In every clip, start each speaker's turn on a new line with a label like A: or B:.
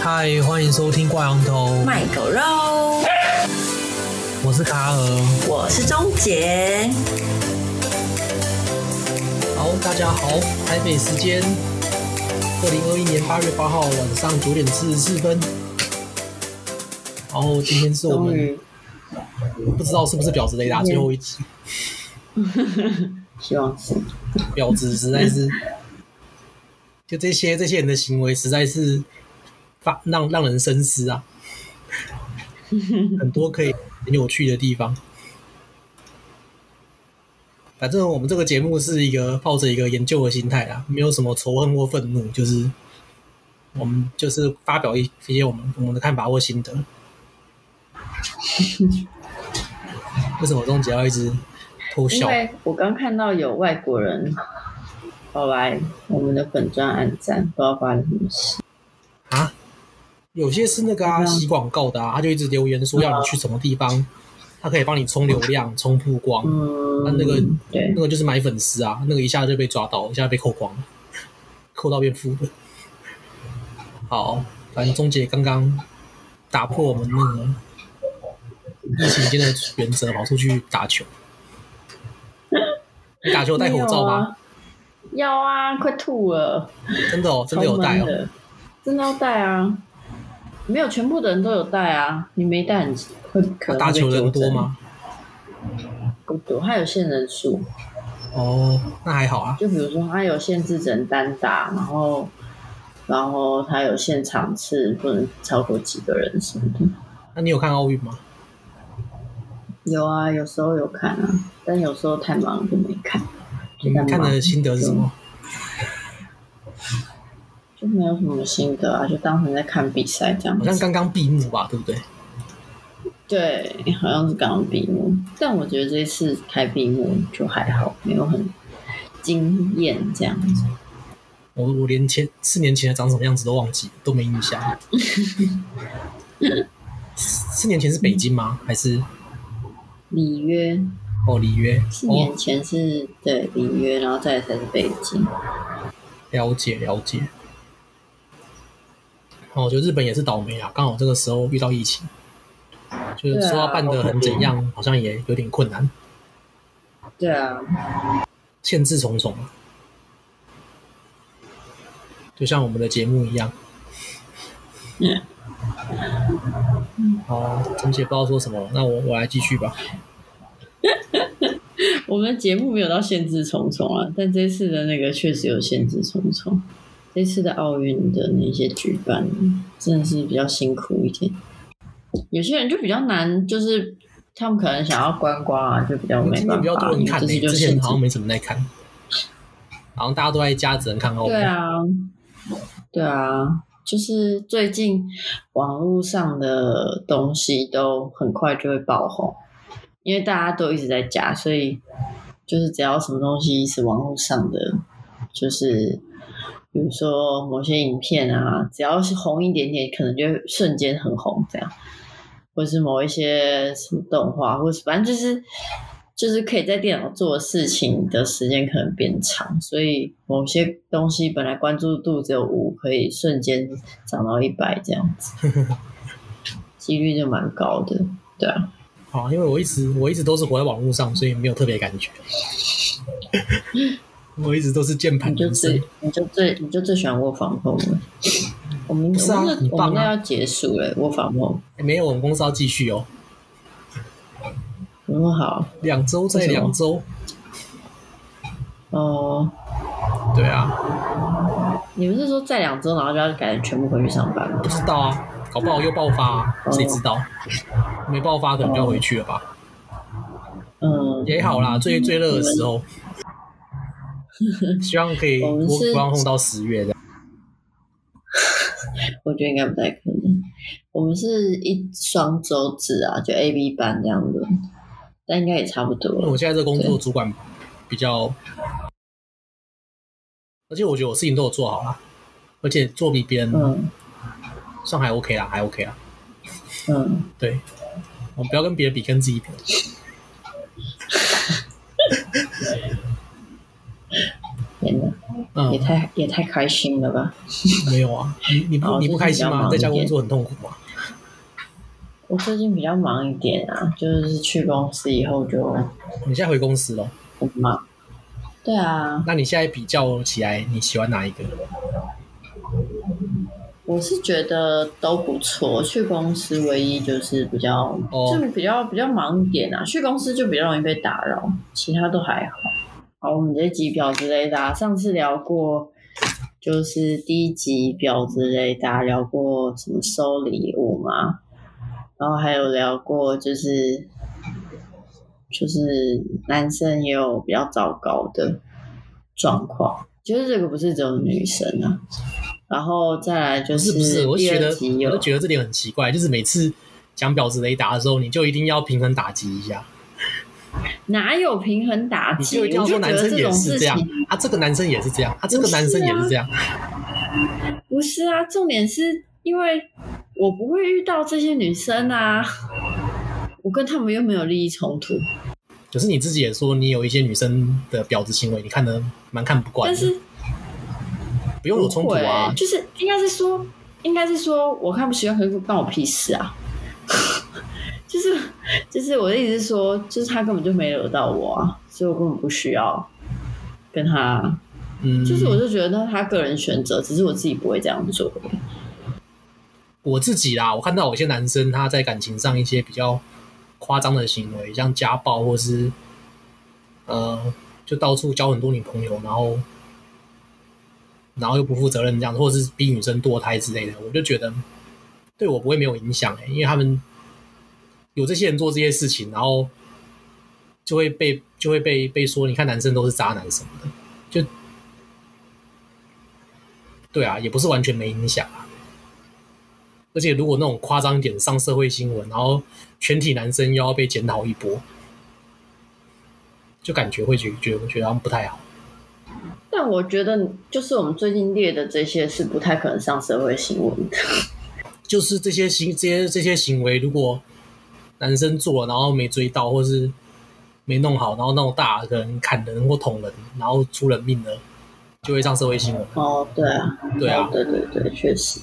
A: 嗨，欢迎收听《挂羊头》，
B: 卖狗肉，
A: 我是卡尔。
B: 我是钟杰。
A: 好，大家好，台北时间二零二一年八月八号晚上九点四十四分。然后今天是我
B: 终
A: 们
B: 于，嗯
A: 不知道是不是婊子雷达最后一集，
B: 希望是
A: 婊子实在 是，就这些这些人的行为实在是发让让人深思啊，很多可以很有趣的地方。反正我们这个节目是一个抱着一个研究的心态啦，没有什么仇恨或愤怒，就是我们就是发表一些我们我们的看法或心得。为什么钟杰要一直偷
B: 因
A: 笑？
B: 为哎我刚看到有外国人跑来我们的粉砖按赞，不知道发生什么事。
A: 啊，有些是那个啊
B: 嗯
A: 洗广告的啊，他就一直留言说要你去什么地方，他可以帮你冲流量、冲曝光，啊
B: 嗯，
A: 那那个
B: 对
A: 那，个就是买粉丝啊，那个一下就被抓到，一下被扣光了，扣到变负的。好，反正钟杰刚刚打破我们那个疫情间的原则，跑出去打球。你打球戴口罩吗？
B: 没有啊？要啊，快吐了！
A: 真的哦，真的有戴
B: 啊超闷
A: 哦。
B: 的，真的要戴啊！没有，全部的人都有戴啊，你没戴，你会可能会被
A: 啊打球人
B: 纠
A: 多
B: 正？
A: 吗？
B: 不多，它有限人数。
A: 哦，那还好啊。
B: 就比如说，它有限制只能单打，然后，然后它有限场次，不能超过几个人什么的。
A: 那你有看奥运吗？
B: 有啊，有时候有看啊，但有时候太忙就没看，就
A: 你
B: 在忙
A: 看的心得是什么？
B: 嗯就没有什么心得啊，就当成在看比赛这样
A: 好像
B: 子。
A: 刚刚闭幕吧，对不对？
B: 对，好像是刚刚闭幕，但我觉得这次开闭幕就还好，没有很惊艳这样子。
A: 我我连前四年前的长什么样子都忘记，都没印 象。四年前是北京吗？还是
B: 里约
A: 哦里约？
B: 四
A: 哦
B: 年，前是、对里约，然后再来才是北京。
A: 了解了解。哦，我觉得日本也是倒霉啊，刚好这个时候遇到疫情，就是
B: 啊
A: 说要办的很怎样，
B: 嗯
A: 好像也有点困难，
B: 对啊，
A: 限制重重啊。就像我们的节目一样。
B: 嗯
A: 好，陈姐不知道说什么，那我我来继续吧。
B: 我们节目没有到限制重重啊，但这次的那个确实有限制重重。这次的奥运的那些举办真的是比较辛苦一点，有些人就比较难，就是他们可能想要观光啊，就比较没
A: 今
B: 办
A: 年
B: 法。
A: 比较多人看、
B: 这次
A: 欸，
B: 就
A: 之
B: 限
A: 前
B: 制
A: 好像没什么在看，好像大家都在家只能看奥运。
B: 对啊，对啊，就是最近网络上的东西都很快就会爆红，因为大家都一直在家，所以就是只要什么东西是网络上的，就是比如说某些影片啊，只要是红一点点，可能就会瞬间很红这样。或是某一些什么动画，或是反正就是就是可以在电脑做的事情的时间可能变长，所以某些东西本来关注度只有五，可以瞬间涨到一百这样子， 几率就蛮高的。对啊，
A: 好，因为我一直我一直都是活在网络上，所以没有特别感 觉。我一直都是键盘
B: 你就
A: 人
B: 最
A: 生，
B: 你就最你就最喜欢卧房后了。我们
A: 不是啊
B: 我们
A: 很
B: 这我
A: 棒啊
B: 们那要结束了，卧房后。
A: 欸没有我们公司要继续哦，
B: 嗯，好
A: 两周再
B: 为什么
A: 两周，
B: 哦，
A: 对啊，
B: 你们是说再两周，然后就要改全部回去上班吗？
A: 不知道啊，搞不好又爆发、啊，谁知道？没爆发可能就要回去了吧，
B: 嗯，
A: 也好啦，最最热的时 候，希望可以
B: 我们
A: 我
B: 是
A: 不要碰到十月的。
B: 我觉得应该不太可能。我们是一双周制啊，就 A、B 班这样的，但应该也差不多
A: 因为我
B: 了。
A: 现在这个工作主管比较，而且我觉得我事情都有做好啦，而且做比别人
B: 嗯
A: 算还 OK 啦，还 OK 啦。
B: 嗯，
A: 对，我们不要跟别人比，跟自己比。
B: 天哪，也
A: 嗯，
B: 太也太开心了吧！
A: 没有啊，你你不
B: 哦
A: 你
B: 最
A: 不
B: 近
A: 开心
B: 比较
A: 吗？
B: 忙
A: 在家
B: 一
A: 工
B: 点
A: 作很痛苦吗？
B: 我最近比较忙一点啊，就是去公司以后就
A: 你现在回公司了，
B: 很忙。对啊，
A: 那你现在比较起来，你喜欢哪一个？
B: 我是觉得都不错。去公司唯一就是比较，
A: 哦
B: 就比较比较忙一点啊。去公司就比较容易被打扰，其他都还好。好，我们这集婊子雷达，啊上次聊过，就是第一集婊子雷达啊聊过什么收礼物嘛，然后还有聊过就是就是男生也有比较糟糕的状况，就是这个不是只有女生啊。然后再来就
A: 不是不是，我就
B: 第
A: 觉
B: 二
A: 得
B: 集有
A: 我就觉得这点很奇怪，就是每次讲婊子雷达的时候，你就一定要平衡打击一下，
B: 哪有平衡打
A: 你
B: 击？
A: 就一定要
B: 我
A: 说
B: 就觉
A: 男
B: 得
A: 生
B: 这
A: 也
B: 种事
A: 是这样
B: 情
A: 啊，这个男生也是这样啊，这
B: 不
A: 个
B: 是
A: 男生也
B: 啊
A: 是这样，
B: 不是啊，重点是因为我不会遇到这些女生啊，我跟她们又没有利益冲突，
A: 可是你自己也说你有一些女生的婊子行为，你看的蛮看不惯
B: 但
A: 的，
B: 是
A: 不用有冲突
B: 不会
A: 啊，
B: 就是应该是说，应该是说我看不喜欢，可是关我屁事啊。 就是就是我的意思是说，就是他根本就没惹到我啊，所以我根本不需要跟他。
A: 嗯，
B: 就是我就觉得那是他个人选择，只是我自己不会这样做。
A: 我自己啦，我看到有些男生他在感情上一些比较夸张的行为，像家暴或是呃，就到处交很多女朋友，然后然后又不负责任这样，或者是逼女生堕胎之类的，我就觉得对我不会没有影响、欸、因为他们有这些人做这些事情，然后就会被就会被被说，你看男生都是渣男什么的，就对啊，也不是完全没影响啊。而且如果那种夸张一点上社会新闻，然后全体男生又要被检讨一波，就感觉会觉觉觉得他们不太好。
B: 但我觉得，就是我们最近列的这些是不太可能上社会新闻的。
A: 就是这些行这些这些行为，如果男生做了然后没追到，或是没弄好，然后弄大可能砍人或捅人，然后出人命了，就会上社会新闻。
B: 哦，对啊，
A: 对啊
B: 哦，对对对，确实。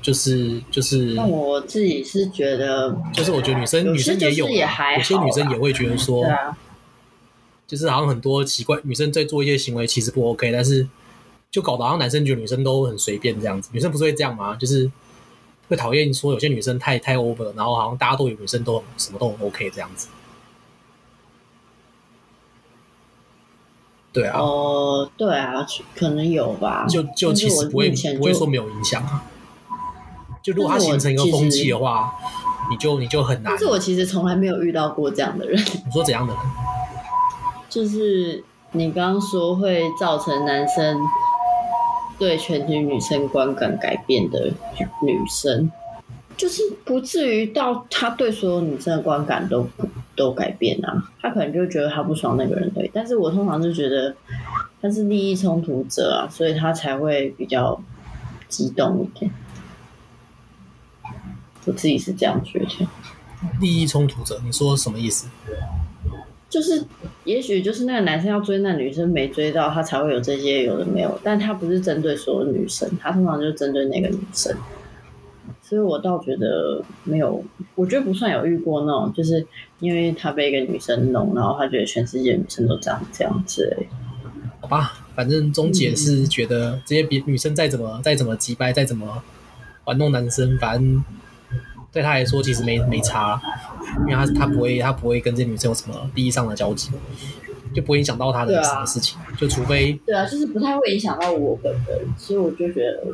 A: 就是就是
B: 那我自己是觉得，
A: 嗯就是，我觉得女生
B: 有
A: 女
B: 些
A: 生也有
B: 就是也
A: 啊，
B: 还
A: 有些女生
B: 好啦
A: 也会觉得说，
B: 对啊，
A: 就是好像很多奇怪女生在做一些行为，其实不 OK，但是就搞得好像男生觉得女生都很随便这样子，女生不是会这样吗？就是会讨厌说有些女生太太 over，然后好像大家都有女生都很什么都很 OK 这样子。对啊，
B: 哦，对啊，可能有吧。
A: 就就
B: 但是
A: 其实
B: 我
A: 不会
B: 目前
A: 不会
B: 就
A: 说没有影响啊。就如果它
B: 但是我
A: 形成一个风
B: 其
A: 气
B: 实
A: 的话，你就你就很难
B: 但。是我其实从来没有遇到过这样的人，
A: 你说怎样的人？
B: 就是你刚刚说会造成男生对全体女生观感改变的女生，就是不至于到他对所有女生的观感都不都改变啊，他可能就觉得他不爽那个人而已。但是我通常就觉得他是利益冲突者啊，所以他才会比较激动一点。我自己是这样觉得。
A: 利益冲突者？你说什么意思？
B: 就是，也许就是那个男生要追那女生没追到，他才会有这些有的没有，但他不是针对所有女生，他通常就针对那个女生。所以我倒觉得没有，我觉得不算有遇过那种，就是因为他被一个女生弄，然后他觉得全世界女生都长这样之类的。
A: 好吧，反正钟姐是觉得这些比女生再怎么再怎么击败，再怎么玩弄男生，反正对她来说其实没没差，因为她她不会她不会跟这些女生有什么利益上的交集，就不会影响到她
B: 对
A: 的
B: 啊
A: 什么事情，就除非
B: 对啊，就是不太会影响到我本人，所以我就觉得，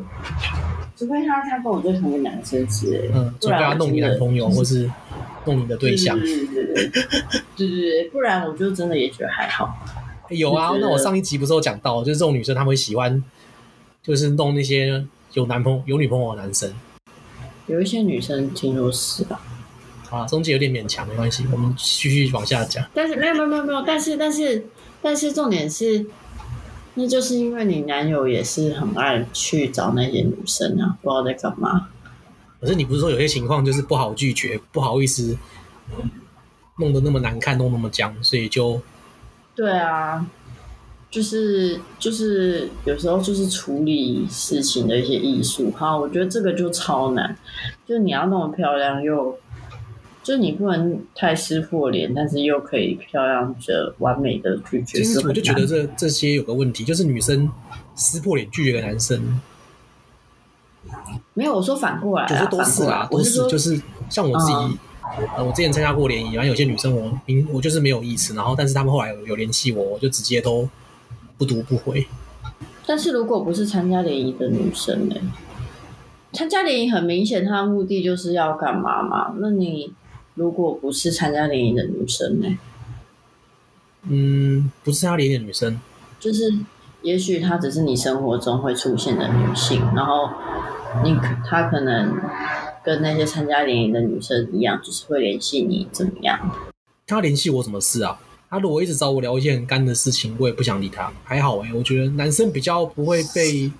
B: 除非他他跟我对同一个男生之类的，
A: 嗯，除
B: 不
A: 非
B: 然
A: 她
B: 我
A: 弄你
B: 真的
A: 男朋友或是弄你的对象。
B: 对对对对对对对，不然我就真的也觉得还好。
A: 欸有啊
B: 就，觉得
A: 那我上一集不是有讲到，就是这种女生她们会喜欢，就是弄那些有男朋友有女朋友的男生。
B: 有一些女生听说是吧，
A: 好啦，钟姐有点勉强，没关系，我们继续往下讲。
B: 但是没有没有没有没有，但是但是但是重点是，那就是因为你男友也是很爱去找那些女生啊，不知道在干嘛。
A: 可是你不是说有些情况就是不好拒绝，不好意思，弄得那么难看，弄那么僵，所以就
B: 对啊，就是就是有时候就是处理事情的一些艺术，哈，我觉得这个就超难，就是你要弄得漂亮又，就是你不能太撕破脸，但是又可以漂亮的、完美的拒绝。
A: 其
B: 是
A: 实
B: 很
A: 我就觉得
B: 难
A: 这这些有个问题，就是女生撕破脸拒绝男生，
B: 没有，我说反过来
A: 我
B: 啊，
A: 说都是
B: 反过
A: 啦
B: 来，
A: 都
B: 我说嗯
A: 是就是像我自己，呃，我之前参加过联谊，然后有些女生我明我就是没有意思，然后但是他们后来有有联系我，我就直接都不读不回。
B: 但是如果不是参加联谊的女生呢、参加联谊很明显，她的目的就是要干嘛嘛？那你如果不是参加联谊的女生呢、
A: 嗯，不是他脸的女生，
B: 就是也许她只是你生活中会出现的女性，然后你可她可能跟那些参加联谊的女生一样，就是会联系你怎么样？
A: 他联系我什么事啊？他如果一直找我聊一些很干的事情，我也不想理他。还好哎、我觉得男生比较不会 被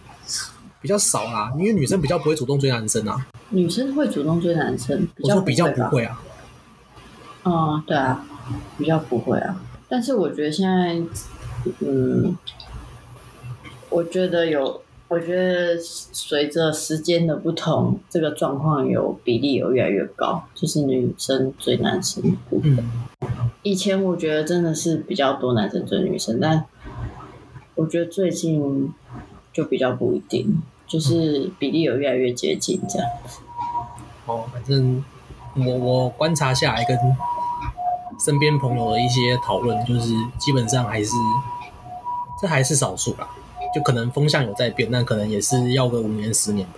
A: 比较少啦，因为女生比较不会主动追男生啊。
B: 女生会主动追男生，比
A: 我
B: 较
A: 说比较不
B: 吧
A: 会啊，
B: 哦，对啊，比较不会啊。但是我觉得现在，嗯，我觉得有，我觉得随着时间的不同，这个状况有比例有越来越高，就是女生追男生的部分。
A: 嗯，
B: 以前我觉得真的是比较多男生追女生，但我觉得最近就比较不一定，就是比例有越来越接近这样。
A: 哦，反正我我观察下来跟身边朋友的一些讨论，就是基本上还是这还是少数啦，就可能风向有在变，但可能也是要个五年十年吧，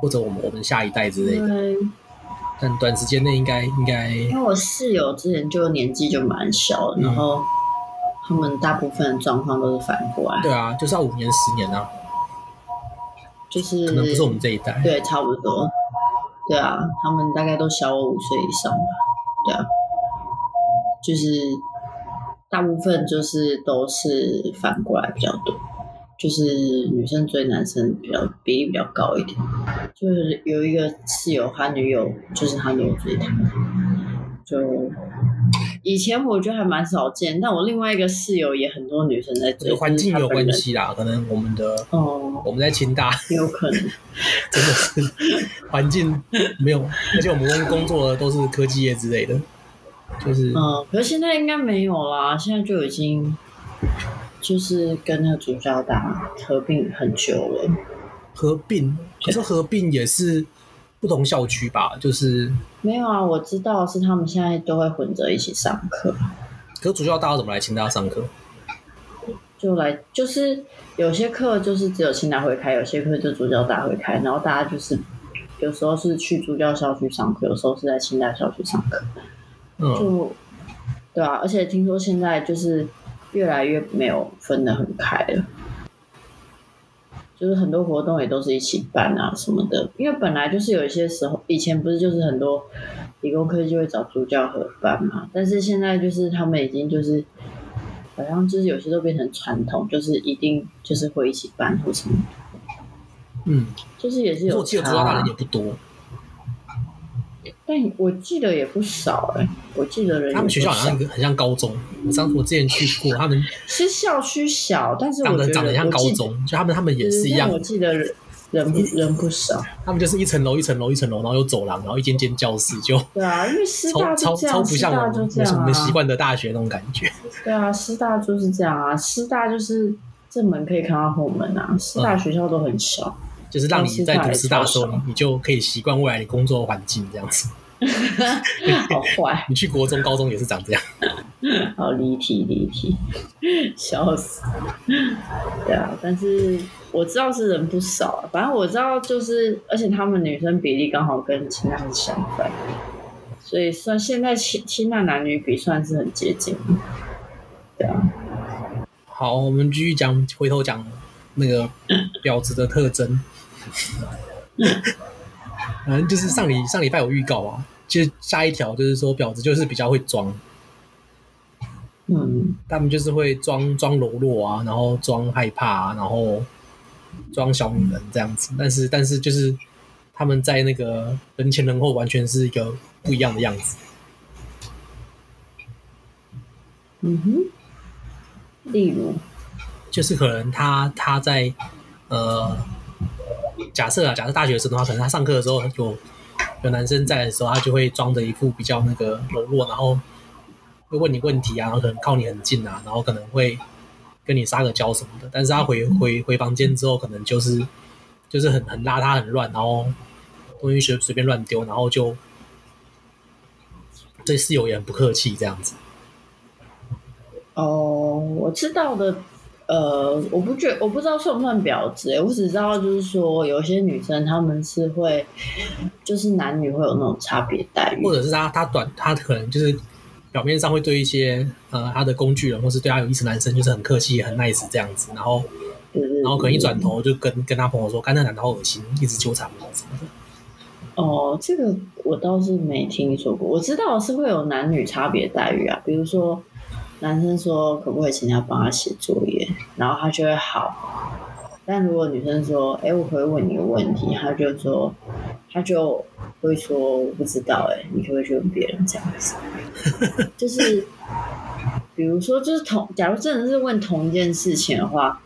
A: 或者我们我们下一代之类
B: 因
A: 的。
B: 为
A: 但短时间内应该应该
B: 因为我室友之前就年纪就蛮小，
A: 嗯
B: 然后他们大部分的状况都是反过来，
A: 对啊，就是要五年十年啊，
B: 就是
A: 可能不是我们这一代。
B: 对，差不多，对啊，他们大概都小我五岁以上吧，对啊，就是大部分就是都是反过来比较多，就是女生追男生比较比例比较高一点，就是有一个室友他女友就是他女友追他，就。以前我觉得还蛮少见，但我另外一个室友也很多女生在
A: 这
B: 追，
A: 个环境
B: 就
A: 也有
B: 是他本
A: 关
B: 人。
A: 系啦，可能我们的
B: 哦，
A: 我们在清大
B: 有可能。
A: 真的是环境没有，而且我们工作的都是科技业之类的，就是
B: 嗯，可是现在应该没有啦，现在就已经就是跟那个主教打合并很久了。
A: 合并。可是合并也是不同校区吧，就是
B: 没有啊，我知道是他们现在都会混着一起上课，
A: 可是主校大要怎么来清大上课？
B: 就来就是有些课就是只有清大会开，有些课就主教大会开，然后大家就是有时候是去主教校区上课，有时候是在清大校区上课，
A: 嗯，
B: 就对啊，而且听说现在就是越来越没有分得很开了，就是很多活动也都是一起办啊什么的。因为本来就是有一些时候，以前不是就是很多理工科就会找助教合办嘛，但是现在就是他们已经就是好像就是有些都变成传统，就是一定就是会一起办或什么，
A: 嗯，
B: 就是也
A: 可
B: 是
A: 是
B: 有
A: 我记得主
B: 差
A: 校大
B: 啊
A: 人也不多，
B: 但我记得也不少哎、我记得人
A: 他们
B: 也
A: 学
B: 不
A: 校好像
B: 少
A: 一个很像高中。我上次我之前去过，他们
B: 是校区小，但是我
A: 长
B: 觉得
A: 得长得像
B: 我记
A: 高
B: 得
A: 中，就他们他们也是一
B: 但
A: 样
B: 我，记得人人不人不少，
A: 他们就是一层楼一层楼一层楼，然后有走廊，然后一间间教室就
B: 对啊，因为师
A: 超
B: 大
A: 超
B: 就这
A: 超
B: 样，
A: 不
B: 师
A: 像我
B: 大
A: 们
B: 就这
A: 我
B: 样
A: 们习
B: 啊，
A: 惯的大学那种感觉。
B: 对啊，师大就是这样啊，师大就是正门可以看到后门啊，
A: 嗯
B: 师大学校都 很小，
A: 就是让你在读师大的时候，你你就可以习惯未来你工作环境这样子。
B: 好坏，
A: 你去国中、高中也是长这样。
B: 好离题离题，笑死，对啊，但是我知道是人不少、啊，反正我知道就是，而且他们女生比例刚好跟清大是相反。所以算现在清清大男女比算是很接近的，对啊，
A: 好，我们继续讲，回头讲那个 婊子的特征。 反正就是上礼上礼拜有预告啊，就是下一条就是说婊子就是比较会装，
B: 嗯，
A: 他们就是会装装柔弱啊，然后装害怕、啊，然后装小女人这样子。但是但是就是他们在那个人前人后完全是一个不一样的样子。
B: 嗯哼，例如，
A: 就是可能他他在呃，假设啊，假设大学生的话，可能他上课的时候有有男生在的时候，他就会装着一副比较那个柔弱，然后会问你问题啊，然后可能靠你很近啊，然后可能会跟你撒个娇什么的。但是他回回回房间之后，可能就是就是很很邋遢、很乱，然后东西随随便乱丢，然后就对室友也很不客气这样子。
B: 哦，我知道的，呃，我不觉，我不知道算不算婊子、欸，我只知道就是说，有些女生她们是会，就是男女会有那种差别待遇
A: 或，者是他他短他可能就是表面上会对一些呃他的工具人或是对他有意思的男生就是很客气很 nice 这样子，然后
B: 对对对
A: 然后可能一转头就跟跟他朋友说，干那男的好恶心，一直纠缠我什么的。
B: 哦，这个我倒是没听说过，我知道是会有男女差别待遇啊，比如说男生说可不可以请他帮他写作业，然后他就会好，但如果女生说，哎、我可不可以问你一个问题，他就说，他就会说我不知道、哎，你可不可以去问别人这样子，就是。比如说，就是同，假如真的是问同一件事情的话，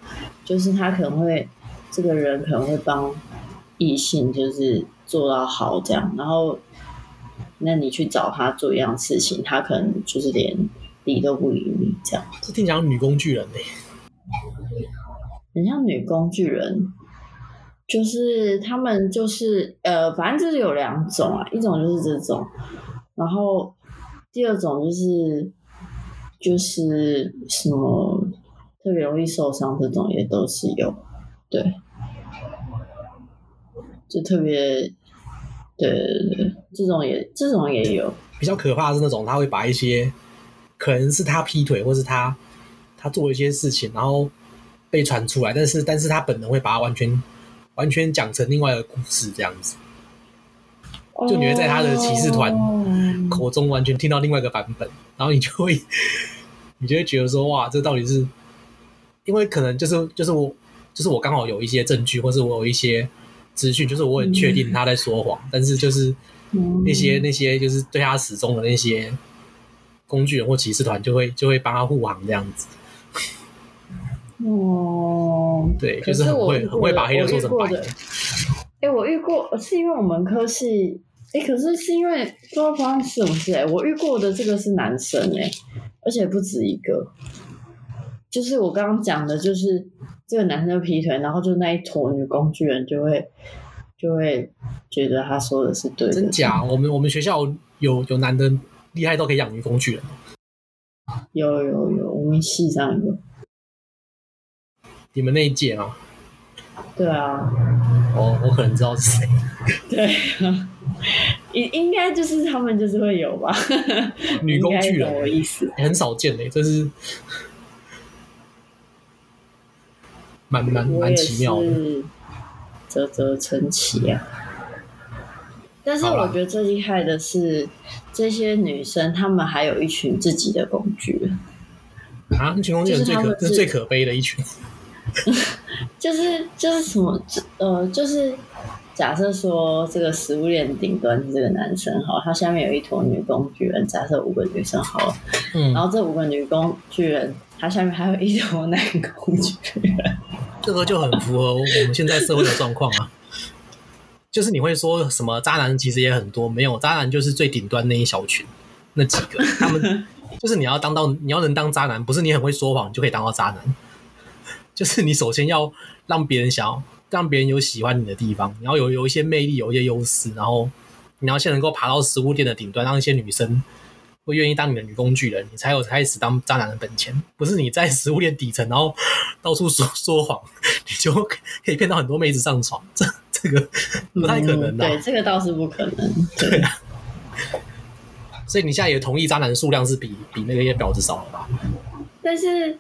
B: 就是他可能会，这个人可能会帮异性就是做到好这样，然后，那你去找他做一样事情，他可能就是连理都不理你这样，
A: 这听起来像女工具人嘞、欸
B: 很像女工具人。就是他们就是呃，反正就是有两种啊，一种就是这种，然后第二种就是就是什么特别容易受伤这种也都是有，对，就特别对对对，这种也这种也有，
A: 比较可怕的是那种他会把一些可能是他劈腿或是他他做了一些事情，然后被传出来，但是但是他本人会把它完全完全讲成另外一个故事这样子，就你会在他的骑士团
B: 哦
A: 口中完全听到另外一个版本，然后你就会 你就会觉得说哇，这到底是因为可能就是就是我就是我刚好有一些证据，或是我有一些资讯，就是我很确定他在说
B: 嗯
A: 谎，但是就是那些那些就是对他始终的那些工具人或骑士团就会就会帮他护航这样子，
B: 哦，
A: 对，
B: 可
A: 就是很
B: 我
A: 会
B: 遇
A: 很
B: 过
A: 会
B: 的
A: 把黑的
B: 我
A: 说
B: 遇
A: 成
B: 过
A: 白
B: 的
A: 的。。
B: 哎、我遇过，是因为我们科系，哎、可是是因为不知道发生什么事哎、我遇过的这个是男生哎、而且不止一个。就是我刚刚讲的，就是这个男生劈腿，然后就那一坨女工具人就会就会觉得他说的是对的，
A: 真假？我们我们学校有有男的厉害到可以养女工具人，
B: 有有有，我们系上有，
A: 你们那一届吗？
B: 对啊，
A: 哦，我可能知道是谁。
B: 对啊，应应该就是他们就是会有吧，
A: 女工具人
B: 应该懂我意思。
A: 欸很少见嘞、这是蛮蛮
B: 我也
A: 蛮奇
B: 是
A: 妙的。
B: 啧啧称奇啊。但是
A: 好啦
B: 我觉得最厉害的是，这些女生她们还有一群自己的工具人，
A: 啊！那群工具人最
B: 就是他
A: 可
B: 们
A: 这是
B: 是
A: 最可悲的一群，
B: 就是就是什么呃，就是假设说这个食物链顶端是这个男生好，他下面有一坨女工具人，假设五个女生好了，
A: 嗯
B: 然，后这五个女工具人，他下面还有一坨男工具人，
A: 这个就很符合我们现在社会的状况啊。就是你会说什么渣男其实也很多，没有渣男就是最顶端那一小群那几 个，他们就是你要当到你要能当渣男，不是你很会说谎就可以当到渣男， 就是你首先要让别人想要让别人有喜欢你的地方，你要有有一些魅力，有一些优势，然后你要先能够爬到食物链的顶端，让一些女生会愿意当你的女工具人，你才有开始当渣男的本钱。不是你在食物链底层，然后 到处说说谎， 你就可以骗到很多妹子上床，这这个不太可能
B: 嗯
A: 的、
B: 对，这个倒是不可能。
A: 所以你现在也同意渣男数量是比比那个些婊子少了吧？
B: 但是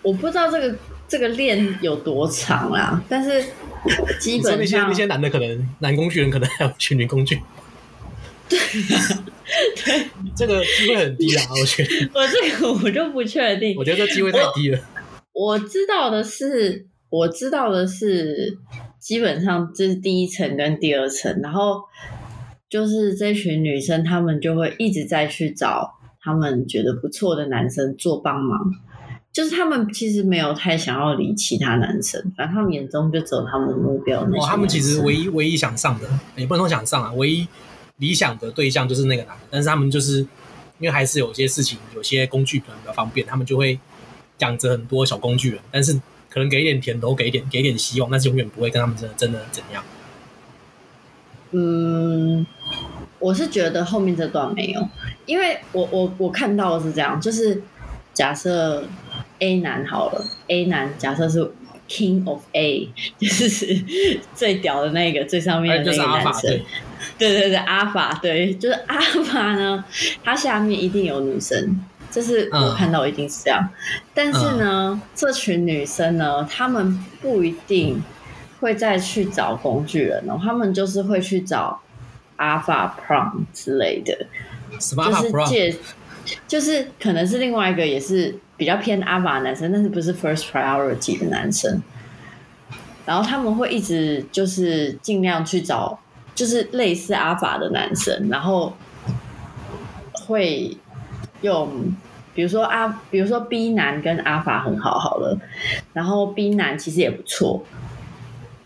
B: 我不知道这个这个链有多长啦，但是基
A: 你说那
B: 本
A: 些
B: 上
A: 那些男的可能男工具人可能还有去女工具，对，这个机会很低啊，我觉得，
B: 我这个我就不确定
A: 我。觉得这机会太低了。
B: 我知道的是，我知道的是，基本上这是第一层跟第二层，然后就是这群女生她们就会一直在去找。他们觉得不错的男生做帮忙，就是他们其实没有太想要理其他男生，反正他们眼中就只有他们的目标那些
A: 哦，
B: 男生。
A: 他们其实唯一唯一想上的，也不能说想上啊，唯一理想的对象就是那个男的，但是他们就是因为还是有些事情，有些工具可能比较方便，他们就会养着很多小工具人，但是可能给一点甜头，给一点给一点希望，但是永远不会跟他们真的真的怎样。
B: 嗯，我是觉得后面这段没有，因为我我我看到的是这样，就是假设 A 男好了，A 男假设是 King of A，就是 最屌的那个最上面
A: 哎，就
B: 的那
A: 是
B: 个
A: 阿
B: 男
A: 法
B: 生
A: 对，，
B: 对对对，阿法对，就是阿法呢，他下面一定有女生，这是我
A: 嗯
B: 看到一定是这样。但是呢，这群女生呢，她们不一定会再去找工具人哦，她们就是会去找阿法 prom 之类的，
A: 什么阿
B: 就
A: 法
B: 是
A: pro，啊
B: 借，就是可能是另外一个也是比较偏阿法的男生，但是不是 first priority 的男生。然后他们会一直就是尽量去找，就是类似阿法的男生，然后会用，比如说阿，比如说 B 男跟阿法很好好了，然后 B 男其实也不错，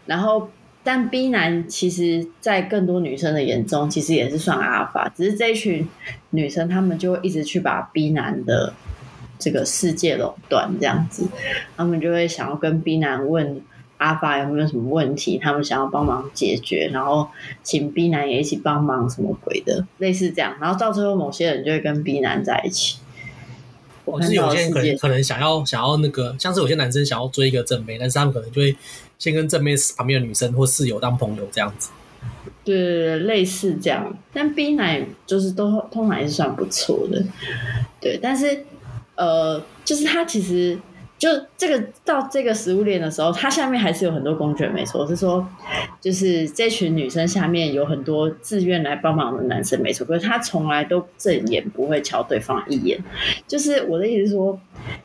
B: 然后但 B 男其实，在更多女生的眼中，其实也是算阿尔法，只是这一群女生她们就会一直去把 B 男的这个世界垄断，这样子，她们就会想要跟 B 男问。阿尔法有没有什么问题？他们想要帮忙解决，然后请 B 男也一起帮忙，什么鬼的，类似这样。然后到最后，某些人就会跟 B 男在一起。我
A: 我
B: 看
A: 哦是
B: 到
A: 有
B: 的
A: 些
B: 世
A: 人可
B: 界
A: 能可能想要想要那个，像是有些男生想要追一个正妹，但是他们可能就会先跟正妹旁边的女生或室友当朋友这样子。
B: 对对对，类似这样。但 B 男就是都通常也是算不错的，对。但是呃，就是他其实就这个到这个食物链的时候，它下面还是有很多工具人，没错。我是说，就是这群女生下面有很多自愿来帮忙的男生，没错。可是他从来都正眼不会瞧对方一眼，就是我的意思是说。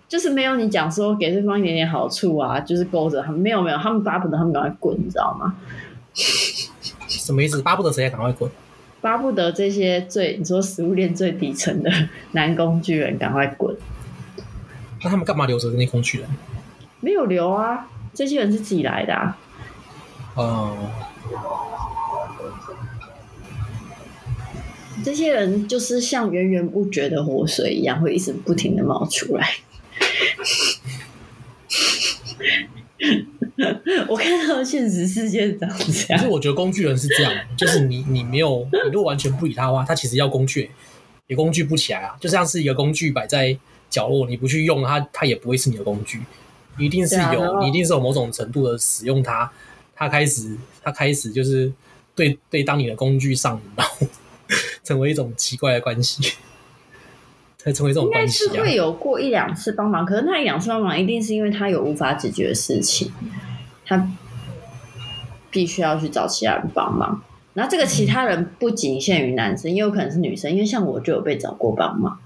B: 就是没有你讲说给对方一点点好处啊，就是勾着他们，没有没有，他们巴不得他们赶快滚，你知道吗？
A: 什么意思？巴不得谁也赶快滚。
B: 巴不得这些最你说食物链最底层的男工具人赶快滚，
A: 那他们干嘛留着那些工具人？
B: 没有留啊，这些人是自己来的、啊，
A: 哦，
B: 这些人就是像源源不绝的活水一样，会一直不停的冒出来。 我看到现实世界长这
A: 可是
B: 样，
A: 我觉得工具人是这样，就是你你没有，你如果完全不理他的话，他其实要工具也工具不起来啊。就像是一个工具摆在角落，你不去用它，它也不会是你的工具。一定是
B: 对啊
A: 有，
B: 然后
A: 你一定是有某种程度的使用它，它开始它开始就是对对当你的工具上瘾，然后 成为一种奇怪的关系，才成为这种
B: 应该
A: 关系
B: 是
A: 啊。
B: 会有过一两次帮忙，可是那一两次帮忙一定是因为他有无法解决的事情，他必须要去找其他人帮忙。然后这个其他人不仅限于男生，也有可能是女生，因为像我就有被找过帮忙。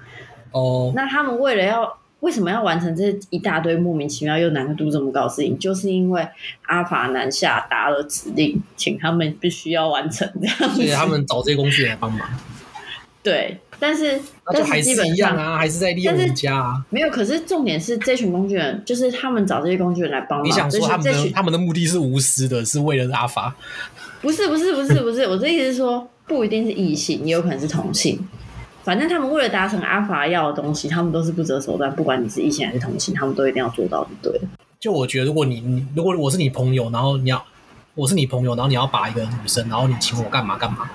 A: 哦，
B: 那他们为了要为什么要完成这一大堆莫名其妙又难度这么高的事情，就是因为阿法南下达了指令，请他们必须要完成这样子。
A: 所以他们找这些工具人来帮忙，
B: 对，但是
A: 那
B: 但
A: 就还
B: 基
A: 是
B: 本
A: 一
B: 上
A: 样啊，还是在利用
B: 但是
A: 人家啊。
B: 没有，可是重点是这群工具人，就是他们找这些工具人来帮忙。
A: 你想
B: 这
A: 说
B: 群
A: 他们
B: 这
A: 的
B: 群
A: 他们的目的是无私的，是为了阿法？
B: 不是不是不是不是，我的意思是说，不一定是异性，也有可能是同性。反正他们为了达成阿法要的东西，他们都是不择手段，不管你是异性还是同性，他们都一定要做到，对了。
A: 就我觉得，如果你你如果我是你朋友，然后你要我是你朋友，然后你要把一个女生，然后你请我干嘛干嘛，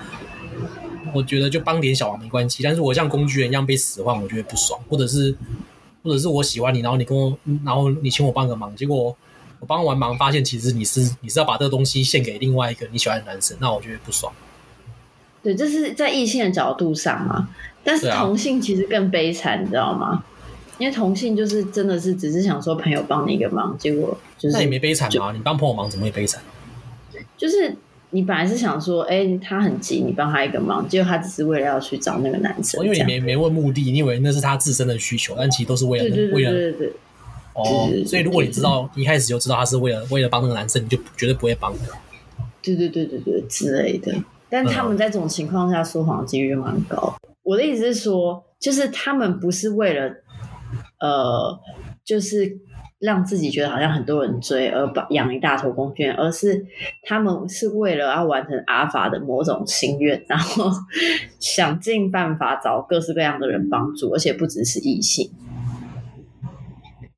A: 我觉得就帮点小忙没关系。但是我像工具人一样被使唤，我觉得不爽，或者是或者是我喜欢你，然后你跟我，然后你请我帮个忙，结果我帮完忙发现其实你是你是要把这个东西献给另外一个你喜欢的男生，那我觉得不爽。
B: 对，这是在异性的角度上嘛。但是
A: 对啊
B: 同性其实更悲惨，你知道吗？因为同性就是真的是只是想说朋友帮你一个忙，结果就是
A: 那也没悲惨啊嘛，你帮朋友忙怎么会悲惨？
B: 就是你本来是想说，哎、他很急，你帮他一个忙，结果他只是为了要去找那个男生，
A: 哦因为
B: 这
A: 你
B: 样
A: 没没问目的，你以为那是他自身的需求，但其实都是为了
B: 对对
A: 为
B: 对
A: 了
B: 对对对，
A: 哦
B: 对对，对
A: 所以如果你知道一开始就知道他是为了为了帮那个男生，你就绝对不会帮。
B: 对对对对对之类的。但他们在这种情况下说谎的几率就蛮高。我我的意思是说，就是他们不是为了，呃，就是让自己觉得好像很多人追而把养一大头工具人，而是他们是为了要完成阿尔法的某种心愿，然后 想尽办法找各式各样的人帮助，而且不只是异性。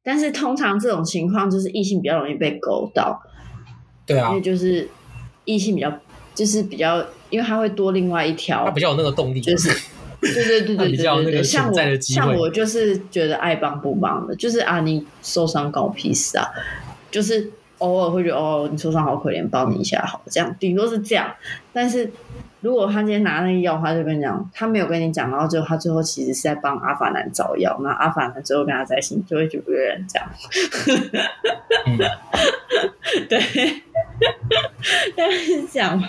B: 但是通常这种情况就是异性比较容易被勾到，
A: 对啊
B: 因为，就是异性比较，就是比较，因为他会多另外一条
A: 他比较有那个动力，
B: 就是对对对
A: 那
B: 对
A: 比
B: 对
A: 较
B: 对
A: 那个
B: 对，像
A: 潜在的
B: 我
A: 机
B: 像
A: 会
B: 我就是觉得爱帮不帮的，就是啊，你受伤关我屁事啊，就是偶尔会觉得哦，你受伤好可怜，帮你一下好，这样顶多是这样。但是如果他今天拿那个药，他就跟你讲，他没有跟你讲，然后就他最后其实是在帮阿法男找药，那阿法男最后跟他在一起，你就会觉得人这样，
A: 嗯。
B: 对， 大概是这样吧。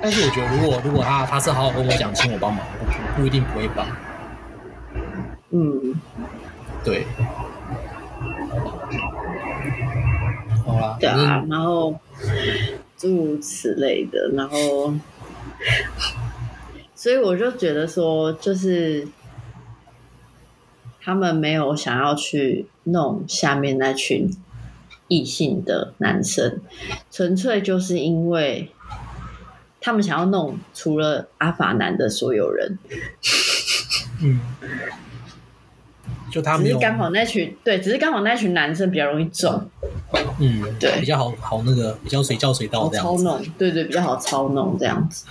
A: 但是我觉得，如果如果他他是好好跟我讲，请我帮忙，我不不一定不会帮。
B: 嗯，
A: 对，好啦，
B: 对
A: 反
B: 啊
A: 正，
B: 然后诸如此类的，然后，所以我就觉得说，就是他们没有想要去弄下面那群异性的男生，纯粹就是因为他们想要弄除了阿法男的所有人，
A: 嗯，就他
B: 只
A: 没
B: 是
A: 有，
B: 刚好那群对，只是刚好那群男生比较容易中。
A: 嗯，
B: 对
A: 比较好好那个比较随叫随到
B: 好
A: 哦这样
B: 操
A: 子。
B: 弄，对对，比较好操弄这样子。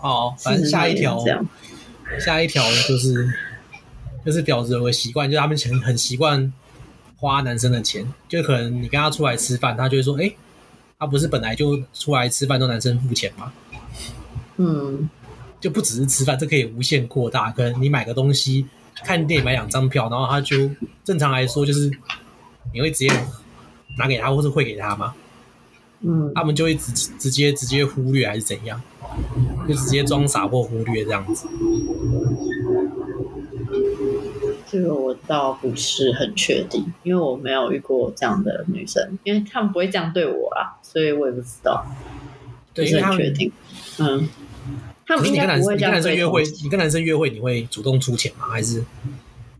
A: 好，反正下一条
B: 事实上也是这样，
A: 下一条就是就是婊子有个习惯，就是他们很很习惯花男生的钱，就可能你跟他出来吃饭，他就会说，哎、他不是本来就出来吃饭都男生付钱吗？
B: 嗯，
A: 就不只是吃饭，这可以无限扩大。可能你买个东西，看电影买两张票，然后他就正常来说就是你会直接拿给他，或是汇给他嘛？
B: 嗯
A: 他们就会直直接直接忽略还是怎样，就直接装傻或忽略这样子。，
B: 这个我倒不是很确定，因为我没有遇过这样的女生，因为他们不会这样对我啦，所以我也不知道，不
A: 对，因
B: 是
A: 为他
B: 很确
A: 们
B: 定。嗯，他
A: 可
B: 们
A: 是
B: 应
A: 你跟
B: 该
A: 男生
B: 不会
A: 你跟
B: 这样
A: 男生
B: 对
A: 约会
B: 同，
A: 你跟男生约会，你会主动出钱吗？还是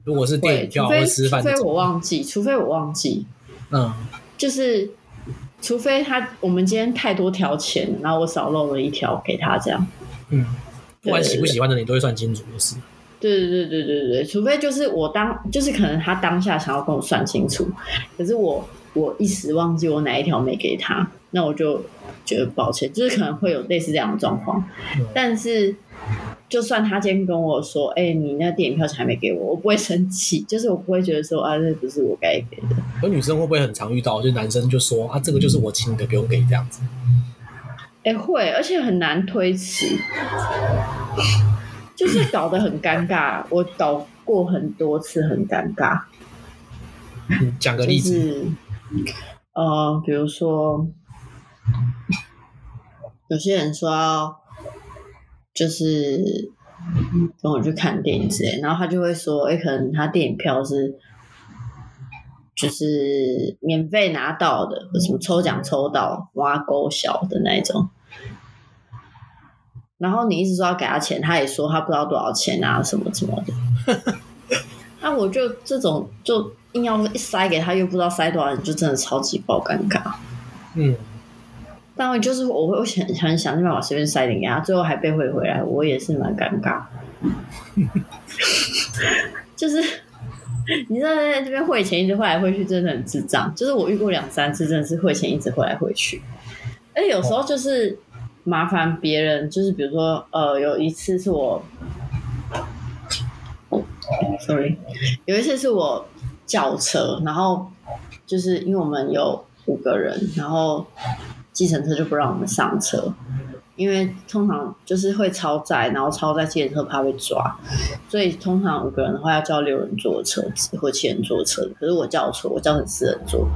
A: 如果是电
B: 对，
A: 影票
B: 除
A: 或
B: 非
A: 吃
B: 除
A: 饭这
B: 非我
A: 种，
B: 忘记，除非我忘记，
A: 嗯，
B: 就是除非他我们今天太多条钱，然后我少漏了一条给他这样。
A: 嗯，不管喜不
B: 对对对
A: 喜欢的你都会算清楚，就是
B: 对对对对对对，除非就是我当，就是可能他当下想要跟我算清楚，可是我我一时忘记我哪一条没给他，那我就觉得抱歉，就是可能会有类似这样的状况
A: 嗯。
B: 但是就算他今天跟我说，哎、你那电影票钱还没给我，我不会生气，就是我不会觉得说啊，这不是我该给的。
A: 有女生会不会很常遇到，就是男生就说啊，这个就是我请你的，不用给这样子。
B: 哎、会，而且很难推迟，就是搞得很尴尬。我搞过很多次，很尴尬。
A: 嗯讲个
B: 就
A: 例子，
B: 是呃，比如说有些人说要就是跟我去看电影之类，然后他就会说，哎、可能他电影票是就是免费拿到的，有什么抽奖抽到挖沟小的那一种。然后你一直说要给他钱，他也说他不知道多少钱啊，什么什么的。那我就这种就硬要一塞给他，又不知道塞多少，你就真的超级爆尴尬。
A: 嗯，
B: 当然就是我会我想很想尽办法随便塞点给他，最后还被汇回来，我也是蛮尴尬。 就是你知道在这边汇钱一直汇来汇去，真的很智障。就是我遇过两三次，真的是汇钱一直汇来汇去，而且有时候就是麻烦别人，就是比如说呃，有一次是我。sorry，有一次是我叫车，然后就是因为我们有五个人，然后计程车就不让我们上车，因为通常就是会超载，然后超载计程车怕被抓，所以通常五个人的话要叫六人座的车子或七人座的车子，可是我叫错，我叫成四人座。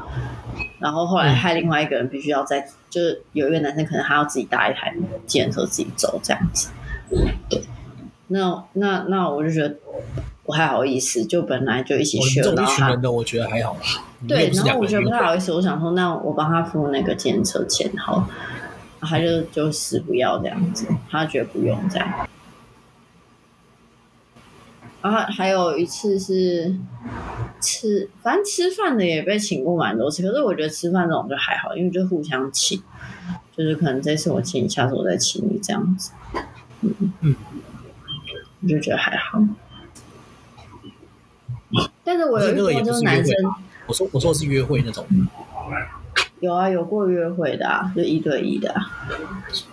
B: 然后后来
A: 嗯
B: 害另外一个人必须要在，就是有一个男生可能他要自己搭一台计程车自己走这样子，对，那那那我就觉得不太好意思，就本来就一起
A: 我
B: 去
A: 这
B: 了，
A: 种
B: 然
A: 一
B: 后
A: 群
B: 他
A: 人的，我觉得还好啦。你又
B: 对，
A: 不是
B: 然
A: 两
B: 后
A: 个
B: 我觉
A: 人
B: 得不
A: 约
B: 太
A: 会
B: 好意思，我想说，那我帮他付那个检车钱好了，他就就死不要这样子，他觉得不用这样，啊，还有一次是吃，反正吃饭的也被请过蛮多次，可是我觉得吃饭这种就还好，因为就互相请，就是可能这次我请你，下次我再请你这样子。嗯
A: 嗯，
B: 我就觉得还好。但是我有
A: 那
B: 遇
A: 个也
B: 过，
A: 不
B: 就是是
A: 约
B: 男
A: 会
B: 生，
A: 我说我说的是约会那种，
B: 有啊，有过约会的啊，就一对一的、啊，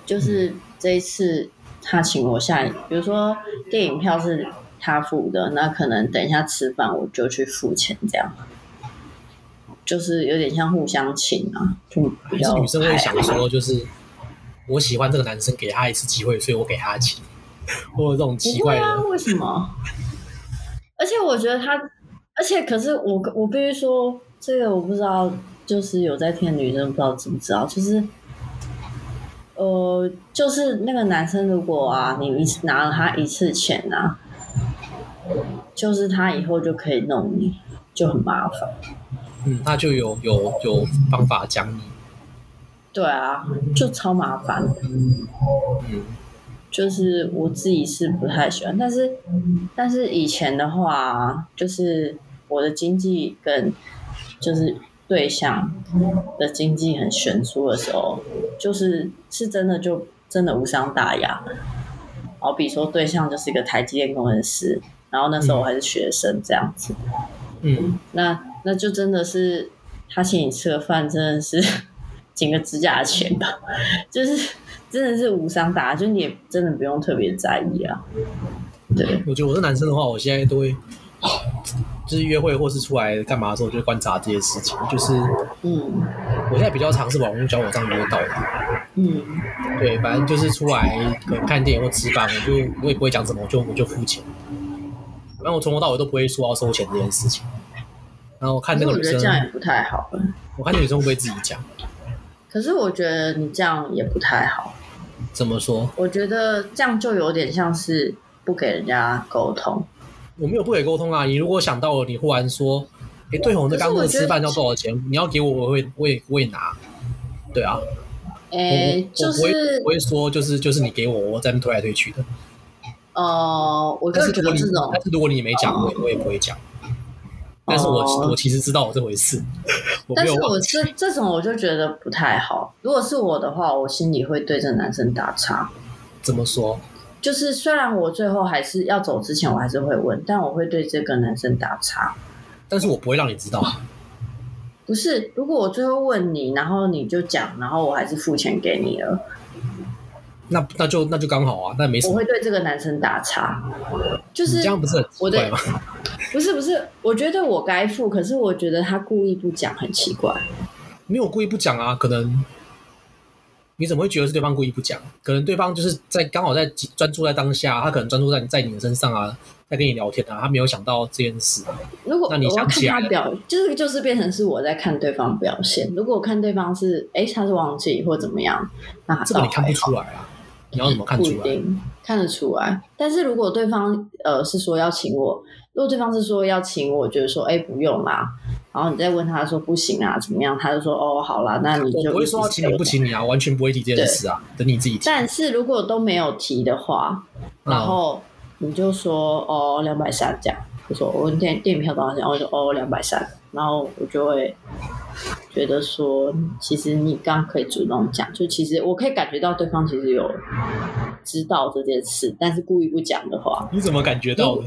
B: 就是这一次他请我下，比如说电影票是他付的，那可能等一下吃饭我就去付钱，这样，就是有点像互相请啊，就比
A: 就
B: 较
A: 是女生会想
B: 还好
A: 说，就是我喜欢这个男生，给他一次机会，所以我给他钱，我有这种奇
B: 不会
A: 怪
B: 啊，
A: 的，
B: 为什么？而且我觉得他，而且可是我我必须说，这个我不知道，就是有在听的女生不知道知不知道，就是。呃，就是那个男生，如果啊，你一次拿了他一次钱啊，就是他以后就可以弄你，就很麻烦。
A: 嗯，他就有有有方法讲你，
B: 对啊，就超麻烦的。
A: 嗯，
B: 就是我自己是不太喜欢，但是但是以前的话，就是我的经济跟就是对象的经济很悬殊的时候，就是是真的就真的无伤大雅。好比说对象就是一个台积电工程师，然后那时候我还是学生这样子，
A: 嗯，
B: 那那就真的是他请你吃个饭，真的是 剪个指甲的钱吧，就是真的是无伤大雅，就你也真的不用特别在意啊。对，
A: 我觉得我是男生的话，我现在都会， 就是约会或是出来干嘛的时候，我就会观察这些事情。就是
B: 嗯
A: 我现在比较尝试网络交友上约到的，
B: 嗯
A: 对，反正就是出来可能看电影或吃饭，我就我也不会讲什么，我就我就付钱。然后我从头到尾都不会说要收钱这件事情。然后我看
B: 可
A: 那个
B: 是我
A: 女
B: 觉得
A: 生
B: 这，样也不太好了。
A: 我看那女生会不会自己讲？
B: 可是我觉得你这样也不太好，
A: 怎么说？
B: 我觉得这样就有点像是不给人家沟通。
A: 我没有不给沟通啊。你如果想到了，你忽然说，哎、对吼，那刚刚那个吃饭要多少钱？你要给我，我会我也我也拿。对啊，我
B: 诶、哎就
A: 我不会
B: 是
A: 不会说就是就是你给我，我在那边推来推去的。
B: 呃，我
A: 但
B: 就是觉
A: 如果
B: 得
A: 你
B: 这种
A: 但是如果你没讲，我也我也不会讲。但是我、
B: 哦
A: 我其实知道我这回事，我
B: 但
A: 没
B: 是
A: 有忘
B: 我
A: 记。
B: 这这种我就觉得不太好。如果是我的话，我心里会对这男生打叉。
A: 怎么说？
B: 就是虽然我最后还是要走之前，我还是会问，但我会对这个男生打叉。
A: 但是我不会让你知道。
B: 不是，如果我最后问你，然后你就讲，然后我还是付钱给你了，
A: 那那就那就刚好啊，那没什
B: 我
A: 么。
B: 会对这个男生打叉。就
A: 你
B: 是
A: 这样不是很奇
B: 我
A: 怪
B: 的
A: 吗？
B: 不是不是，我觉得我该付，可是我觉得他故意不讲很奇怪。
A: 没有故意不讲啊，可能你怎么会觉得是对方故意不讲？可能对方就是在刚好在专注在当下，他可能专注在你在你的身上啊，在跟你聊天啊，他没有想到这件事。啊
B: 如果
A: 那你
B: 我要
A: 想
B: 看
A: 起来
B: 他表，就是就是变成是我在看对方表现。如果我看对方是哎、诶他是忘记或怎么样，那
A: 这个你
B: 倒
A: 看不
B: 还
A: 出来啊，你要怎么看
B: 不
A: 出
B: 一
A: 来？啊
B: 定看得出来。但是如果对方呃是说要请我，如果对方是说要请我，就是说哎、诶不用啦，然后你再问他说不行啊怎么样，他就说哦好啦，那你就
A: 我不会说要请你不请你啊，完全不会提这件事啊，等你自己提。
B: 但是如果都没有提的话，
A: 嗯
B: 然后你就说哦两百三这样，我说哦我问电电影票多少钱，我就哦两百三，然后我就会觉得说，其实你刚刚可以主动讲，就其实我可以感觉到对方其实有知道这件事，但是故意不讲的话，
A: 你怎么感觉到的？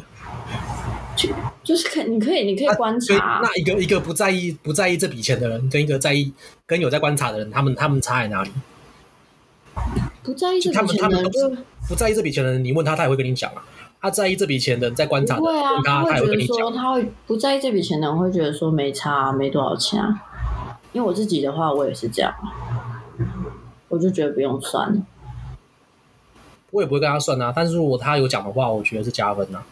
B: 就是可你可以你可以观
A: 啊所以
B: 察，
A: 那一个一个不在意不在意这笔钱的人，跟一个在意跟有在观察的人，他们他们差在哪里？
B: 不在意这
A: 他
B: 笔
A: 们
B: 钱
A: 他
B: 的
A: 们都
B: 人就是
A: 不在意这笔钱的人，你问他，他也会跟你讲啊。他在意这笔钱的人在观察的
B: 不会
A: 人，
B: 啊
A: 问，他，他
B: 会
A: 也
B: 觉
A: 会跟
B: 得
A: 你
B: 说
A: 讲。
B: 他会不在意这笔钱的人会觉得说没差啊、没多少钱啊。因为我自己的话，我也是这样，我就觉得不用算了。
A: 我也不会跟他算啊，但是如果他有讲的话，我觉得是加分啊。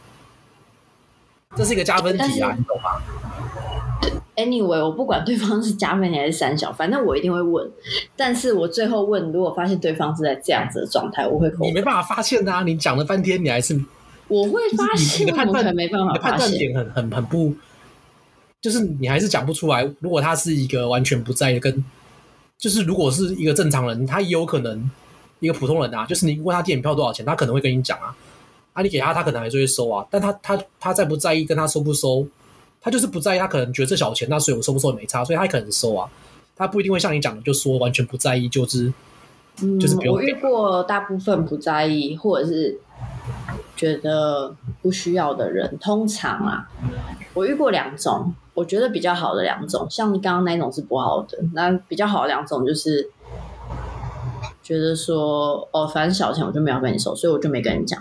A: 这是一个加分题
B: 但
A: 啊，
B: 是
A: 你懂吗？
B: Anyway，我不管对方是加分还是三小，反正我一定会问。但是我最后问，如果发现对方是在这样子的状态，我会扣
A: 你，没办法发现啊，你讲了半天，你还是你
B: 我会发
A: 你
B: 现，
A: 的判
B: 我
A: 断
B: 可能没办法
A: 的判
B: 发
A: 断
B: 现。
A: 点很很很不，就是你还是讲不出来。如果他是一个完全不在意的跟，就是如果是一个正常人，他也有可能一个普通人啊，就是你问他电影票多少钱，他可能会跟你讲啊。啊，你给他，他可能还是会收啊，但他他他在不在意，跟他收不收，他就是不在意，他可能觉得这小钱，那所以我收不收也没差，所以他可能收啊，他不一定会像你讲的就说完全不在意，就是
B: 嗯，
A: 就是不用
B: 我遇过大部分不在意或者是觉得不需要的人，通常啊，我遇过两种，我觉得比较好的两种，像刚刚那种是不好的，那比较好的两种就是觉得说哦，反正小钱我就没有跟你收，所以我就没跟你讲。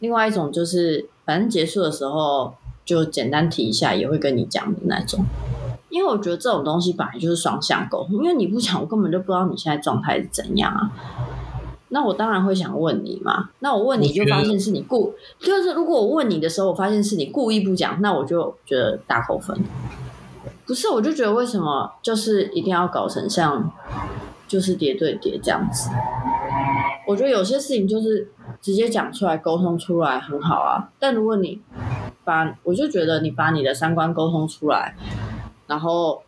B: 另外一种就是反正结束的时候就简单提一下，也会跟你讲的那种。因为我觉得这种东西本来就是双向沟通，因为你不讲，我根本就不知道你现在状态是怎样啊。那我当然会想问你嘛。那我问你
A: 我觉得
B: 就发现是你故，就是如果我问你的时候，我发现是你故意不讲，那我就觉得大扣分。不是，我就觉得为什么就是一定要搞成像就是叠对叠这样子？我觉得有些事情就是直接讲出来、沟通出来很好啊。但如果你把，我就觉得你把你的三观沟通出来，然后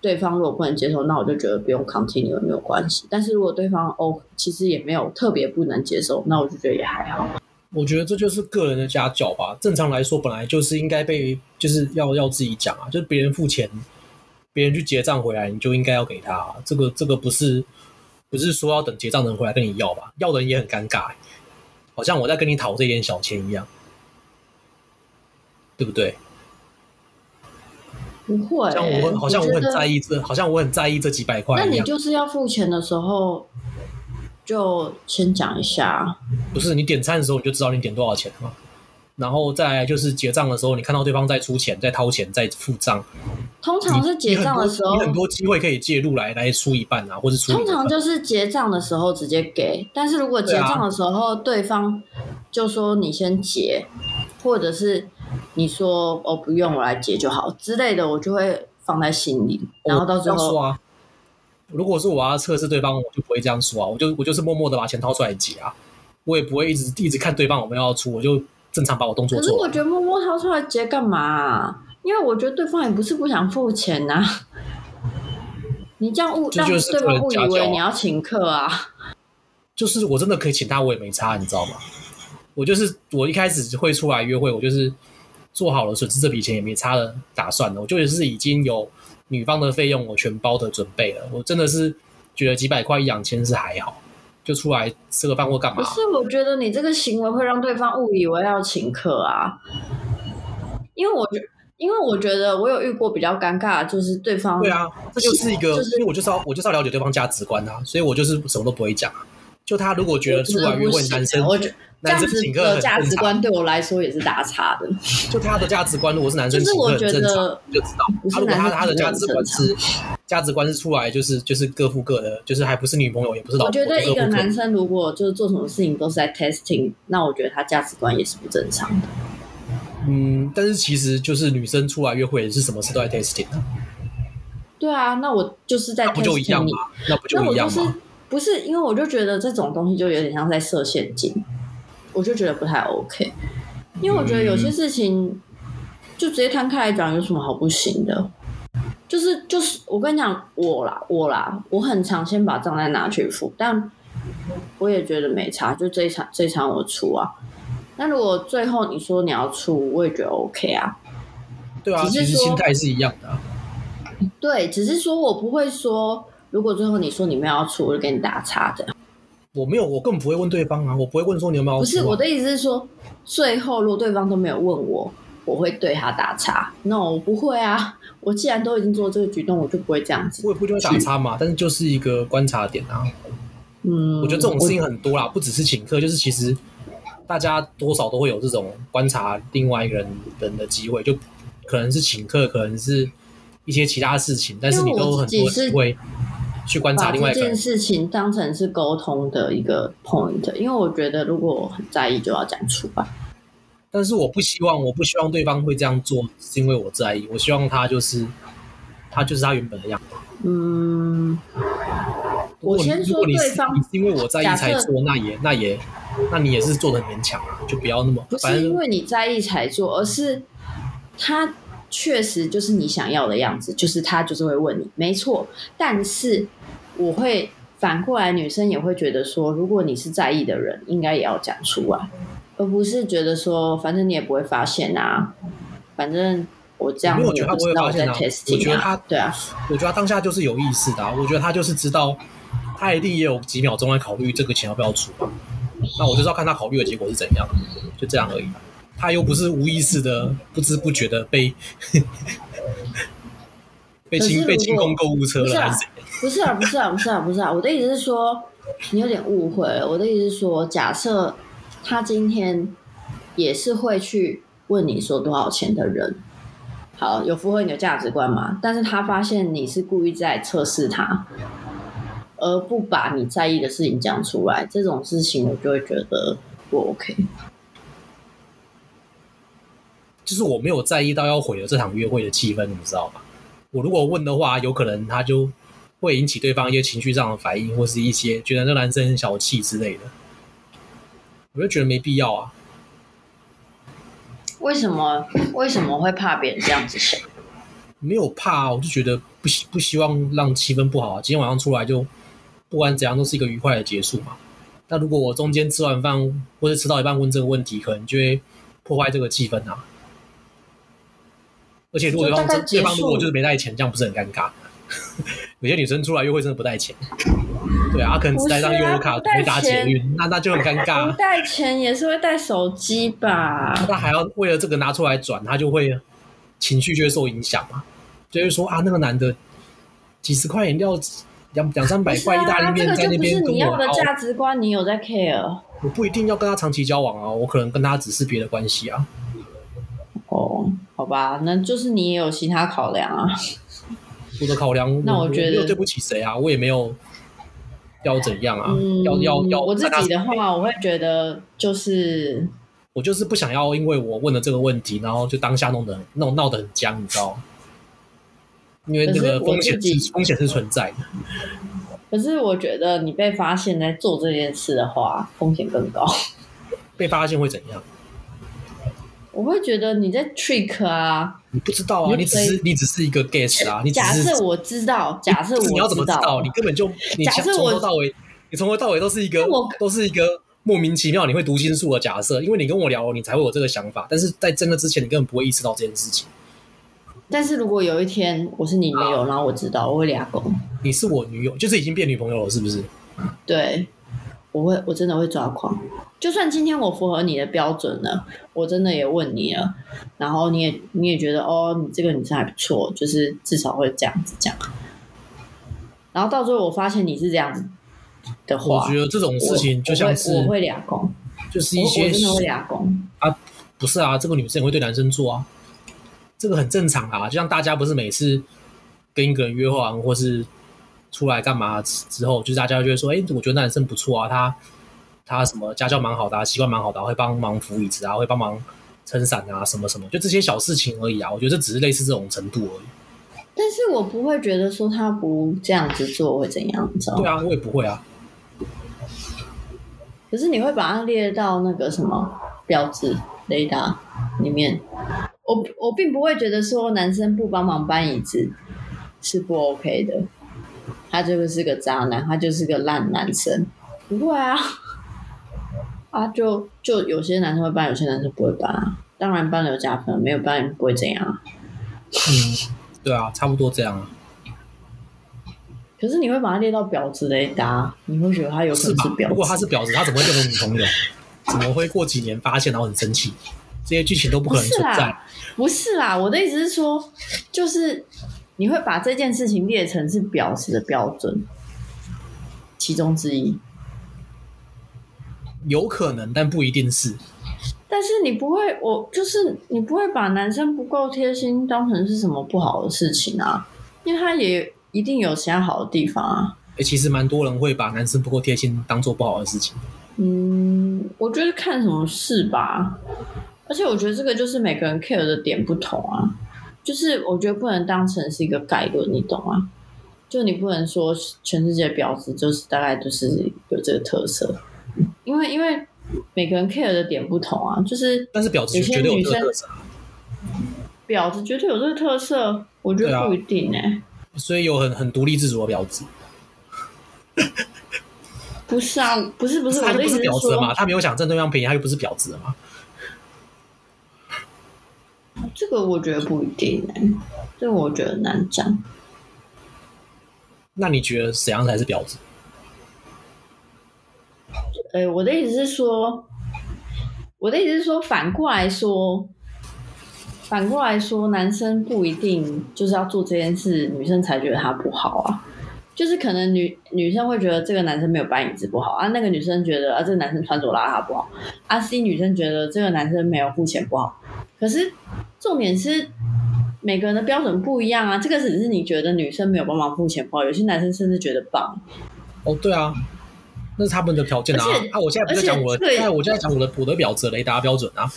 B: 对方如果不能接受，那我就觉得不用 continue 没有关系。但是如果对方哦，其实也没有特别不能接受，那我就觉得也还好。
A: 我觉得这就是个人的家教吧。正常来说，本来就是应该被，就是要要自己讲啊，就是别人付钱，别人去结账回来，你就应该要给他、啊。这个这个不是不是说要等结账的人回来跟你要吧？要的人也很尴尬欸、好像我在跟你讨这点小钱一样，对不对？
B: 不会、
A: 好
B: 欸
A: 像我很好像我很在
B: 意。
A: 意这，好像我很在意这几百块
B: 那
A: 一
B: 你
A: 样。
B: 就是要付钱的时候，就先讲一下。啊
A: 不是你点餐的时候你就知道你点多少钱了嘛，然后再来就是结账的时候，你看到对方在出钱、在掏钱、在付账，
B: 通常是结账的时候
A: 你，很多机会可以介入来来出一半啊，或者出
B: 通
A: 一半
B: 常。就是结账的时候直接给。但是如果
A: 啊
B: 结账的时候，对方就说你先结，或者是你说哦不用我来结就好之类的，我就会放在心里。然后到最
A: 我这样说
B: 后，
A: 啊，如果是我要测试对方，我就不会这样说啊，我就我就是默默的把钱掏出来结啊，我也不会一直一直看对方有没有要出，我就正常把我动作
B: 可是
A: 做
B: 我
A: 完。啊
B: 觉得摸摸掏出来结干嘛啊、因为我觉得对方也不是不想付钱呐、 你这样误
A: 这
B: 让
A: 就是
B: 对方误以
A: 个人家教
B: 为
A: 啊
B: 你要请客啊。
A: 就是我真的可以请他，我也没差，你知道吗？我就是我一开始会出来约会，我就是做好了损失这笔钱也没差的打算了，我就是已经有女方的费用我全包的准备了，我真的是觉得几百块一两千是还好，就出来吃个饭或干嘛
B: 不。是，我觉得你这个行为会让对方误以为要请客啊，因为我觉，因为我觉得我有遇过比较尴尬，就是对方
A: 对，啊，这就是一个，
B: 嗯就是
A: 因为我就是要我就是要了解对方价值观啊，所以我就是什么都不会讲啊。就他如果觉得出来约
B: 我觉得不
A: 会
B: 行
A: 男生，
B: 我觉得这
A: 男
B: 样
A: 生
B: 子
A: 请客很
B: 的价
A: 正
B: 值
A: 常，
B: 观对我来说也是打岔的。
A: 就他的价值观如果是男生
B: 就是
A: 请客
B: 我
A: 很
B: 觉
A: 正常，
B: 得
A: 你就知道。
B: 不是
A: 啊如果他
B: 男
A: 他的
B: 生
A: 价
B: 请客很
A: 值观是价值观是出来就是就是各付各的，就是还不是女朋友也不是老
B: 我
A: 婆，
B: 觉得
A: 就各
B: 一
A: 付各
B: 个
A: 的
B: 男生如果就是做什么事情都是在 testing，那我觉得他价值观也是不正常的。
A: 嗯，但是其实就是女生出来约会也是什么事都在 testing 啊，
B: 对啊，那我就是在
A: 那不就一样
B: testing
A: 吗
B: 你，？
A: 那不
B: 那
A: 就
B: 我
A: 一样
B: 就
A: 吗？
B: 是不是因为我就觉得这种东西就有点像在设陷阱，我就觉得不太 OK，因为我觉得
A: 嗯
B: 有些事情就直接摊开来讲，有什么好不行的？就是就是，我跟你讲，我啦我啦，我很常先把账单拿去付，但我也觉得没差，就这一场这一场我出啊。那如果最后你说你要出，我也觉得 OK 啊。
A: 对啊，
B: 只
A: 其
B: 是
A: 实
B: 说
A: 心态是一样的啊、
B: 对，只是说我不会说，如果最后你说你们要出，我就给你打叉这样。
A: 我没有，我根本不会问对方啊，我不会问说你有没有要
B: 不是
A: 出啊
B: 我的意思是说，最后如果对方都没有问我，我会对他打叉。No，我不会啊。我既然都已经做这个举动，我就不会这样子。
A: 我也不就会打叉嘛，但是就是一个观察点啊。
B: 嗯，
A: 我觉得这种事情很多啦，不只是请客，就是其实大家多少都会有这种观察另外一个人人的机会，就可能是请客，可能是一些其他事情，但是你都有很多机会去观察
B: 把
A: 另外
B: 这
A: 一个
B: 件
A: 人。
B: 事情当成是沟通的一个 point，因为我觉得如果我很在意，就要讲出吧。
A: 但是我不希望，我不希望对方会这样做，是因为我在意。我希望他就是他就是他原本的样子。
B: 嗯，
A: 如果
B: 我
A: 你
B: 先
A: 如
B: 说
A: 果你
B: 对
A: 是
B: 方
A: 你是因为我在意
B: 假
A: 才
B: 设
A: 做，那也那也那你也是做的很勉强啊，就不要那么
B: 不
A: 反
B: 是
A: 正
B: 因为你在意才做，而是他确实就是你想要的样子，就是他就是会问你，没错。但是我会反过来，女生也会觉得说，如果你是在意的人，应该也要讲出来。而不是觉得说反正你也不会发现啊，反正我这样
A: 没
B: 你
A: 有我觉得
B: 也
A: 他
B: 不
A: 不
B: 知
A: 会
B: 道
A: 发
B: 我
A: 现
B: 在
A: 啊我
B: testing
A: 觉得他
B: 啊，对啊，
A: 我觉得他当下就是有意识的、啊，我觉得他就是知道，他一定也有几秒钟在考虑这个钱要不要出吧。那我就是要看他考虑的结果是怎样，就这样而已。啊他又不是无意识的、不知不觉的被被
B: 可是
A: 清
B: 如果
A: 被清空购物车
B: 不是
A: 了，还
B: 啊
A: 是怎样？
B: 不是啊，不是啊，不是啊，不是啊，我的意思是说，你有点误会了。我的意思是说，假设他今天也是会去问你说多少钱的人，好，有符合你的价值观嘛？但是他发现你是故意在测试他，而不把你在意的事情讲出来，这种事情我就会觉得不 OK。
A: 就是我没有在意到要毁了这场约会的气氛，你知道吗？我如果问的话，有可能他就会引起对方一些情绪上的反应，或是一些觉得这男生很小气之类的。我就觉得没必要啊。
B: 为什么为什么会怕别人这样子想？
A: 没有怕、我就觉得不希不希望让气氛不好、啊。今天晚上出来就不管怎样都是一个愉快的结束嘛。那如果我中间吃完饭或者吃到一半问这个问题，可能就会破坏这个气氛啊。而且如果对
B: 就
A: 方
B: 大概
A: 真对方
B: 结束
A: 如果就是没带钱，这样不是很尴尬？ 有些女生出来约会真的不带钱，对啊，她可能只带张
B: 不是
A: 优
B: 啊
A: 柔卡
B: 不带
A: 没打捷
B: 钱
A: 运，那那就很尴尬、
B: 不
A: 啊。
B: 带钱也是会带手机吧？
A: 那还要为了这个拿出来转，他就会情绪就会受影响嘛，就会说啊，那个男的几十块饮料，两两三百
B: 不是
A: 块
B: 啊，
A: 意大利面在
B: 这个
A: 那
B: 就不
A: 边
B: 是
A: 跟
B: 你
A: 我
B: 要的
A: 熬，
B: 价值观，你有在 care
A: 我不一定要跟他长期交往啊，我可能跟他只是别的关系啊。
B: 哦？好吧，那就是你也有其他考量啊。
A: 我的考量，
B: 那我
A: 我
B: 觉得
A: 没有对不起谁啊，我也没有要怎样啊，
B: 嗯，
A: 要要要，
B: 我自
A: 看
B: 己
A: 他
B: 的话，我会觉得就是
A: 我就是不想要，因为我问了这个问题，然后就当下弄得很弄闹得很僵，你知道吗？因为那
B: 可是
A: 个
B: 我
A: 风险
B: 自己
A: 是风险是存在的。
B: 可是我觉得你被发现在做这件事的话，风险更高。
A: 被发现会怎样？
B: 我会觉得你在 trick 啊。
A: 你不知道啊，你
B: 你就
A: 只
B: 可以
A: 是你只是一个 guess 啊，你只
B: 假
A: 是
B: 设我知道，假设
A: 你要
B: 我
A: 怎么知道？你根本就你
B: 假
A: 想
B: 设
A: 从
B: 我
A: 头到尾，你从头到尾都是一个
B: 那我
A: 都是一个莫名其妙你会读心术的假设，因为你跟我聊，你才会有这个想法，但是在真的之前，你根本不会意识到这件事情。
B: 但是如果有一天我是你女
A: 啊
B: 友，然后我知道，我会俩狗。
A: 你是我女友，就是已经变女朋友了，是不是？
B: 对，我会，我真的会抓狂。就算今天我符合你的标准了，我真的也问你了，然后你也你也觉得哦，你这个女生还不错，就是至少会这样子讲。然后到最后我发现你是这样子的
A: 我
B: 话，
A: 觉得这种事情就像是
B: 我会我会俩攻，
A: 就是
B: 我
A: 一些
B: 我真的会俩攻。
A: 不是啊，这个女生也会对男生做啊，这个很正常啊。就像大家不是每次跟一个人约会完，或是出来干嘛之之后，就是大家就会说，哎、我觉得那男生不错啊，他他什么家教蛮好的、啊，习惯蛮好的啊、会帮忙扶椅子啊，会帮忙撑伞啊，什么什么，就这些小事情而已啊。我觉得这只是类似这种程度而已。
B: 但是我不会觉得说他不这样子做会怎样，你知道
A: 对
B: 吗？
A: 啊，我也不会啊。
B: 可是你会把它列到那个什么标志雷达里面。我我并不会觉得说男生不帮忙搬椅子是不 OK 的，他就是个渣男，他就是个烂男生。不会啊， 啊就就有些男生会搬，有些男生不会搬啊。当然搬了有加分，没有搬不会怎样啊。
A: 嗯，对啊，差不多这样啊。
B: 可是你会把它列到婊子雷达，你会觉得他有可
A: 是
B: 能
A: 吧
B: 是？婊
A: 如果他
B: 子。
A: 是婊子，他怎么会变成女朋友？怎么会过几年发现然后很生气？这些剧情都不可能
B: 不是
A: 存
B: 啦
A: 在。
B: 不是啦，我的意思是说，就是你会把这件事情列成是表示的标准其中之一，
A: 有可能，但不一定是。
B: 但是你不会，我就是你不会把男生不够贴心当成是什么不好的事情啊，因为他也一定有其他好的地方啊。
A: 诶其实蛮多人会把男生不够贴心当做不好的事情。
B: 嗯，我觉得看什么事吧，而且我觉得这个就是每个人 care 的点不同啊，就是我觉得不能当成是一个概论，你懂吗？就你不能说全世界婊子就是大概就是有这个特色，因为因为每个人 care 的点不同啊，就是
A: 但是婊子就绝对有这个特色，啊
B: 婊子绝对有这个特色，我觉
A: 对
B: 得
A: 啊
B: 不一定哎、
A: 所以有很很独立自主的婊子。
B: 不不是啊，不是不是，
A: 他
B: 我
A: 就
B: 的
A: 不
B: 意
A: 是
B: 思
A: 婊子
B: 说，
A: 嘛，他没有想占对方便宜，他又不是婊子嘛。
B: 这个我觉得不一定、欸，这个我觉得难讲。
A: 那你觉得怎样才是婊子？
B: 呃、我的意思是说，我的意思是说，反过来说，反过来说，男生不一定就是要做这件事，女生才觉得他不好啊。就是可能女女生会觉得这个男生没有摆椅子不好啊，那个女生觉得啊这个男生穿着邋遢不好，啊 C 女生觉得这个男生没有付钱不好。可是重点是每个人的标准不一样啊，这个只是你觉得女生没有帮忙付钱不好，有些男生甚至觉得棒。
A: 哦，对啊，那是他们的条件啊
B: 而且。
A: 啊，我现在不是在讲我
B: 而且
A: 的，
B: 对
A: 哎，我就在讲我的我的婊子雷达标准啊。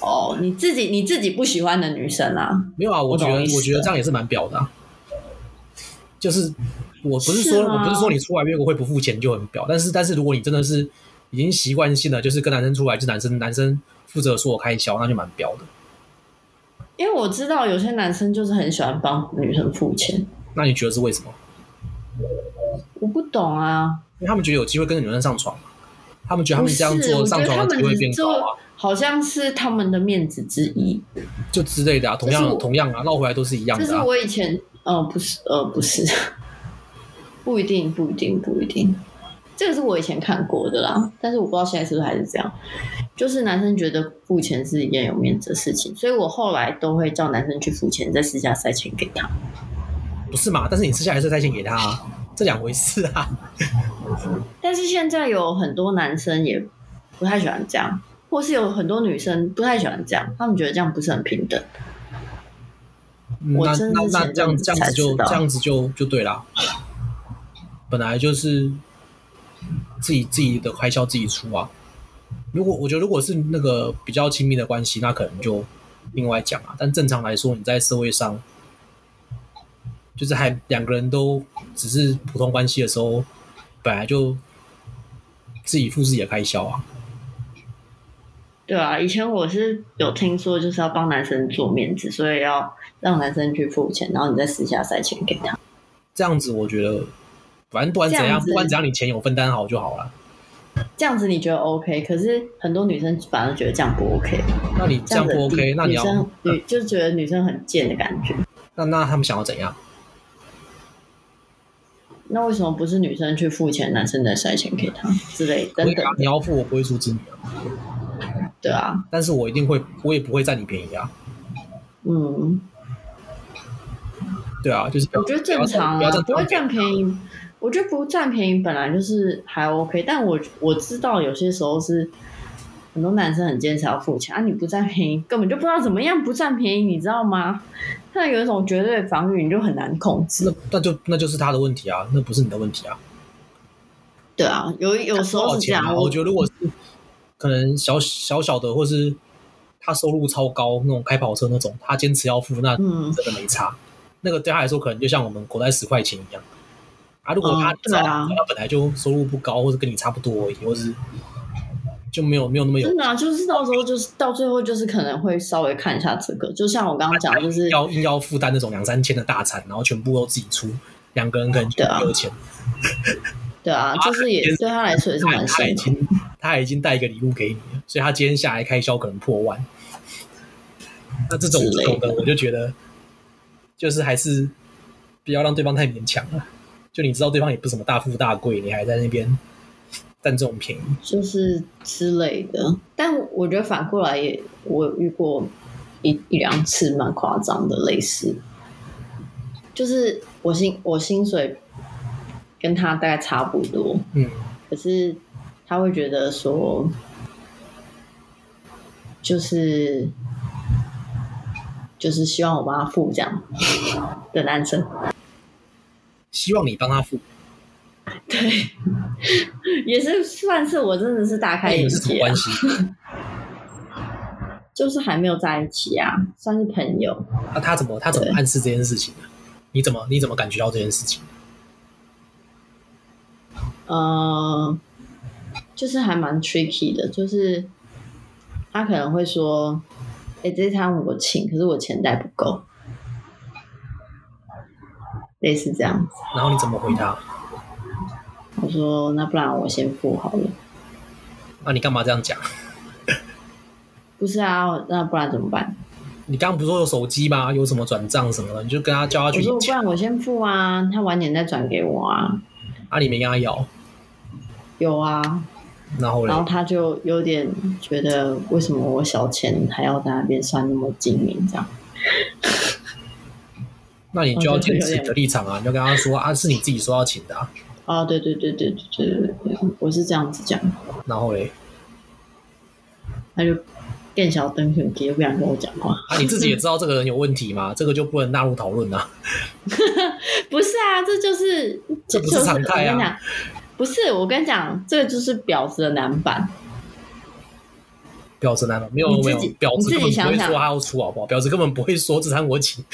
B: 哦，你自己你自己不喜欢的女生啊，
A: 没有啊，我
B: 我
A: 觉
B: 懂
A: 得
B: 意思
A: 我觉得这样也是蛮婊的、啊，就是我不是
B: 是
A: 说
B: 吗
A: 我不是说你出来约个会不付钱就很婊，但是但是如果你真的是已经习惯性的就是跟男生出来，就男生男生负责所有开销，那就蛮婊的。
B: 因为我知道有些男生就是很喜欢帮女生付钱，
A: 那你觉得是为什么？
B: 我不懂啊。
A: 因为他们觉得有机会跟女生上床嘛，他们觉得他
B: 不
A: 们
B: 是，
A: 这样做
B: 我觉
A: 上
B: 得他
A: 床的
B: 们
A: 机会
B: 只
A: 变
B: 做
A: 高啊，
B: 好像是他们的面子之一。
A: 就之类的啊，同
B: 这是
A: 样
B: 我
A: 同样啊，绕回来都是一样
B: 这是
A: 的啊。
B: 我以前，呃，不是，呃，不是， 不一定，不一定，不一定。这个是我以前看过的啦，但是我不知道现在是不是还是这样。就是男生觉得付钱是一件有面子的事情，所以我后来都会叫男生去付钱，再私下塞钱给他。
A: 不是嘛？但是你私下还是塞钱给他、啊，这两回事啊。
B: 但是现在有很多男生也不太喜欢这样，或是有很多女生不太喜欢这样，他们觉得这样不是很平等。
A: 嗯
B: 我
A: 那
B: 真
A: 那
B: 是
A: 那
B: 前
A: 这样
B: 阵子
A: 这样
B: 才
A: 子就
B: 知道
A: 这样子就就对啦。本来就是自己自己的开销自己出啊。如果我觉得如果是那个比较亲密的关系，那可能就另外讲啊。但正常来说，你在社会上就是还两个人都只是普通关系的时候，本来就自己付自己的开销啊。
B: 对啊，以前我是有听说，就是要帮男生做面子，所以要让男生去付钱，然后你再私下塞钱给他。
A: 这样子我觉得，反正不管怎
B: 这
A: 样，
B: 样子
A: 不管怎样，你钱有分担好就好了。
B: 这样子你觉得 OK？可是很多女生反而觉得这样不 OK，
A: 那你这样
B: 子
A: 不 OK？
B: 女
A: 那你要嗯
B: 女生女就觉得女生很贱的感觉。
A: 那那他们想要怎样？
B: 那为什么不是女生去付钱，男生再塞钱给他之类等
A: 我啊
B: 等？
A: 你要付我不会阻止你啊，
B: 对啊，
A: 但是我一定会，我也不会占你便宜啊，
B: 嗯，
A: 对啊，就是不要
B: 我觉得正常
A: 不要
B: 啊
A: 占，
B: 不会占便宜。我觉得不占便宜本来就是还 OK，但我我知道有些时候是很多男生很坚持要付钱啊，你不占便宜根本就不知道怎么样不占便宜，你知道吗？他有一种绝对的防御，你就很难控制。
A: 那那就那就是他的问题啊，那不是你的问题啊。
B: 对啊，有有时
A: 多
B: 候
A: 少
B: 是这
A: 钱
B: 样
A: 啊？，我觉得如果是可能小小小的，或是他收入超高那种开跑车那种，他坚持要付，那
B: 嗯，
A: 真的没差。那个对他来说，可能就像我们口袋十块钱一样啊。如果他、
B: 嗯对啊
A: 他本来就收入不高，或者跟你差不多而已，或是就没有没有那么有
B: 真的啊，就是到时候就是到最后就是可能会稍微看一下这个，就像我刚刚讲，就是
A: 要硬要负担那种两三千的大餐，然后全部都自己出，两个人可能就
B: 对啊
A: 六千。
B: 对啊，就是也对他来说也是
A: 他
B: 蛮
A: 他已
B: 辛苦。
A: 经他已经带一个礼物给你了，所以他今天下来开销可能破万。那这种
B: 之
A: 这
B: 类
A: 种
B: 的
A: 的，我就觉得就是还是不要让对方太勉强了。就你知道对方也不是什么大富大贵，你还在那边占这种便宜，
B: 就是之类的。但我觉得反过来也，我有遇过一一两次蛮夸张的类似，就是我薪我薪水跟他大概差不多，
A: 嗯，
B: 可是他会觉得说，就是就是希望我帮他付这样的男生，
A: 希望你帮他付。
B: 也是算是我真的是大
A: 那
B: 开
A: 你
B: 眼
A: 们是什么
B: 界啊、啊
A: 关系？
B: 就是还没有在一起啊，算是朋友。
A: 那他怎么他怎么
B: 对
A: 暗示这件事情的？你怎么你怎么感觉到这件事情？
B: 呃，就是还蛮 tricky 的，就是他可能会说：“哎、这餐我请，可是我钱袋不够。”类似这样子，
A: 然后你怎么回他？
B: 我我说那不然我先付好了。
A: 那、你干嘛这样讲？
B: 不是啊，那不然怎么办？
A: 你刚刚不是说有手机吗？有什么转账什么的，你就跟他叫他
B: 我
A: 去
B: 说不
A: 讲，
B: 然我先付啊，他晚点再转给我啊。
A: 啊，你没跟他要，
B: 有啊，
A: 然后嘞
B: 然，后他就有点觉得为什么我小钱还要在那边算那么精明这样？
A: 那你就要
B: 我觉
A: 坚
B: 得有
A: 持你的
B: 点
A: 立场啊，你就跟他说啊，是你自己说要请的、啊，
B: 哦，对对对对对对对对，我是这样子讲，
A: 然后嘞，
B: 他就变小灯熊鸡，不想跟我讲话。
A: 啊，你自己也知道这个人有问题嘛，这个就不能纳入讨论啊。
B: 不是啊，这就是
A: 这不是常态啊
B: 就是我跟你讲不是，我跟你讲，这个就是婊子的男版。
A: 婊子男的没有
B: 你自
A: 没
B: 己
A: 有，婊子根本不
B: 你自己想
A: 会
B: 想
A: 说他要出好不好？婊子根本不会说这餐我请，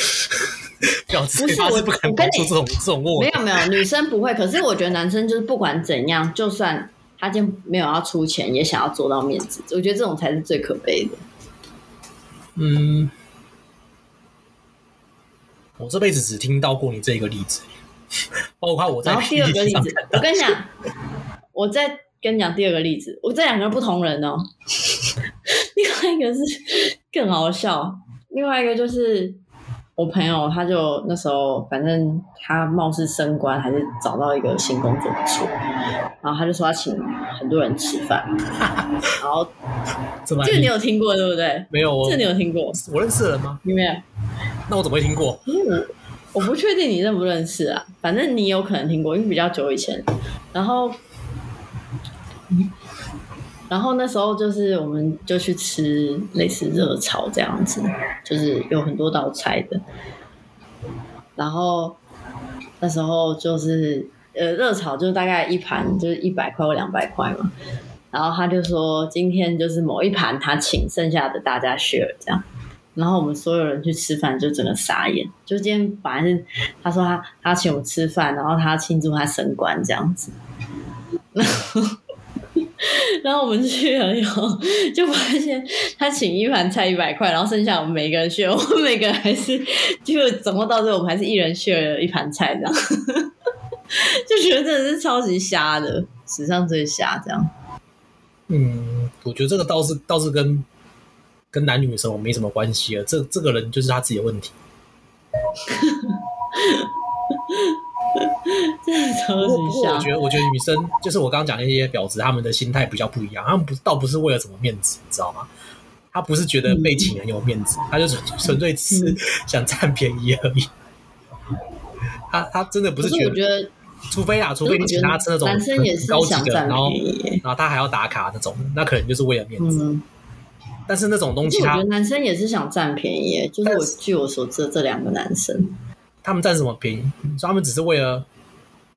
A: 婊子
B: 不是
A: 他
B: 我
A: 是不可能
B: 我跟
A: 说
B: 你
A: 这种这种问
B: 没
A: 题。
B: 有没有，女生不会。可是我觉得男生就是不管怎样，就算他今天没有要出钱，也想要做到面子。我觉得这种才是最可悲的。
A: 嗯，我这辈子只听到过你这个例子，包括我在
B: 然后第二个例
A: PPT
B: 子
A: 上看，
B: 我跟你讲，我再跟你讲第二个例子，我这两个不同 人哦。另外一个是更好笑，另外一个就是我朋友，他就那时候反正他貌似升官还是找到一个新工作不错，然后他就说他请很多人吃 饭，然后
A: 这么
B: 这个你有听过对不对？
A: 没有我哦
B: 这个你有听过？
A: 我认识的人吗？
B: 你没有？
A: 那我怎么会听过？
B: 因为我我不确定你认不认识啊，反正你有可能听过，因为比较久以前。然后，然后那时候就是我们就去吃类似热炒这样子，就是有很多道菜的。然后那时候就是呃热炒，就大概一盘就是一百块或两百块嘛。然后他就说今天就是某一盘他请，剩下的大家 share 这样。然后我们所有人去吃饭，就整个傻眼。就今天本来是他说他他请我们吃饭，然后他要庆祝他升官这样子， 然后然后我们去了以后，就发现他请一盘菜一百块，然后剩下我们每个人 share，我们每个人还是就总共到最后我们还是一人 share 了一盘菜这样， 就觉得真的是超级瞎的，史上最瞎这样。
A: 嗯，我觉得这个倒是倒是跟跟男女生我没什么关系了，这这个人就是他自己的问题。
B: 真的超
A: 不过，不过
B: 级
A: 我
B: 瞎
A: 觉，得，我觉得女生就是我刚刚讲那些婊子，她们的心态比较不一样，她们不倒不是为了什么面子，你知道吗？她不是觉得被请很有面子，她就纯纯粹只是
B: 嗯
A: 想占便宜而已。她她真的不
B: 可
A: 是
B: 是
A: 觉
B: 我觉
A: 得，
B: 得
A: 除非啊，除
B: 可是
A: 非
B: 我
A: 你
B: 觉
A: 请
B: 得
A: 她吃那种
B: 男生也
A: 很
B: 是
A: 高级
B: 想
A: 的，
B: 占
A: 然后
B: 便宜耶。
A: 然后她还要打卡那种，那可能就是为了面子。
B: 嗯，
A: 但是那种东
B: 其
A: 西
B: 实我
A: 她，
B: 觉
A: 他
B: 得男生也是想占便宜耶，就是
A: 但
B: 我
A: 是
B: 据我所知，这两个男生
A: 他们占什么便宜？你说他们只是为了，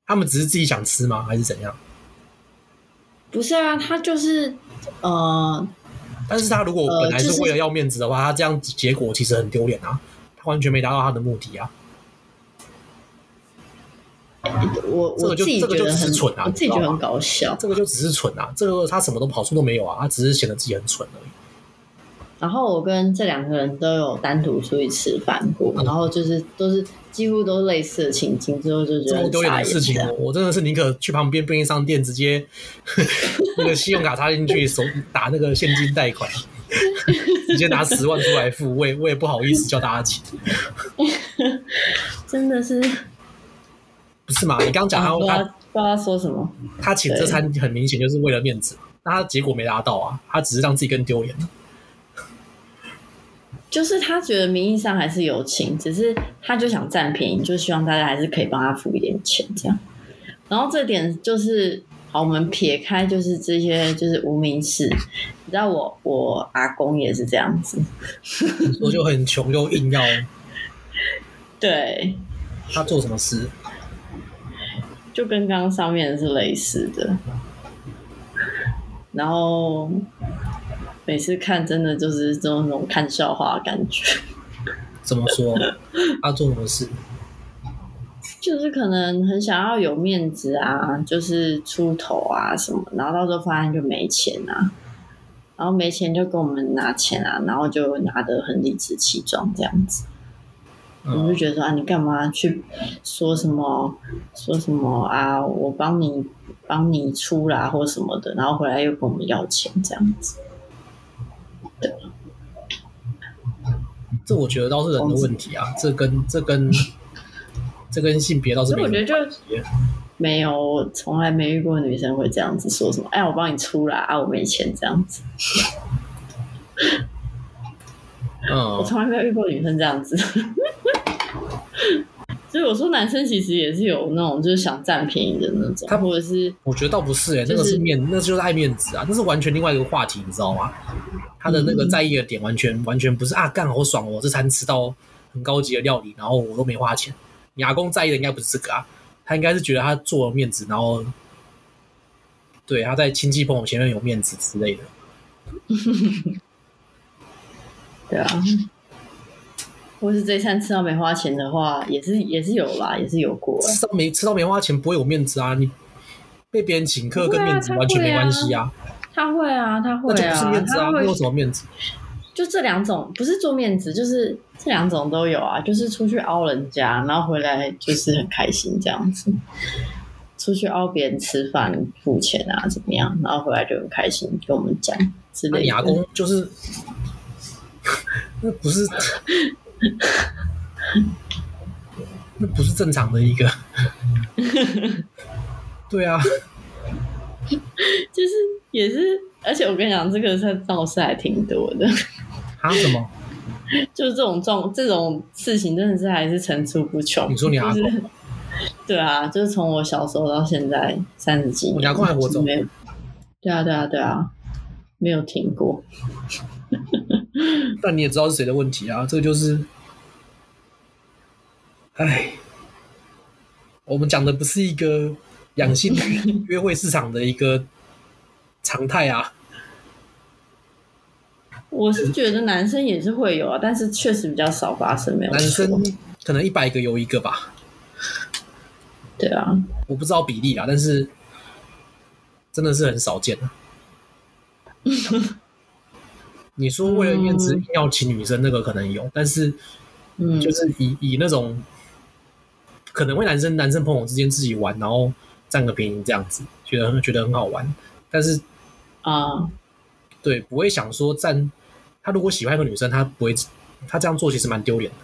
A: 他们只是自己想吃吗？还是怎样？
B: 不是啊，他就是呃，
A: 但是他如果
B: 呃
A: 本来
B: 就是是
A: 为了要面子的话，他这样子结果其实很丢脸啊，他完全没达到他的目的啊。
B: 我
A: 这个
B: 我
A: 就
B: 自己
A: 这个
B: 觉
A: 就
B: 得
A: 只是
B: 很，
A: 蠢啊
B: 我
A: 你
B: 自己
A: 知道
B: 觉得
A: 吗
B: 很搞笑。
A: 这个就只是蠢啊，这个他什么都好处都没有啊，他只是显得自己很蠢而已。
B: 然后我跟这两个人都有单独出去吃饭过，
A: 嗯
B: 然后就是都是几乎都类似的情境，之后就觉
A: 这
B: 得
A: 么
B: 很
A: 丢脸
B: 傻
A: 的
B: 眼
A: 事情
B: 这样，
A: 我，我真的是宁可去旁边便利商店直接 那个信用卡插进去，手打那个现金贷 款，直接拿十万出来付，我也我也不好意思叫大家请，
B: 真的是
A: 不是嘛？你刚刚讲
B: 啊
A: 他
B: 不知道
A: 他
B: 不知道说什么。
A: 他请这餐很明显就是为了面子，那他结果没达到啊，他只是让自己更丢脸。
B: 就是他觉得名义上还是有情，只是他就想占便宜，就希望大家还是可以帮他付一点钱这样。然后这点就是，好，我们撇开就是这些就是无名氏，你知道我我阿公也是这样子，
A: 我就很穷又硬要
B: 对，
A: 他做什么事？
B: 就跟刚刚上面是类似的。然后每次看真的就是这种种看笑话的感觉。
A: 怎么 说？他做什么事？
B: 就是可能很想要有面子啊，就是出头啊什么，然后到时候发现就没钱啊，然后没钱就跟我们拿钱啊，然后就拿得很理直气壮这样子。
A: 嗯
B: 我就觉得说啊，你干嘛去说什么说什么啊？我帮你帮你出啦，或什么的，然后回来又跟我们要钱这样子。
A: 这我觉得倒是人的问题啊，这跟这跟这跟性别倒是
B: 所以
A: 没
B: 我
A: 什
B: 觉
A: 么
B: 得就没有，我从来没遇过女生会这样子说什么，哎，我帮你出啦，啊，我没钱这样子。我
A: 嗯，
B: 从来没有遇过女生这样子。 所以我说，男生其实也是有那种就是想占便宜的那种，
A: 他
B: 或者是
A: 我觉得倒不是哎、
B: 就是
A: 那个是面，那就是爱面子啊，那是完全另外一个话题，你知道吗？他的那
B: 嗯
A: 个在意的点完全完全不是啊，干好爽哦，我这餐吃到很高级的料理，然后我都没花钱。你阿公在意的应该不是这个啊，他应该是觉得他做了面子，然后对他在亲戚朋友前面有面子之类的。
B: 对啊，或是这一餐吃到没花钱的话，也是也是有啦，也是有过啊啦。
A: 吃到没吃到没花钱不会有面子啊，你被别人请客
B: 不会
A: 跟
B: 啊
A: 面子
B: 他
A: 完全
B: 会
A: 没关
B: 啊
A: 系啊，
B: 他会啊，他
A: 那
B: 会
A: 就不是
B: 啊
A: 面，子啊
B: 他，
A: 那
B: 会
A: 有什么面子？
B: 就这两种，不是做面子，就是这两种都有啊，就是出去凹人家，然后回来就是很开心这样子。出去凹别人吃饭付钱啊，怎么样？然后回来就很开心跟我们讲之
A: 那
B: 类
A: 你
B: 的。
A: 阿公就是那不是那不是正常的一个，对啊，
B: 就是也是，而且我跟你讲，这个是闹事还挺多的，
A: 啊什么？
B: 就是这种状这种事情真的是还是层出不穷。
A: 你说你阿公
B: 就是？对啊，就是从我小时候到现在三十几年，
A: 我哦阿公还活着
B: 没有？对啊，对啊，对啊，没有停过。
A: 但你也知道是谁的问题啊，这个就是，哎，我们讲的不是一个两性约会市场的一个常态啊。
B: 我是觉得男生也是会有啊，但是确实比较少发生，没有
A: 男生
B: 错
A: 可能一百个有一个吧，
B: 对啊，
A: 我不知道比例啦，但是真的是很少见啊。你说为了面子
B: 嗯
A: 硬要请女生，那个可能有，但是
B: 嗯，
A: 就是以以那种可能会男生男生朋友之间自己玩，然后占个便宜这样子，觉得很觉得很好玩，但是
B: 啊，
A: 对不会想说占他如果喜欢一个女生，他不会他这样做其实蛮丢脸的，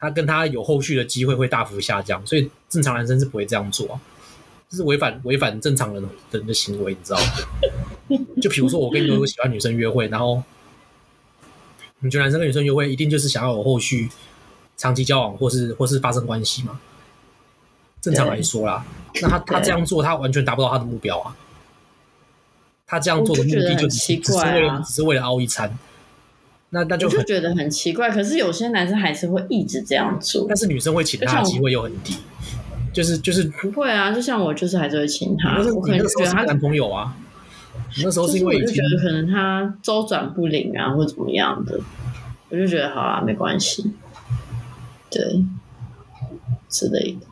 A: 他跟他有后续的机会会大幅下降，所以正常男生是不会这样做、啊，这是违反违反正常人的人的行为，你知道吗？ 就比如说我跟一个喜欢女生约会，然后你觉得男生跟女生约会一定就是想要有后续长期交往或是或是发生关系嘛？正常来说啦，那他他
B: 对
A: 这样做，他完全达不到他的目标啊。他这样做的
B: 我
A: 目
B: 就觉得
A: 的就
B: 很
A: 只
B: 奇
A: 是只是
B: 怪啊
A: 为了只是为了凹一餐，那那就
B: 我就
A: 很，
B: 觉得很奇怪。可是有些男生还是会一直这样做
A: 但，是女生会请他的机会又很低，就是就是，
B: 不会啊，就像我就是还是会请他，
A: 但是
B: 啊我可
A: 你
B: 能
A: 那
B: 就
A: 个时候
B: 觉得
A: 是
B: 他
A: 男朋友啊，你那时候
B: 就
A: 因
B: 是是
A: 为已
B: 我就
A: 经
B: 觉得可能他周转不灵啊，或怎么样的，我就觉得好啊，没关系，对，之类的，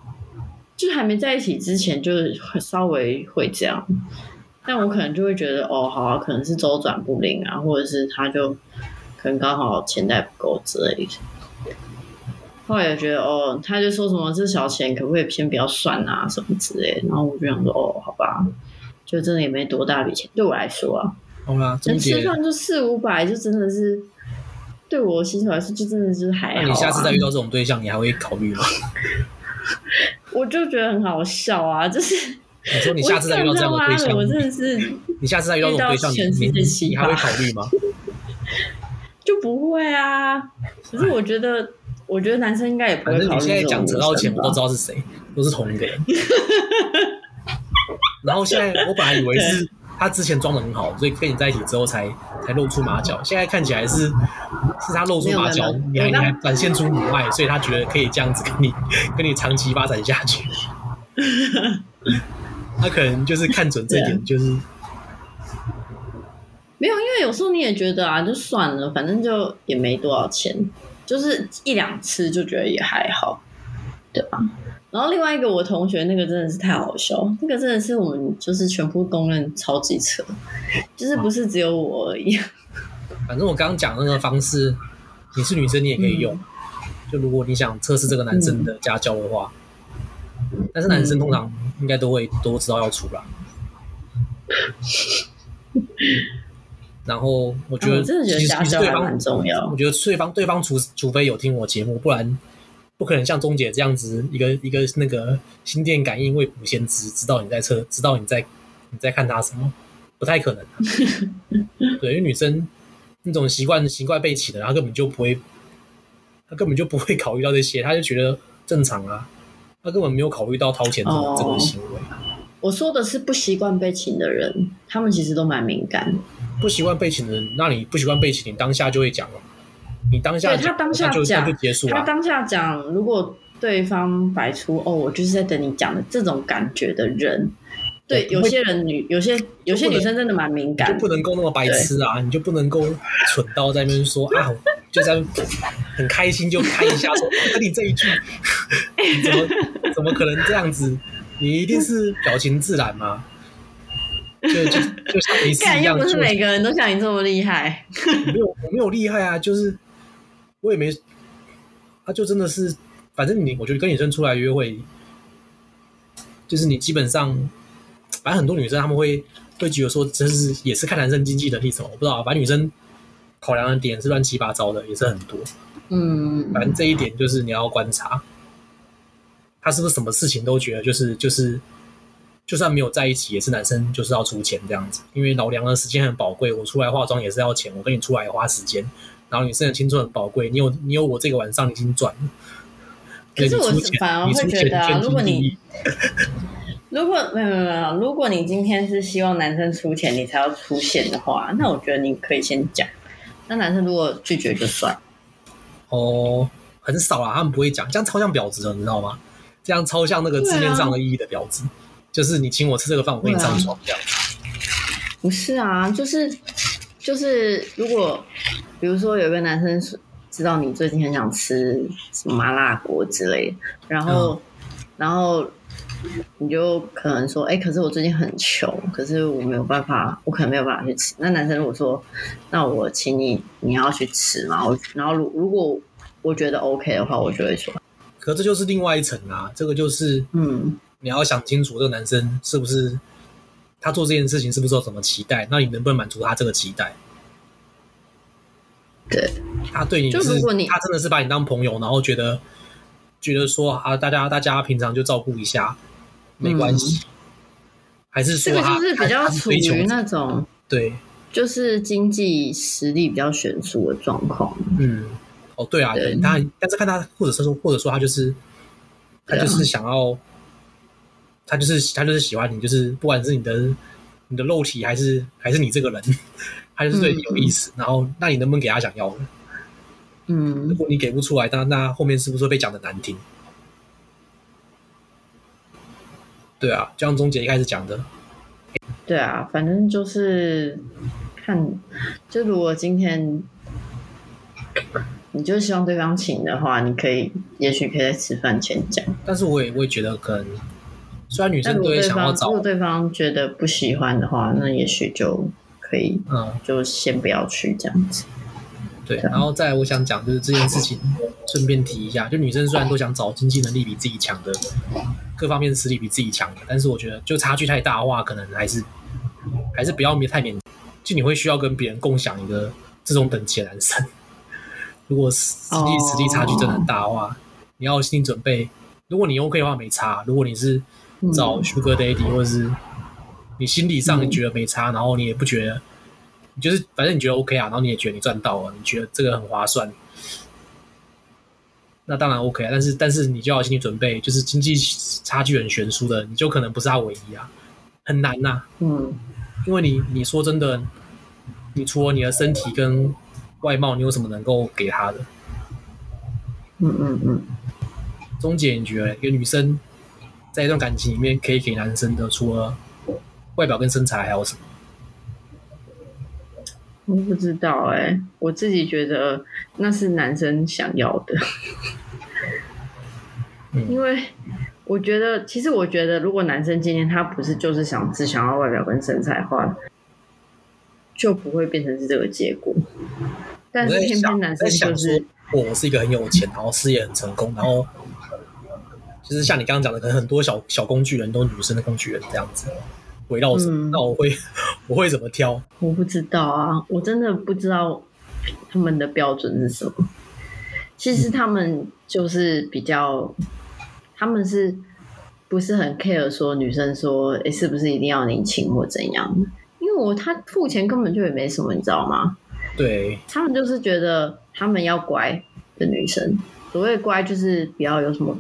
B: 就还没在一起之前，就是稍微会这样，但我可能就会觉得哦，好啊，可能是周转不灵啊，或者是他就可能刚好钱袋不够之类的。后来也觉得哦，他就说什么这小钱可不可以先不要算啊什么之类的，然后我就想说哦，好吧，就真的也没多大笔钱，对我来说啊，
A: 好啦，钟
B: 能吃
A: 姐，
B: 饭就四五百，就真的是对我薪水来说，就真的就是还好、
A: 那
B: 啊。
A: 你下次再遇到这种对象，你还会考虑吗？
B: 我就觉得很好笑啊，就是
A: 你说你下次再遇到这样的对象，
B: 啊我真
A: 你
B: 的是
A: 你下次再遇到这种对象，
B: 遇到全世
A: 你
B: 界
A: 你
B: 奇葩
A: 你还会考虑吗？
B: 就不会啊。可是我觉得，我觉得男生应该也不
A: 反
B: 会
A: 正
B: 考
A: 你
B: 虑
A: 现在
B: 这
A: 讲
B: 种
A: 扯到钱，我都
B: 女生
A: 知
B: 吧
A: 道是谁，都是同一个人。然后现在我本来以为 是他之前装的很好，所以跟你在一起之后才才露出马脚，现在看起来是是他露出马脚
B: 没有没有，哎
A: 你还你
B: 我刚
A: 还展现出母爱，所以他觉得可以这样子跟你跟你长期发展下 去。他可能就是看准这一
B: 啊
A: 点，就是
B: 没有，因为有时候你也觉得啊，就算了，反正就也没多少钱，就是一两次就觉得也还好，对吧？然后另外一个我同学那个真的是太好笑，那个真的是我们就是全部公认超级扯，就是不是只有我而已。
A: 反正我刚刚讲的那个方式，你是女生你也可以用，
B: 嗯
A: 就如果你想测试这个男生的家教的话，
B: 嗯
A: 但是男生通常应该都会都知道要出 啦。然后我觉
B: 啊
A: 得，
B: 我真的觉得
A: 其实
B: 家
A: 其实
B: 教
A: 对啊
B: 还
A: 方
B: 蛮重要
A: 我。觉得对方对方除除非有听我节目，不然不可能像钟姐这样子一个一个那个心电感应未卜先知，知道你在测，知道你在你在看他什么，不太可能、啊 对，因为女生那种习惯习惯被起的，她根本就不会，她根本就不会考虑到这些，她就觉得正常啊，她根本没有考虑到掏钱这个、
B: 哦
A: 这个行为。
B: 我说的是不习惯被请的人，他们其实都蛮敏感的。
A: 不习惯被请的人，那你不习惯被请，你当下就会讲了。你当下
B: 对
A: 讲
B: 他当下
A: 那就
B: 讲
A: 那就结束
B: 他
A: 了。
B: 当下讲，如果对方摆出“哦，我就是在等你讲的”这种感觉的人，对
A: 对
B: 有
A: 不会
B: 些人女有些有些
A: 不能
B: 女生真的蛮敏
A: 就
B: 感
A: 不
B: 的，
A: 能够那么白痴啊！你就不能够蠢到在那边说啊，我就在那边很开心就开一下说，那你这一句 你怎么怎么可能这样子？你一定是表情自然嘛？就就就像没事
B: 干
A: 一
B: 又
A: 样，
B: 不是
A: 就
B: 每个人都像你这么厉害。
A: 我没有我没有厉害啊，就是我也没，他就真的是，反正你我觉得跟女生出来约会，就是你基本上，反正很多女生她们会会觉得说，真是也是看男生经济能力什么，我不知道啊，反正女生考量的点是乱七八糟的，也是很多。
B: 嗯，
A: 反正这一点就是你要观察，他是不是什么事情都觉得就是就是，就算没有在一起，也是男生就是要出钱这样子，因为老娘的时间很宝贵，我出来化妆也是要钱，我跟你出来也花时间，然后女生的青春很宝贵，你有你有我这个晚上已经赚了，
B: 可是
A: 对你
B: 我
A: 出
B: 是
A: 钱
B: 反而
A: 你
B: 会
A: 出
B: 觉
A: 钱
B: 得啊
A: 天
B: 如
A: 经
B: 果
A: 地
B: 你
A: 义
B: 如果没有没有没有，如果你今天是希望男生出钱你才要出现的话，那我觉得你可以先讲。那男生如果拒绝就算，
A: 哦，很少啊，他们不会讲，这样超像婊子的，你知道吗？这样超像那个
B: 啊
A: 字面上的意义的婊子，就是你请我吃这个饭，我跟你上
B: 啊
A: 床这样。
B: 不是啊，就是就是，如果比如说有个男生是知道你最近很想吃什么麻辣锅之类的，然后、
A: 嗯
B: 然后你就可能说，哎、可是我最近很穷，可是我没有办法，我可能没有办法去吃。那男生如果说，那我请你，你要去吃嘛？我然后如如果我觉得 OK 的话，我就会说，
A: 可这就是另外一层啊，这个就是
B: 嗯，
A: 你要想清楚，这个男生是不是他做这件事情是不是有什么期待？那你能不能满足他这个期待？
B: 对，
A: 他对你
B: 就是如果你
A: 他真的是把你当朋友，然后觉得觉得说啊，大家大家平常就照顾一下，没关系，还是
B: 嗯
A: 说
B: 这个
A: 他
B: 就是比较
A: 他
B: 处
A: 追求
B: 于那种
A: 对，
B: 就是经济实力比较悬殊的状况。
A: 嗯，哦对啊，
B: 对
A: 对，他但是看他或者是说或者说他就是他
B: 啊
A: 就是想要，他就是他就是喜欢你，就是不管是你的你的肉体还是还是你这个人，他就是对你有意思。然后，那你能不能给他想要的？
B: 嗯
A: 如，果你给不出来，那那后面是不是会被讲的难听？对啊，就像钟姐一开始讲的，
B: 对啊，反正就是看，就如果今天你就希望对方请的话，你可以，也许可以在吃饭前讲。
A: 但是我也会觉得，可能虽然女
B: 但
A: 生都
B: 如
A: 会
B: 果对
A: 想要
B: 方
A: 找
B: 如，果对方觉得不喜欢的话，那也许就可以
A: 嗯，
B: 就先不要去这样子。
A: 对，
B: 对
A: 然后再来我想讲就是这件事情，顺便提一下，就女生虽然都想找经济能力比自己强的，各方面实力比自己强的，但是我觉得就差距太大的话，可能还是还是不要太勉强，就你会需要跟别人共享一个这种等级的男生。如果实力
B: 哦
A: 实力差距真的很大的话，你要有心理准备。如果你 OK 的话没差，如果你是找
B: 嗯
A: Sugar Daddy 或者是你心理上你觉得没差，然后你也不觉得，你就是反正你觉得 OK 啊，然后你也觉得你赚到了，你觉得这个很划算，那当然 OK 啊。但是但是你就要有心理准备，就是经济差距很悬殊的，你就可能不是他唯一啊，很难呐、
B: 嗯，
A: 因为你你说真的，你除了你的身体跟外貌，你有什么能够给他的？
B: 嗯嗯嗯，
A: 钟姐，你觉得一个女生在一段感情里面可以给男生的，除了外表跟身材，还有什么？
B: 我不知道哎、我自己觉得那是男生想要的。
A: 嗯，
B: 因为我觉得，其实我觉得，如果男生今天他不是就是想只想要外表跟身材的话，就不会变成是这个结果。但是
A: 我在
B: 偏
A: 想
B: 偏男生
A: 我在
B: 就
A: 想
B: 是
A: 说哦我我是一个很有钱，然后事业很成功，然后就是像你刚刚讲的，可能很多小小工具人都是女生的工具人这样子围绕着，
B: 嗯
A: 那我会我会怎么挑？
B: 我不知道啊，我真的不知道他们的标准是什么。其实他们就是比较，他们是不是很 care 说女生说，诶是不是一定要你请或怎样？因为我他付钱根本就也没什么，你知道吗？
A: 对，
B: 他们就是觉得他们要乖的女生，所谓乖就是不要有什么，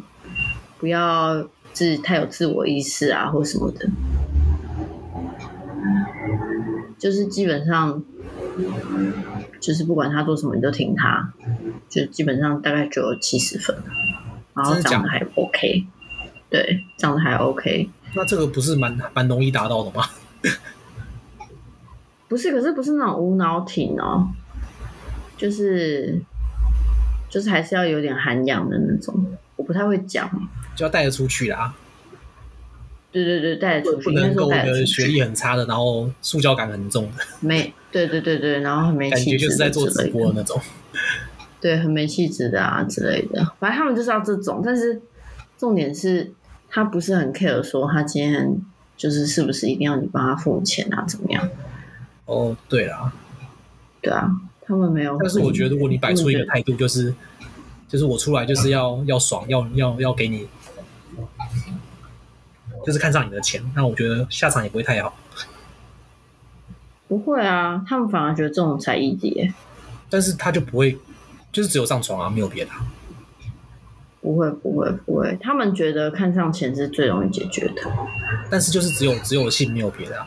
B: 不要自太有自我意识啊或什么的，就是基本上就是不管他做什么你都听他，就基本上大概只有七十分，然后
A: 真的假
B: 长
A: 的
B: 得还 OK，对，长得还 OK，
A: 那这个不是蛮蛮容易达到的吗？
B: 不是，可是不是那种无脑挺哦，就是就是还是要有点涵养的那种。我不太会讲，
A: 就要带得出去啦，
B: 对对对，带得出
A: 不
B: 去，应该
A: 能
B: 说
A: 够一
B: 带得
A: 个
B: 出
A: 学
B: 去，
A: 历很差的，然后塑胶感很重的
B: 没，对对对对，然后很没
A: 感
B: 气
A: 觉，
B: 质
A: 就是
B: 的
A: 在做
B: 之
A: 直
B: 类
A: 播的
B: 的，
A: 那种。
B: 对，很没气质的啊之类的。反正他们就是要这种，但是重点是他不是很 care 说他今天就是是不是一定要你帮他付钱啊，怎么样？
A: 哦，对啦，
B: 对啊，他们没有很。
A: 但是我觉得，如果你摆出一个
B: 嗯对
A: 态度，就是就是我出来就是要要爽，要要要给你，就是看上你的钱，那我觉得下场也不会太好。
B: 不会啊，他们反而觉得这种才 easy 耶
A: 但是他就不会，就是只有上床啊，没有别的啊、
B: 不会，不会，不会。他们觉得看上钱是最容易解决的。
A: 但是就是只有只有性，没有别的、啊。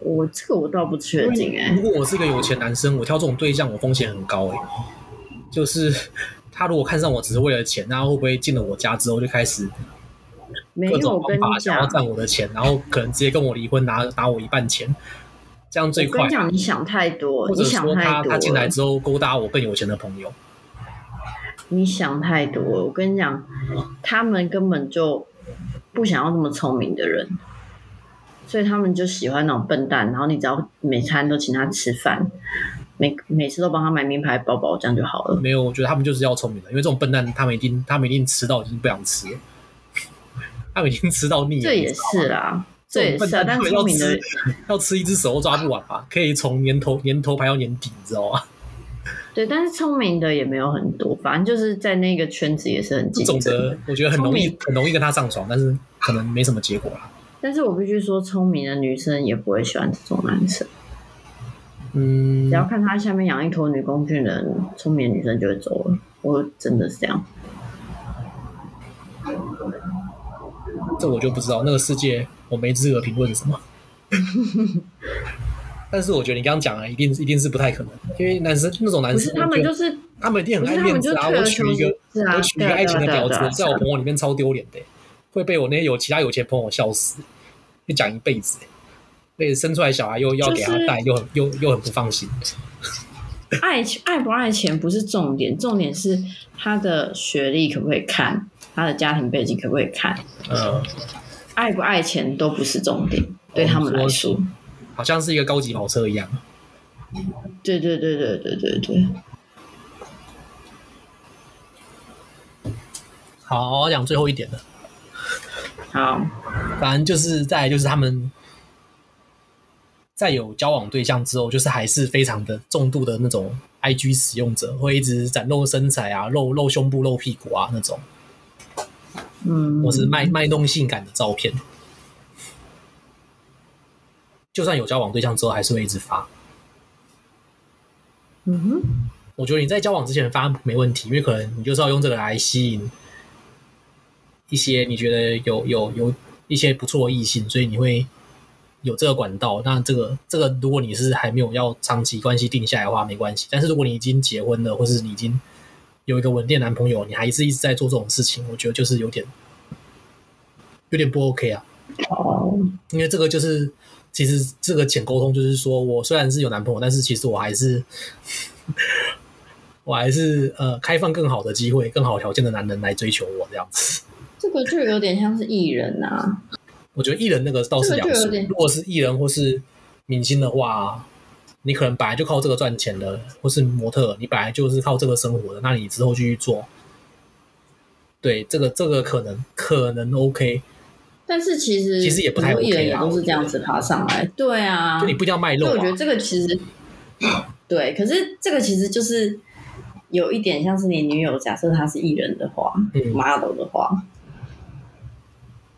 B: 我这个我倒不确定哎、
A: 如果我是一个有钱男生，我挑这种对象，我风险很高哎、就是他如果看上我只是为了钱，那他会不会进了我家之后就开始
B: 没
A: 各
B: 有，
A: 种
B: 我跟
A: 方
B: 你
A: 法想要
B: 讲，
A: 占我的钱，然后可能直接跟我离婚，拿拿我一半钱，这样最
B: 我跟
A: 快
B: 你。讲，你想太多，
A: 或者
B: 你想
A: 说他
B: 太多
A: 他进来
B: 了，
A: 之后勾搭我更有钱的朋友，
B: 你想太多了。我跟你讲，他们根本就不想要那么聪明的人，所以他们就喜欢那种笨蛋。然后你只要每餐都请他吃饭，每每次都帮他买名牌包包，这样就好了。
A: 没有，我觉得他们就是要聪明的，因为这种笨蛋他们一定他们一定吃到已经不想吃 了，他们已经吃到腻了。
B: 这
A: 你
B: 也
A: 知道吗
B: 是啦，这
A: 这
B: 也
A: 种笨
B: 是啊。
A: 蛋
B: 但
A: 他们
B: 聪
A: 要
B: 明的
A: 吃要吃一只手都抓不完吧？可以从年头年头排到年底，你知 道吗？
B: 对，但是聪明的也没有很多，反正就是在那个圈子也是很
A: 这
B: 竞
A: 种
B: 争的。
A: 的我觉得很容易
B: 聪明
A: 很容易跟他上床，但是可能没什么结果啦。
B: 但是我必须说，聪明的女生也不会喜欢这种男生，
A: 嗯
B: 只，要看他下面养一坨女工具人，聪明的女生就会走了。我真的是这样，
A: 这我就不知道，那个世界我没资格评论什 么。但是我觉得你刚刚讲的一定一定是不太可能，因为男生那种男
B: 不
A: 生
B: 是他
A: 我觉
B: 们
A: 得
B: 就是
A: 他们一定
B: 不
A: 很
B: 是
A: 爱
B: 他
A: 面
B: 们就
A: 子啊！
B: 退
A: 我
B: 而
A: 娶
B: 求
A: 一
B: 其
A: 个，
B: 次啊，
A: 我娶一
B: 对
A: 个
B: 啊
A: 爱情的
B: 对啊
A: 婊
B: 对
A: 子，
B: 啊对
A: 我
B: 啊
A: 在我朋友里面超丢脸的、会被我那些有其他有钱朋友笑死，会讲一辈子、而且生出来小孩又要给他带，又很又又很不放心。
B: 爱情爱不爱钱不是重点，重点是他的学历可不可以看，他的家庭背景可不可以看，
A: 嗯，
B: 爱不爱钱都不是重点，对他们来
A: 哦
B: 说。
A: 好像是一个高级跑车一样。
B: 对对对对对对对。
A: 好，我讲最后一点了，
B: 好，
A: 反正就是再来就是他们在有交往对象之后，就是还是非常的重度的那种 IG 使用者，会一直展露身材啊、露露胸部、露屁股啊那种，
B: 嗯，
A: 或是卖卖弄性感的照片。就算有交往对象之后，还是会一直发。
B: 嗯哼，
A: 我觉得你在交往之前发没问题，因为可能你就是要用这个来吸引一些你觉得有有有一些不错的异性，所以你会有这个管道。那这个这个，如果你是还没有要长期关系定下来的话，没关系。但是如果你已经结婚了，或是你已经有一个稳定的男朋友，你还是一直在做这种事情，我觉得就是有点有点不 OK 啊。
B: 哦，
A: 因为这个就是，其实这个浅沟通就是说我虽然是有男朋友，但是其实我还是，我还是呃开放更好的机会、更好条件的男人来追求我这样子。
B: 这个就有点像是艺人啊，
A: 我觉得艺人那个倒是两
B: 这个就有
A: 说，
B: 点
A: 如果是艺人或是明星的话，你可能本来就靠这个赚钱的，或是模特，你本来就是靠这个生活的，那你之后继续做，对，这个这个可能可能 OK，
B: 但是其实
A: 其实也不太
B: 很多艺
A: OK 啊
B: 人也都
A: 我
B: 是
A: 觉
B: 这样
A: 得
B: 子爬上来，对啊，
A: 就你不一定要卖肉
B: 所以我
A: 啊
B: 觉，得这个其实 对，可是这个其实就是有一点像是你女友，假设她是艺人的话、
A: 嗯，
B: m o d e l 的话，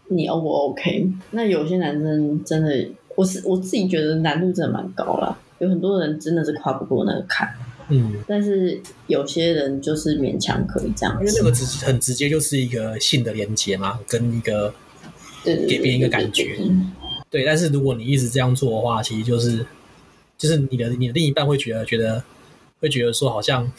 B: 你 O 不 OK？那有些男生真的，我是我自己觉得难度真的蛮高了，有很多人真的是跨不过那个坎，
A: 嗯，
B: 但是有些人就是勉强可以这样
A: 因为那
B: 子，
A: 个直很直接就是一个性的连接嘛，跟一个
B: 对对对，
A: 给别人一个
B: 对对
A: 感觉
B: 对对
A: 对，但是如果你一直这样做的话，其实就是就是你的你的另一半会觉得觉得会觉得说好像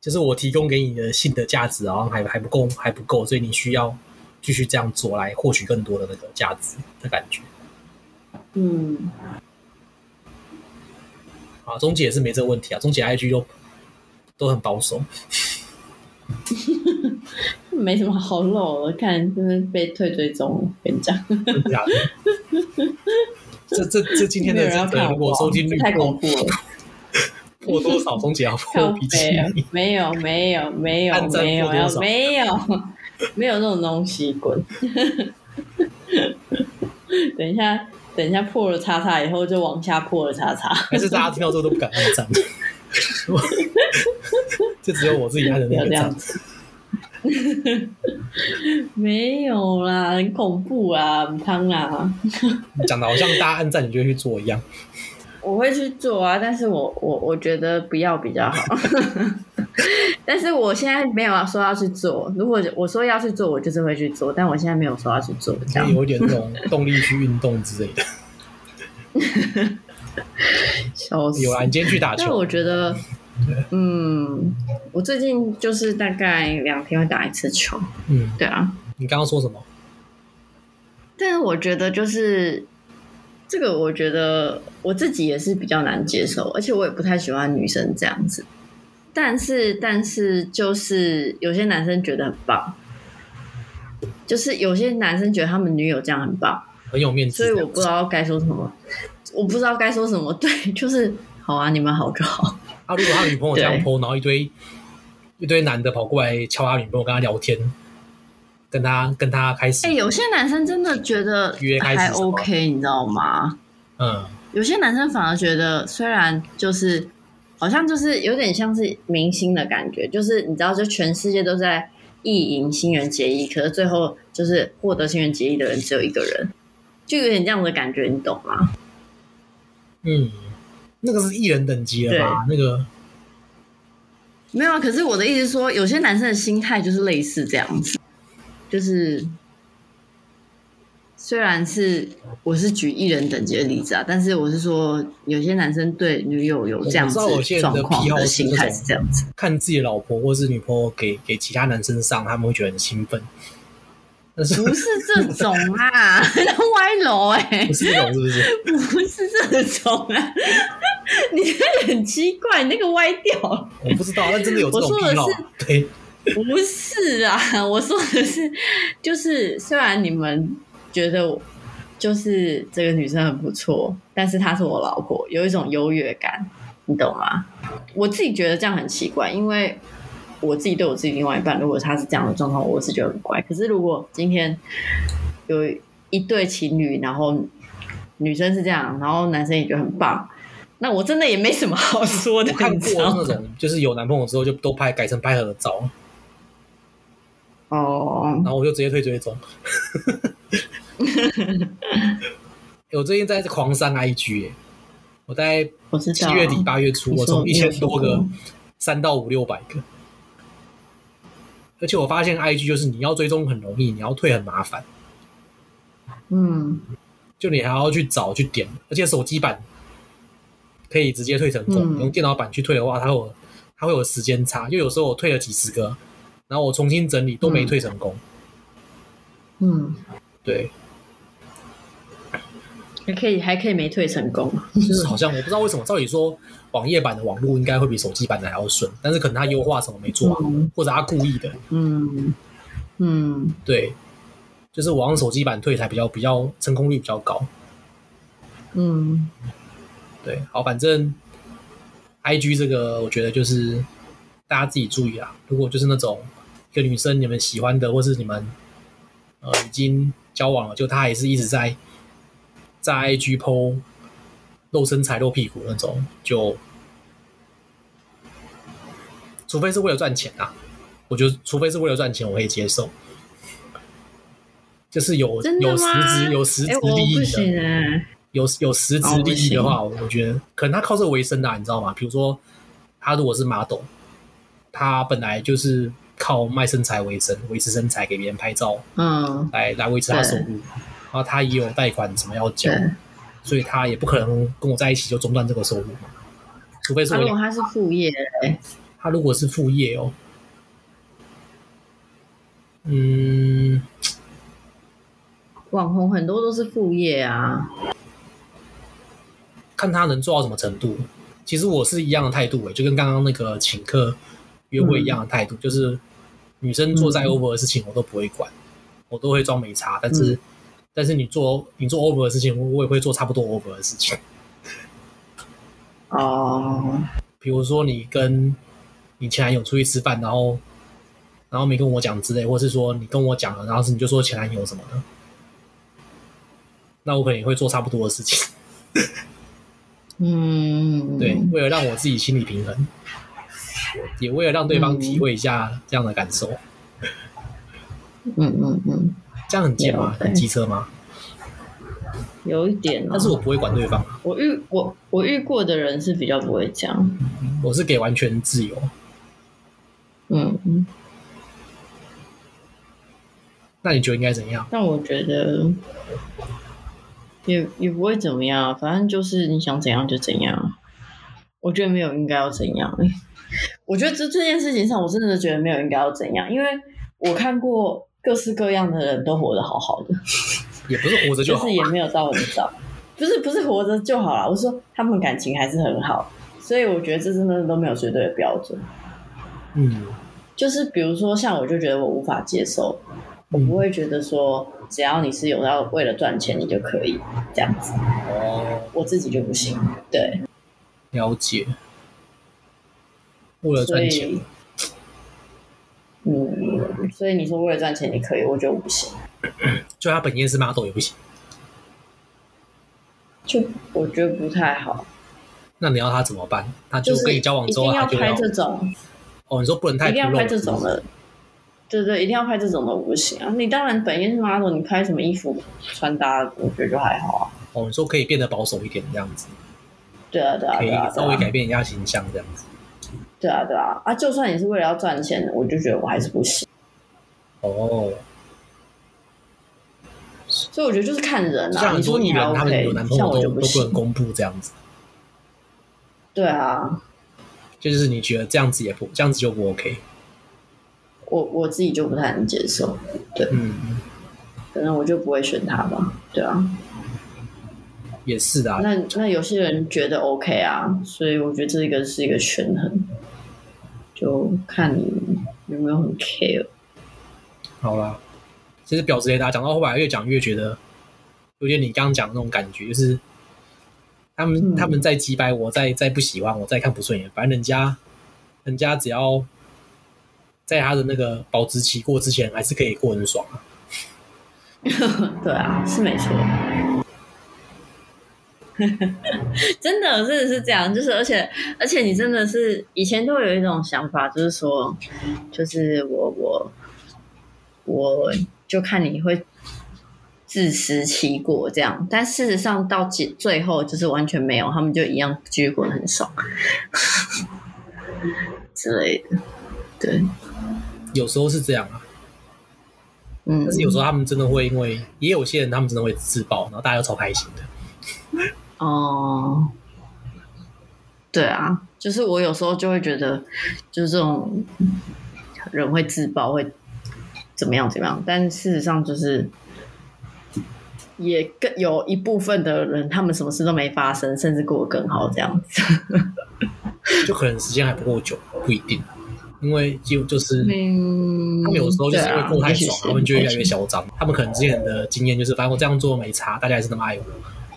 A: 就是我提供给你的性的价值好像还还不够还不够，所以你需要继续这样做来获取更多的那个价值的感觉
B: 嗯，
A: 啊。钟姐也是没这个问题啊，钟姐 IG 都都很保守，
B: 没什么好露的，看真的被退追踪了，跟你 讲。
A: 真的 假的这这这今天
B: 没
A: 的
B: 有人要
A: 这
B: 看
A: 个
B: 好
A: 如
B: 不
A: 果
B: 好
A: 收听率
B: 太
A: 破
B: 恐怖了，
A: 破多少，钟姐要破
B: 靠
A: 脾气
B: 背。啊！没有没有没有
A: 按赞
B: 没有
A: 过多
B: 要
A: 少
B: 没有 没有这种东西，滚！ 等一下等一下破了叉叉以后就往下破了叉叉，
A: 还是大家听到之后都不敢按赞？ 就只有我自己按的
B: 不
A: 那
B: 要
A: 个
B: 这样
A: 赞。
B: 子。 没有啦，很恐怖啊，很胖啊！
A: 讲的好像大家按赞你就会去做一样。
B: 我会去做啊，但是我我我觉得不要比较好。 但是我现在没有说要去做，如果我说要去做，我就是会去做，但我现在没有说要去做，这样
A: 有一点那种动力去运动之类的。
B: 笑死
A: 有。啊，你今天去打
B: 但我
A: 球，
B: 觉得，嗯，我最近就是大概两天会打一次球，
A: 嗯，
B: 对啊。
A: 你刚刚说什么？
B: 但是我觉得就是这个，我觉得我自己也是比较难接受，而且我也不太喜欢女生这样子。但是，但是就是有些男生觉得很棒，就是有些男生觉得他们女友这样很棒，
A: 很有面
B: 所以
A: 子，
B: 我不知道该说什么，我不知道该说什么。对，就是好啊，你们好就好。
A: 啊，如果他女朋友这样
B: 对
A: PO，然后一堆一堆男的跑过来敲他女朋友，跟他聊天，跟他跟他开始
B: 哎、，有些男生真的觉得
A: 约开始
B: 还
A: 什么
B: OK，你知道吗？
A: 嗯，
B: 有些男生反而觉得，虽然就是好像就是有点像是明星的感觉，就是你知道，就全世界都在意淫新垣结衣，可是最后就是获得新垣结衣的人只有一个人，就有点这样的感觉，你懂吗？
A: 嗯，那个是艺人等级了吧？那个
B: 没有啊，可是我的意思是说，有些男生的心态就是类似这样子，就是虽然是我是举艺人等级的例子啊，但是我是说，有些男生对女友有这样子
A: 我知道有些人
B: 状
A: 的
B: 况
A: 癖好是
B: 心态
A: 这种
B: 是这样子，
A: 看自己的老婆或是女朋友给给其他男生上，他们会觉得很兴奋。 但是
B: 不是这种啊， 歪楼哎、
A: 不是这种，是不是？
B: 不是这种啊， 你这个很奇怪，你那个歪掉了。
A: 我不知道，但真的有这种
B: 我说的
A: 癖好啊。对，
B: 不是啊，我说的是，就是虽然你们觉得我就是这个女生很不错，但是她是我老婆，有一种优越感，你懂吗？我自己觉得这样很奇怪，因为我自己对我自己另外一半，如果他是这样的状况，我是觉得很怪。可是如果今天有一对情侣，然后女生是这样，然后男生也觉得很棒，那我真的也没什么好说的
A: 我，看
B: 你
A: 过
B: 知道吗
A: 那种，就是有男朋友之后就都拍改成拍合照，
B: 哦
A: 然，后我就直接退追踪。 欸我最近在狂删 IG，、欸、我在
B: 我知道
A: 七月底八月初，
B: 你
A: 我
B: 说
A: 从一
B: 你有
A: 千
B: 说
A: 多个
B: 过
A: 删到五六百个，而且我发现 IG 就是你要追踪很容易，你要退很麻烦，
B: 嗯。
A: 就你还要去找去点，而且手机版可以直接退成功，
B: 嗯
A: 用电脑版去退的话，它会有它会有时间差，因为有时候我退了几十个，然后我重新整理都没
B: 嗯
A: 退成功，
B: 嗯，
A: 对，
B: 还可以，还可以没退成功。
A: 就是好像我不知道为什么，照理说网页版的网络应该会比手机版的还要顺，但是可能它优化什么没做好，
B: 嗯
A: 或者它故意的，
B: 嗯嗯，
A: 对，就是我用手机版退才比较比较成功率比较高。
B: 嗯，
A: 对，好，反正 I G 这个我觉得就是大家自己注意啊。如果就是那种一个女生你们喜欢的，或是你们呃已经交往了，就她还是一直在在 I G 剖露身材、露屁股那种，就除非是为了赚钱啊，我觉得除非是为了赚钱，我可以接受。就是有
B: 真的
A: 有实
B: 吗？
A: 质有实质
B: 哎我
A: 利益
B: 不
A: 的，
B: 行哎、
A: 有有实质利益的话，
B: 哦
A: 我我觉得可能他靠这个为生的啊、你知道吗？比如说他如果是 model，他本来就是靠卖身材为生，维持身材给别人拍照
B: 嗯，
A: 来来维持他收入，然后他也有贷款什么要交
B: 对，。
A: 所以他也不可能跟我在一起就中断这个收入嘛，除非是
B: 啊
A: 我
B: 如
A: 两
B: 果他是副业嘞，
A: 他如果是副业哦，嗯，
B: 网红很多都是副业啊。
A: 看他能做到什么程度。其实我是一样的态度、欸，就跟刚刚那个请客约会一样的态度，就是女生做再
B: 嗯
A: over 的事情我都不会管，我都会装没差。但是，但是你做你做 over 的事情，我我也会做差不多 over 的事情。
B: 哦，
A: 比如说你跟你前男友出去吃饭，然后然后没跟我讲之类，或是说你跟我讲了，然后是你就说前男友什么的，那我可能也会做差不多的事情。
B: 嗯，
A: 对，为了让我自己心理平衡，也为了让对方体会一下这样的感受，
B: 嗯嗯嗯，
A: 这样很贱吗？
B: 了解
A: 很机车
B: 嗯
A: 吗？
B: 有一点、哦。
A: 但是我不会管对方，啊
B: 我遇我我遇过的人是比较不会这样。
A: 我是给完全自由。
B: 嗯嗯，
A: 那你觉得应该怎样？
B: 但我觉得也也不会怎么样啊，反正就是你想怎样就怎样。我觉得没有应该要怎样、欸我觉得这这件事情上，我真的觉得没有应该要怎样，因为我看过各式各样的人都活得好好的。
A: 也不是活着就
B: 就
A: 好
B: 是，也没有到很糟，不是不是活着就好了。我说他们感情还是很好，所以我觉得这真的都没有绝对的标准。
A: 嗯，
B: 就是比如说像我就觉得我无法接受，我
A: 嗯
B: 不会觉得说只要你是有要为了赚钱你就可以这样子，
A: 哦，
B: 我自己就不行。对，
A: 了解。为了
B: 所
A: 赚钱
B: 以，嗯，所以你说为了赚钱你可以，我觉得我不行。
A: 就他本业是 model 也不行，
B: 就我觉得不太好，
A: 那你要他怎么办？他
B: 就
A: 就是跟你交往
B: 一
A: 之
B: 定
A: 后，他
B: 要
A: 就
B: 拍
A: 要
B: 这种，
A: 哦，你说不能太
B: 一定要
A: 露
B: 拍
A: 了
B: 这
A: 是不
B: 种
A: 是
B: 的，对对，一定要拍这种的我不行啊！你当然本业是 model，你拍什么衣服穿搭，我觉得就还好啊。
A: 哦，你说可以变得保守一点这样子，
B: 对啊，对啊，
A: 可以
B: 对啊，
A: 稍微
B: 对
A: 改
B: 啊，
A: 变一下形象这样子。
B: 对啊，对啊，啊，就算你是为了要赚钱，我就觉得我还是不行。
A: 哦，
B: 所以我觉得就是看人啊，
A: 像
B: 你
A: 很
B: 说
A: 多艺
B: 你还
A: 人他
B: OK，
A: 们有男朋友
B: 像我
A: 都
B: 就
A: 都
B: 不
A: 不能
B: 行。
A: 公布这样子。
B: 对啊，
A: 就是你觉得这样子也不这样子就不 OK，
B: 我我自己就不太能接受，
A: 嗯，
B: 可能我就不会选他吧。对啊，
A: 也是的、啊，
B: 那那有些人觉得 OK 啊，所以我觉得这个是一个权衡，就看你有没有很 care。
A: 好啦，其实婊子雷达讲到后来越讲越觉得有点你刚刚讲的那种感觉，就是他们、
B: 嗯
A: 他们在击败我，在在不喜欢我，在看不顺眼，反正人家人家只要在他的那个保质期过之前，还是可以过得很爽啊。
B: 对啊，是没错。 真的，真的是这样，就是而且而且你真的是以前都有一种想法，就是说，就是我我我就看你会自食其果这样，但事实上到最最后就是完全没有，他们就一样继续过得很爽之类的，对，
A: 有时候是这样啊，
B: 嗯
A: 但，是有时候他们真的会因为也有些人他们真的会自爆，然后大家都超开心的。
B: 哦，对啊，就是我有时候就会觉得，就是这种人会自爆，会怎么样怎么样，但事实上就是也更有一部分的人，他们什么事都没发生，甚至过得更好这样子。
A: 就可能时间还不够久，不一定，因为就就是
B: 嗯，
A: 他们有时候就是因为过太
B: 对啊也许
A: 爽，
B: 是
A: 他们就会越来越嚣张。他们可能之前的啊经验就是，反正我这样做没差，大家还是那么爱我，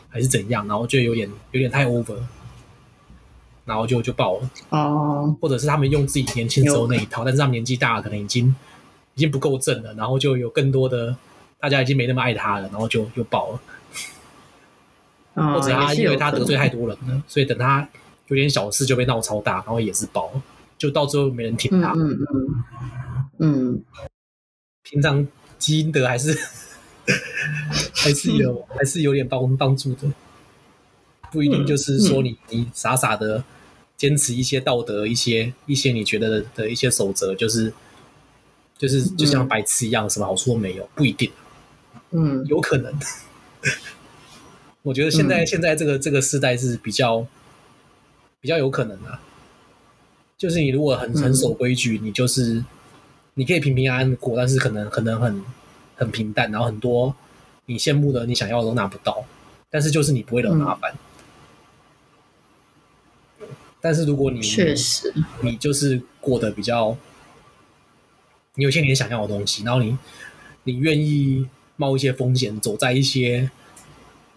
A: 还是怎样，然后就有点有点太 over，然后就就爆了，
B: 哦，
A: 或者是他们用自己年轻时候那一套，但是他们年纪大了，可能已经已经不够正了，然后就有更多的大家已经没那么爱他了，然后就就爆了，
B: 哦
A: 或者他
B: 也是
A: 因为
B: 有
A: 他
B: 可
A: 得罪
B: 能
A: 太多人了，所以等他有点小事就被闹超大，然后也是爆了，就到最后没人挺
B: 嗯
A: 他，
B: 嗯嗯嗯，
A: 平常基因德还是 还是有还是有点帮帮助的，不一定就是说你、你傻傻的坚持一些道德、一些一些你觉得的的一些守则，就是就是就像白痴一样，什么好处都没有，不一定，
B: 嗯
A: 有可能。 我觉得现在、
B: 嗯
A: 现在这个这个时代是比较比较有可能的、啊就是你如果
B: 嗯
A: 很很守规矩，你就是你可以平平安安地过，但是可能可能很很平淡，然后很多你羡慕的、你想要的都拿不到，但是就是你不会惹麻烦。但是如果你
B: 嗯确实，
A: 你就是过得比较，你有些你想要的东西，然后你你愿意冒一些风险，走在一些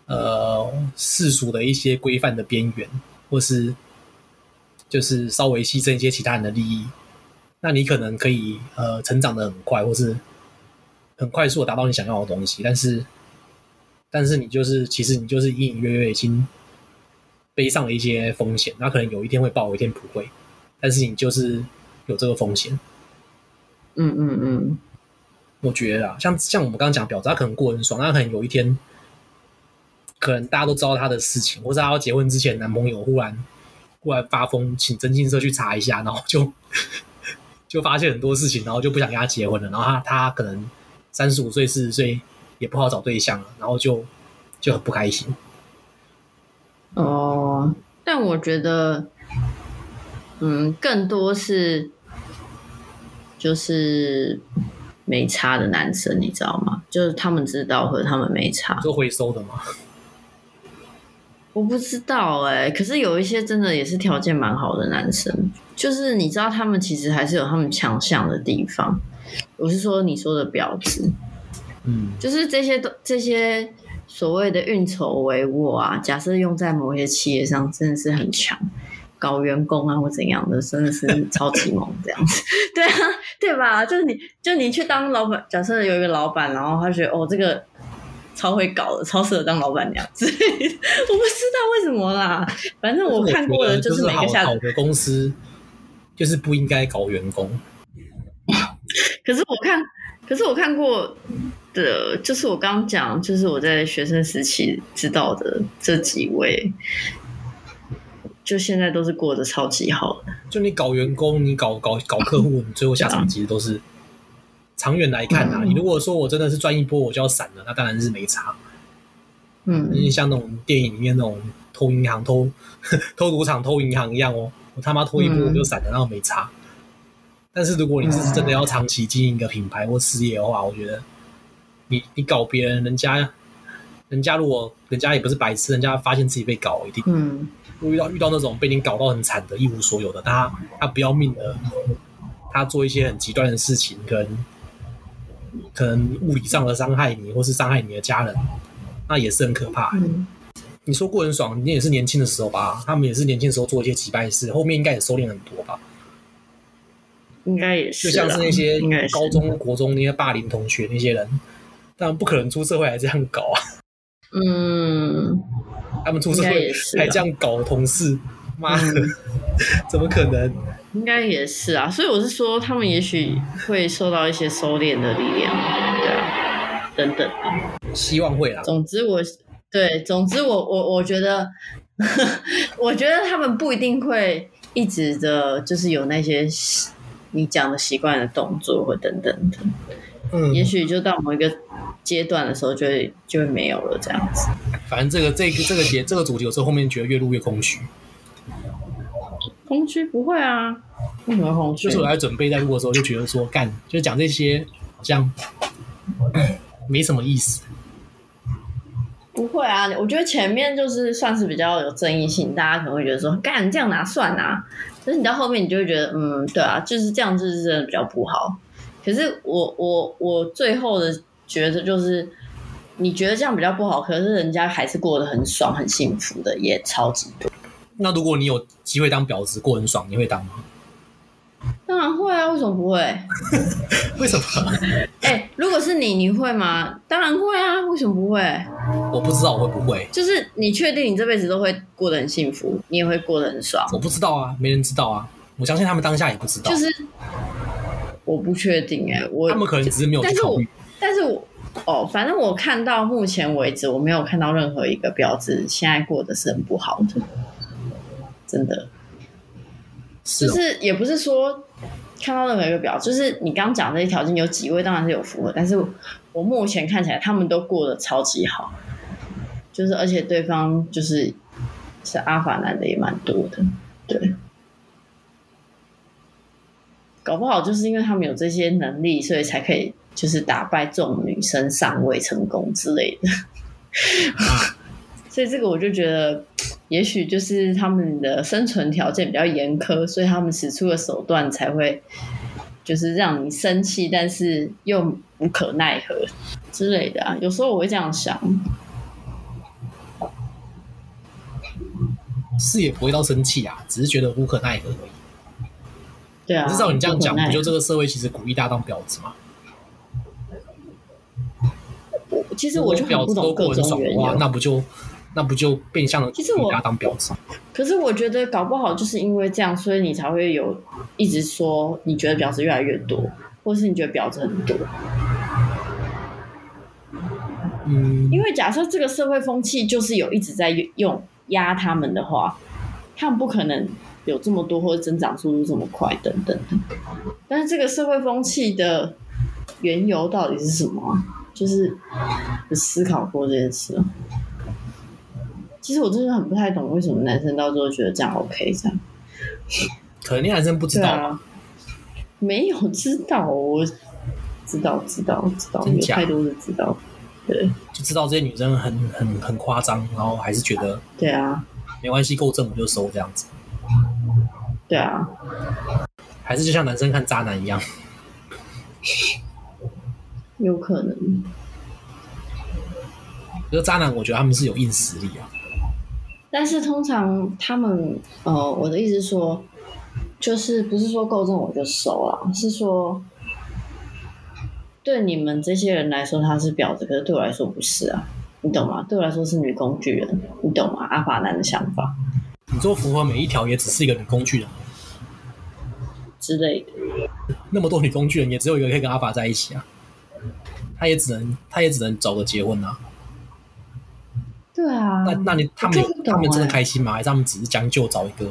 A: 呃世俗的一些规范的边缘，或是就是稍微牺牲一些其他人的利益，那你可能可以呃成长的很快，或是很快速的达到你想要的东西，但是但是你就是其实你就是隐隐约约已经背上了一些风险，那可能有一天会爆，有一天不会。但是你就是有这个风险。
B: 嗯嗯嗯，
A: 我觉得啊，像像我们刚刚讲婊子，他可能过得很爽，他可能有一天，可能大家都知道他的事情，或者他要结婚之前，男朋友忽然忽然发疯，请征信社去查一下，然后就 就发现很多事情，然后就不想跟他结婚了，然后他他可能三十五岁四十岁也不好找对象了，然后就就很不开心。
B: 哦，但我觉得，嗯，更多是就是没差的男生，你知道吗？就是他们知道和他们没差，
A: 做回收的嘛，
B: 我不知道哎、可是有一些真的也是条件蛮好的男生，就是你知道他们其实还是有他们强项的地方。我是说你说的婊子，
A: 嗯，
B: 就是这些都这些所谓的运筹帷幄啊，假设用在某些企业上，真的是很强。搞员工啊，或怎样的，真的是超级猛这样子， 对啊，对吧？就是你，就你去当老板，假设有一个老板，然后他觉得哦，这个超会搞的，超适合当老板娘之类 的，我不知道为什么啦，反正我看过的
A: 就
B: 就是每
A: 好
B: 个下
A: 好的公司就是不应该搞员工，
B: 可是我看，可是我看过的，就是我刚讲，就是我在学生时期知道的这几位，就现在都是过得超级好的。
A: 就你搞员工，你搞搞搞客户，你最后下场其实都是长远来看啊。
B: 啊嗯
A: 你如果说我真的是赚一波我就要散了，那当然是没差。
B: 嗯
A: 因为像那种电影里面那种偷银行、偷 偷赌场、偷银行一样哦，我他妈偷一波
B: 嗯
A: 我就散了，那我没差。但是如果你是真的要长期经营一个品
B: 嗯
A: 牌或事业的话，我觉得你你搞别人，人家人家如果人家也不是白痴，人家发现自己被搞，一定
B: 嗯
A: 遇到遇到那种被你搞到很惨的，一无所有的，他他不要命的，他做一些很极端的事情，可能可能物理上的伤害你，或是伤害你的家人，那也是很可怕。
B: 嗯
A: 你说过很爽，你也是年轻的时候吧？他们也是年轻的时候做一些击败事，后面应该也收敛很多吧？
B: 应该也是
A: 就
B: 啦，
A: 像是那些
B: 应该也是
A: 高中、国中那些霸凌同学那些人，当然不可能出社会还这样搞啊！
B: 嗯，
A: 他们出社
B: 应该
A: 会
B: 也是啊
A: 还这样搞同事，妈的
B: 嗯，
A: 怎么可能？
B: 应该也是啊。所以我是说，他们也许会受到一些收敛的力量，对啊，等等。
A: 希望会啦，
B: 总之我对，总之我我我觉得， 我觉得他们不一定会一直的，就是有那些习你讲的习惯的动作或等等的，
A: 嗯，
B: 也许就到某一个阶段的时候就会就会没有了这样子。
A: 反正这个这个这个节这个主题，有时候后面觉得越录越空虚，
B: 空虚不会啊，为什么空虚
A: 就是？我在准备在录的时候，就觉得说干， 就是讲这些好像没什么意思。
B: 不会啊，我觉得前面就是算是比较有争议性，大家可能会觉得说，干这样哪算啊？可是你到后面你就会觉得，嗯，对啊，就是这样，就是真的比较不好。可是我我我最后的觉得就是，你觉得这样比较不好，可是人家还是过得很爽、很幸福的，也超级多。
A: 那如果你有机会当婊子过很爽，你会当吗？
B: 当然会啊，为什么不会？
A: 为什么？
B: 哎、如果是你，你会吗？当然会啊，为什么不会？
A: 我不知道我会不会，
B: 就是你确定你这辈子都会过得很幸福，你也会过得很爽，
A: 我不知道啊，没人知道啊。我相信他们当下也不知道，
B: 就是我不确定哎、我
A: 他们可能只是没有
B: 但
A: 去
B: 是
A: 考
B: 我
A: 虑。
B: 但是我哦，反正我看到目前为止，我没有看到任何一个标志现在过得是很不好的，真的。
A: 是
B: 就
A: 哦，
B: 是也不是说看到任何一个表，就是你刚讲这些条件有几位当然是有符合，但是我目前看起来他们都过得超级好，就是而且对方就是是阿法男的也蛮多的，对。搞不好就是因为他们有这些能力，所以才可以就是打败众女生上位成功之类的。所以这个我就觉得，也许就是他们的生存条件比较严苛，所以他们使出的手段才会就是让你生气，但是又无可奈何之类的啊。有时候我会这样想，
A: 是也不会到生气啊，只是觉得无可奈何而已。
B: 对啊，
A: 可是照你这样讲，
B: 无可奈
A: 不
B: 何
A: 就这个社会其实鼓励大家当婊子吗？
B: 我其
A: 其
B: 实我就很
A: 婊
B: 不
A: 子都
B: 懂各
A: 过很
B: 种
A: 爽
B: 缘
A: 的话，
B: 由。
A: 那不就那不就变相的
B: 其实我
A: 鼓励大家当婊子？
B: 可是我觉得搞不好就是因为这样，所以你才会有一直说你觉得婊子越来越多，或是你觉得婊子很多。
A: 嗯，
B: 因为假设这个社会风气就是有一直在用压他们的话，他们不可能有这么多或者增长速度这么快等等的。但是这个社会风气的缘由到底是什么啊？就是有思考过这件事吗。其实我真的很不太懂，为什么男生到最后觉得这样 OK 这样？
A: 可能那男生不知
B: 对
A: 道吧，
B: 啊，没有知道，我知道知道知道，
A: 真
B: 有
A: 假
B: 太多的知道。对
A: 就知道这些女生很很很夸张，然后还是觉得
B: 对啊
A: 没关系，够正我就收这样子，
B: 对啊，
A: 还是就像男生看渣男一样，
B: 有可能。
A: 就是渣男，我觉得他们是有硬实力啊，
B: 但是通常他们，呃，我的意思是说，就是不是说够重我就收啊，是说对你们这些人来说他是婊子，可是对我来说不是啊，你懂吗？对我来说是女工具人，你懂吗？阿法男的想法
A: 你做符合每一条也只是一个女工具人，
B: 之类的，
A: 那么多女工具人也只有一个可以跟阿法在一起啊，他也只能他也只能走个结婚啊，
B: 对啊
A: 那，那你他们有
B: 我真的不懂
A: 他们真的
B: 欸
A: 开心吗？还是他们只是将就找一个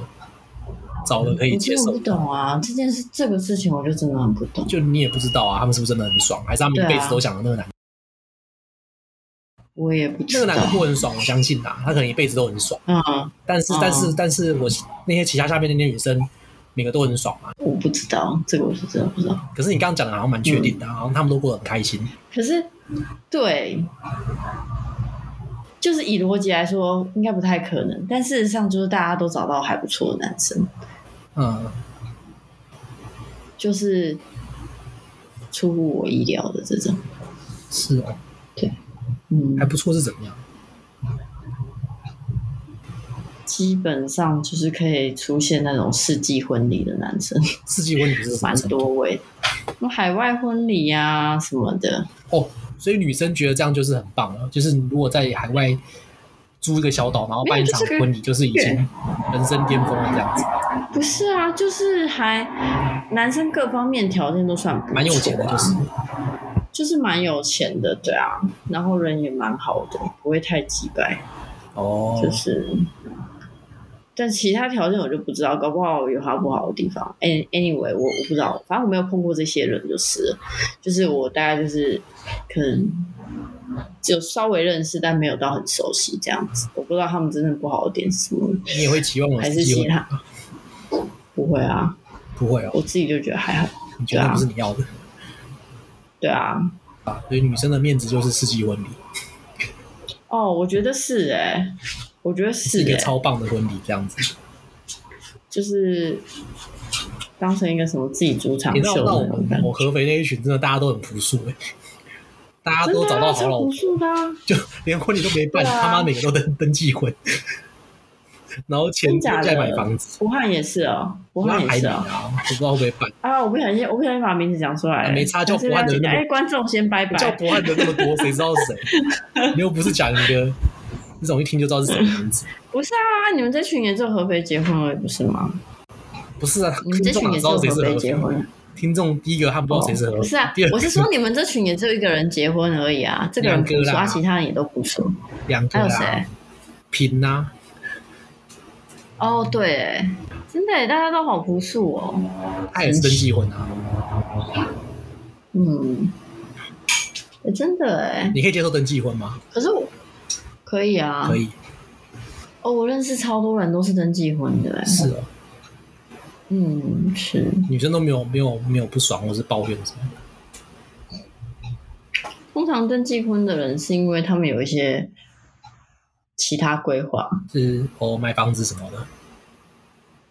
A: 找了可以
B: 我
A: 接
B: 真的
A: 受
B: 不？懂啊，这件事这个事情我就真的很不懂。
A: 就你也不知道啊，他们是不是真的很爽？还是他们一辈
B: 对啊
A: 子都想着那个男的？
B: 我也不
A: 那
B: 知
A: 个
B: 道
A: 男。的过很爽，我相信啊，他可能一辈子都很爽。
B: 嗯，
A: 但是
B: 嗯
A: 但是但是我那些旗下下面那些女生，每个都很爽啊。
B: 我不知道，这个我是真的不知道。
A: 可是你刚刚讲的好像蛮确定的
B: 嗯
A: 啊，好像他们都过得很开心。
B: 可是，对，就是以逻辑来说，应该不太可能。但事实上，就是大家都找到还不错的男生，
A: 嗯，
B: 就是出乎我意料的这种。
A: 是哦，
B: 嗯
A: 还，不错是怎么样？
B: 基本上就是可以出现那种世纪婚礼的男生，
A: 世纪婚礼是什么
B: 蛮
A: 程度？
B: 多位的。什么海外婚礼呀、什么的，
A: 哦，所以女生觉得这样就是很棒了，就是你如果在海外租一个小岛，然后办一场
B: 没有就是个
A: 婚礼，就是已经人生巅峰了这样子，
B: 不是啊，就是还男生各方面条件都算不错、啊，
A: 蛮有钱的，就是
B: 就是蛮有钱的，对啊，然后人也蛮好的，不会太鸡掰，
A: 哦
B: 就，是。但其他条件我就不知道，搞不好有他不好的地方。Any anyway，我我不知道，反正我没有碰过这些人，就是了，就是我大概就是可能只有稍微认识，但没有到很熟悉这样子。我不知道他们真正不好的点是什么，
A: 你也会期望我
B: 还
A: 世
B: 是
A: 纪婚
B: 其
A: 礼？
B: 他不会啊，
A: 不会哦，
B: 我啊自己就觉得还好。
A: 你觉得那不是你要的
B: 对啊，
A: 啊？所以女生的面子就是世纪婚礼，
B: 哦，我觉得是哎、我觉得是
A: 一
B: 哎、
A: 个超棒的婚礼这样子。
B: 就是当成一个什么自己主场
A: 你知道，
B: 秀
A: 那
B: 的
A: 我
B: 那种感
A: 们
B: 觉
A: 我。合肥那一群真的大家都很朴素哎、大家
B: 真
A: 都
B: 的
A: 找到
B: 啊，
A: 好
B: 超
A: 老
B: 朴
A: 婆，
B: 素的啊，
A: 就连婚礼都没办，
B: 对啊
A: 他妈每个都登登记婚，然后钱
B: 真假的
A: 再买房子，
B: 武汉也是哦，武
A: 那
B: 汉也
A: 海
B: 是
A: 里
B: 哦。
A: 啊，我不知道会不会 办。
B: 啊，我不小心，我不小心把名字讲出来
A: 啊
B: 了，
A: 没差叫
B: 还是
A: 武汉的
B: 要
A: 那个
B: 哎，观众先拜拜。
A: 叫博汉的那么多，谁知道是 谁？你又不是讲一个那种一听就知道是什么名字。
B: 不是啊，你们这群也只有合肥结婚而已，不是吗？
A: 不是啊，
B: 你们这
A: 听众
B: 群
A: 哪知
B: 也只有
A: 道谁
B: 合
A: 是
B: 肥
A: 合
B: 结
A: 肥？
B: 婚，
A: 听众第一个他不知道谁是合肥，
B: 不是啊
A: 第二，个
B: 我是说你们这群也只有一个人结婚而已啊，这个人
A: 两个
B: 不
A: 啦
B: 说，啊，其他人也都不说。
A: 两个
B: 还有
A: 啊
B: 谁，？
A: 平啊，
B: 哦，对耶，真的耶，大家都好朴素哦。
A: 他也是登记婚啊，
B: 嗯，哎真的哎，
A: 你可以接受登记婚吗？
B: 可是我可以啊，
A: 可以，
B: 哦，我认识超多人都是登记婚的耶，
A: 是哦，
B: 嗯，是
A: 女生都没有没有没有不爽或是抱怨什么，
B: 通常登记婚的人是因为他们有一些其他规划，
A: 是哦买房子什么的，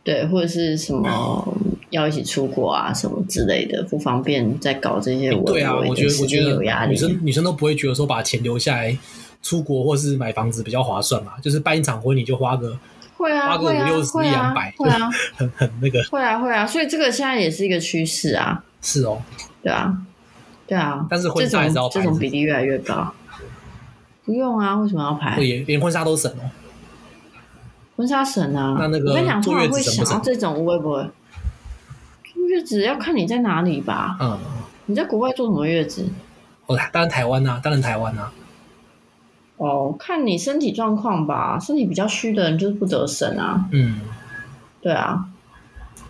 B: 对，或者是什么要一起出国啊什么之类的，不方便再搞这些文
A: 对啊，
B: 文
A: 我觉得
B: 时
A: 我觉
B: 间有压
A: 得
B: 力
A: 女。生女生都不会觉得说把钱留下来出国或是买房子比较划算嘛，就是办一场婚礼就花个
B: 会啊，
A: 花个
B: 会啊，
A: 五六十
B: 会
A: 一
B: 啊
A: 两百，
B: 会啊，
A: 很很那个
B: 会啊，会啊，所以这个现在也是一个趋势啊，
A: 是哦，
B: 对啊，对啊。
A: 但是婚
B: 这
A: 纱还是要
B: 种
A: 拍
B: 这种比例越来越高，不用啊，为什么要排
A: 会也连婚纱都省哦，
B: 婚纱省啊？
A: 那那个
B: 我跟你讲，
A: 坐
B: 通常
A: 月子
B: 会
A: 省不
B: 想
A: 省
B: 到这种，我也不会。坐月子要看你在哪里吧。
A: 嗯，
B: 你在国外做什么月子？
A: 哦，当然台湾呐、当然台湾呐、啊
B: 哦，看你身体状况吧，身体比较虚的人就是不得省啊。
A: 嗯，
B: 对啊，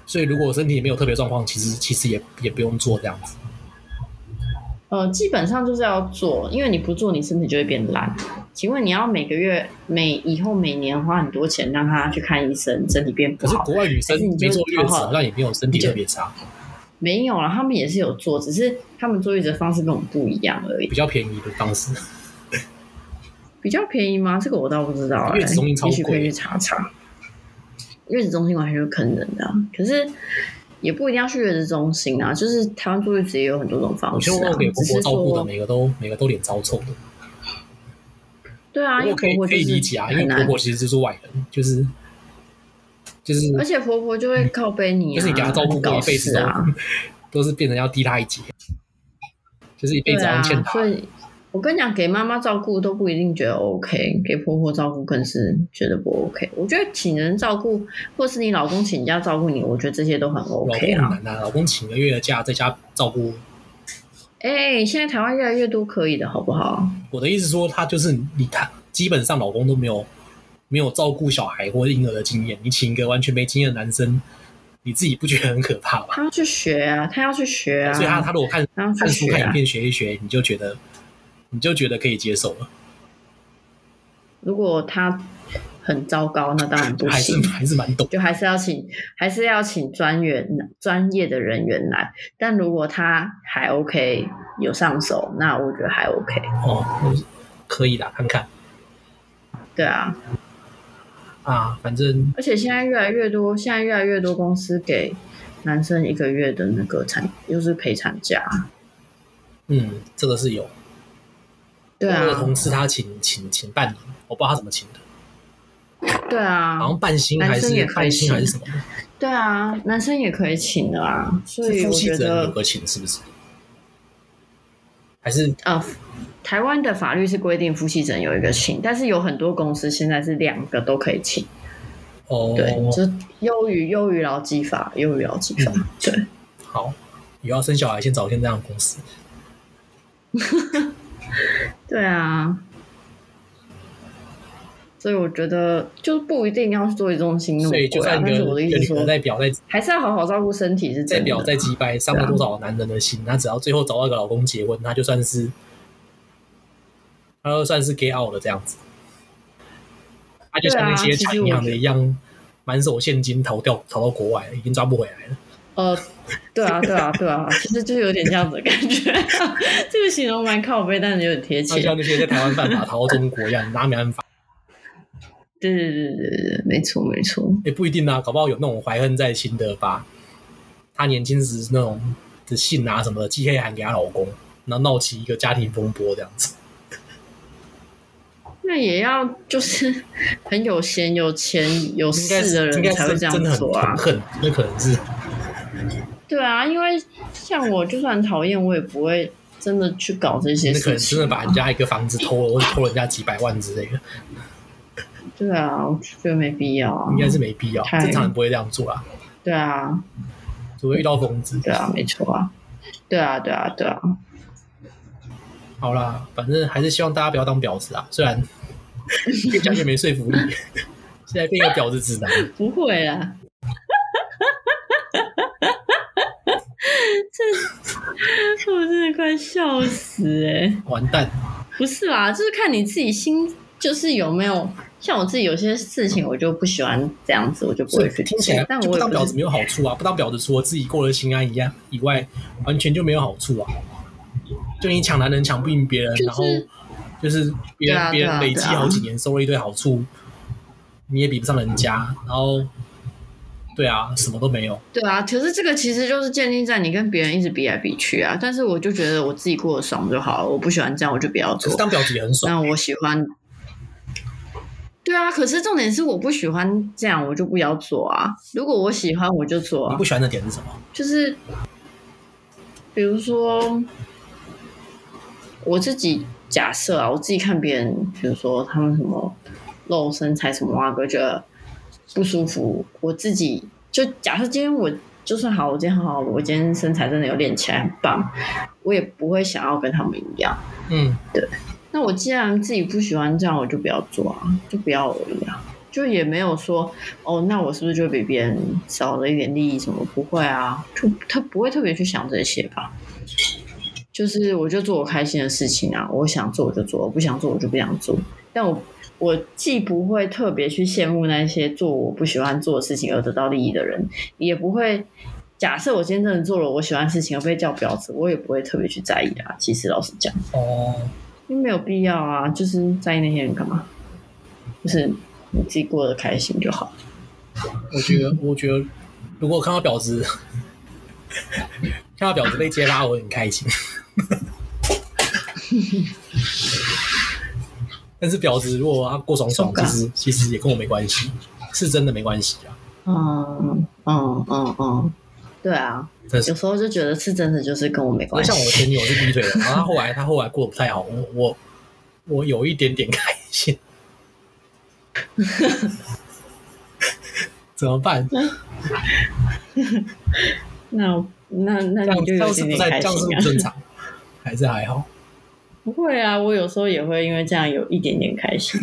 A: 所以如果身体没有特别状况，其实其实也也不用做这样子，
B: 呃，基本上就是要做，因为你不做，你身体就会变烂。请问你要每个月、每以后每年花很多钱让他去看医生，身体变不
A: 可是
B: 好？
A: 国外女生
B: 还是你就
A: 没做月子
B: 好好
A: 好像也没有身体特别差，
B: 没有啦，他们也是有做，只是他们坐月子的方式跟我们不一样而已
A: 比。较便宜的方式，
B: 比较便宜吗？这个我倒不知道、欸，
A: 月子中心超
B: 也许可以
A: 贵
B: 去查查。月子中心完全是坑人的啊、可是也不一定要去月子中心啊，就是台湾坐月子也有很多种
A: 我
B: 方式
A: 先问
B: 啊
A: 问给，
B: 只
A: 婆
B: 是
A: 婆照顾的，
B: 说
A: 每个都每个都脸超臭的。
B: 对啊，因
A: 我
B: 为
A: 可以
B: 婆婆
A: 可以理
B: 就
A: 解
B: 是
A: 啊，因为
B: 很
A: 婆
B: 难，
A: 婆其实就是外人，就是就是
B: 而且婆婆就会靠背你、啊，
A: 就是你给她照顾过
B: 搞
A: 一辈子
B: 事啊，
A: 都是变成要低她一截，就是一辈
B: 对
A: 子好像
B: 啊
A: 欠，她
B: 所。以。我跟你讲，给妈妈照顾都不一定觉得 OK，给婆婆照顾更是觉得不 OK。我觉得请人照顾，或是你老公请假照顾你，我觉得这些都很
A: 老
B: OK
A: 公
B: 啊。
A: 很难啊，老公请个月的假在家照顾。
B: 哎、现在台湾越来越多可以的，好不好？
A: 我的意思说，他就是你看，基本上老公都没有没有照顾小孩或婴儿的经验，你请一个完全没经验的男生，你自己不觉得很可怕吗？
B: 他要去学啊，他要去学啊，
A: 所以他他如果看
B: 他要
A: 看
B: 去
A: 书
B: 学
A: 看影
B: 啊。
A: 片学一学，你就觉得你就觉得可以接受了，
B: 如果他很糟糕，那当然不
A: 还是
B: 行，
A: 还是蛮懂。
B: 就还是要请，还是要请专员专业的人员来。但如果他还 OK，有上手，那我觉得还 OK。
A: 哦，嗯可以啦，看看
B: 对啊，
A: 啊，反正
B: 而且现在越来越多，现在越来越多公司给男生一个月的那个产，就是陪产假。
A: 嗯，这个是有。
B: 对
A: 我有
B: 啊
A: 同，事他请请请半年，我不知道他怎么请的，
B: 对啊，
A: 好像半薪还
B: 男生也
A: 是
B: 可以
A: 半薪还是什么的，
B: 对啊，男生也可以请的啊，所以
A: 是夫
B: 我
A: 妻
B: 觉
A: 只能有
B: 得
A: 个请是不是？还是
B: 啊，台湾的法律是规定夫妻只能有一个请，但是有很多公司现在是两个都可以请，
A: 哦，嗯
B: 对，就是优于优于劳基法，优于劳基法，对，
A: 好，以后要生小孩先找像这样的公司。
B: 对啊。所以我觉得就不一定要去做一中心那么
A: 所以就
B: 贵啊
A: 算，你
B: 但
A: 的
B: 是我的意
A: 你的
B: 思
A: 女儿
B: 说，
A: 在表在
B: 还是要好好照顾身体是
A: 在
B: 真的
A: 表
B: 啊。
A: 在击败伤了多少男人的心，她只要最后找到一个老公结婚，她就算是她就算是 get out 了这样子，她就像那
B: 对
A: 些
B: 啊其实
A: 抢银
B: 我
A: 行
B: 觉
A: 的
B: 得
A: 一样，满手现金逃掉逃到国外了，已经抓不回来了。
B: 呃，对啊，对啊，对啊，其实就是有点这样子的感觉。 这个形容蛮靠背，但是有点贴
A: 就
B: 切。
A: 像那些在台湾犯法逃到中国一样，拿没办法。
B: 对对对对对对，没错没错。
A: 也不一定啊，搞不好有那种怀恨在心的，把她年轻时那种的信啊什么的寄黑函给她老公，然后闹起一个家庭风波这样子。
B: 那也要就是很有闲、有钱、有
A: 应该
B: 势的
A: 是应该
B: 人才会
A: 是
B: 这
A: 真的
B: 样
A: 很
B: 做
A: 很。
B: 啊
A: 恨，那可能是
B: 对啊，因为像我就算讨厌，我也不会真的去搞这些
A: 那可
B: 事
A: 能真
B: 情。啊
A: 的把人家一个房子偷了，或者偷人家几百万之类的，
B: 对啊，我就觉得没必要啊
A: 应。该是没必要，
B: 太
A: 正常人不会这样做啊，
B: 对啊，
A: 除非遇到疯子。
B: 对啊，没错啊。对啊，对啊，对啊，
A: 好啦，反正还是希望大家不要当婊子啊，虽然 越讲越没说服力， 现在变一个婊子指南。
B: 不会啊啦。 这我真的快笑死哎、
A: 完蛋，
B: 不是啦，就是看你自己心，就是有没有像我自己有些事情，我就不喜欢这样子，我就不
A: 所
B: 会
A: 以
B: 去
A: 听
B: 做。
A: 起来
B: 但
A: 就
B: 我
A: 不
B: 也
A: 当婊
B: 不
A: 子
B: 是
A: 没有好处啊，不当婊子除了自己过得心安一样以外，完全就没有好处啊。就你抢男人抢不赢别人，
B: 就是
A: 然后就是别
B: 对
A: 人
B: 啊
A: 别、
B: 对啊
A: 人累积
B: 对啊
A: 好几年收了一堆好处，你也比不上人家，然后对啊，什么都没有。
B: 对啊，可是这个其实就是建立在你跟别人一直比来比去啊。但是我就觉得我自己过得爽就好了，我不喜欢这样，我就不要
A: 可
B: 做
A: 是。当婊子也很爽，
B: 那我喜欢，对啊。可是重点是我不喜欢这样，我就不要做啊。如果我喜欢，我就做
A: 你
B: 啊
A: 不。喜欢的点是什么？
B: 就是比如说我自己假设啊，我自己看别人，比如说他们什么露身材什么啊，我觉得不舒服。我自己就假设今天我就算好，我今天很好，我今天身材真的有练起来，很棒，我也不会想要跟他们一样。
A: 嗯，
B: 那我既然自己不喜欢这样，我就不要做啊，就不要而已啊，就也没有说哦，那我是不是就比别人少了一点利益什么？不会啊，就他不会特别去想这些吧。就是我就做我开心的事情啊，我想做我就做，我不想做我就不想做。但我我既不会特别去羡慕那些做我不喜欢做的事情而得到利益的人，也不会假设我今天真的做了我喜欢的事情而被叫婊子，我也不会特别去在意啊。其实老实讲。
A: 哦，
B: 因为没有必要啊，就是在意那些人干嘛？就是你自己过得开心就好。
A: 我觉得，我觉得如果看到婊子，看到婊子被揭发，我会很开心。但是婊子如果他过爽爽，其实其实也跟我没关系，是真的没关系啊。
B: 嗯嗯嗯嗯，对啊
A: 但，是
B: 有时候就觉得是真的，就是跟我没关系
A: 像。我前女友是劈腿的，然后她后来她后来过得不太好，我我我有一点点开心。 怎么办？
B: 那那那
A: 这样
B: 你就
A: 这
B: 有
A: 样是
B: 点
A: 不
B: 点
A: 太
B: 开
A: 这样是
B: 心
A: 不
B: 啊？
A: 正常，还是还好？
B: 不会啊，我有时候也会因为这样有一点点 开心，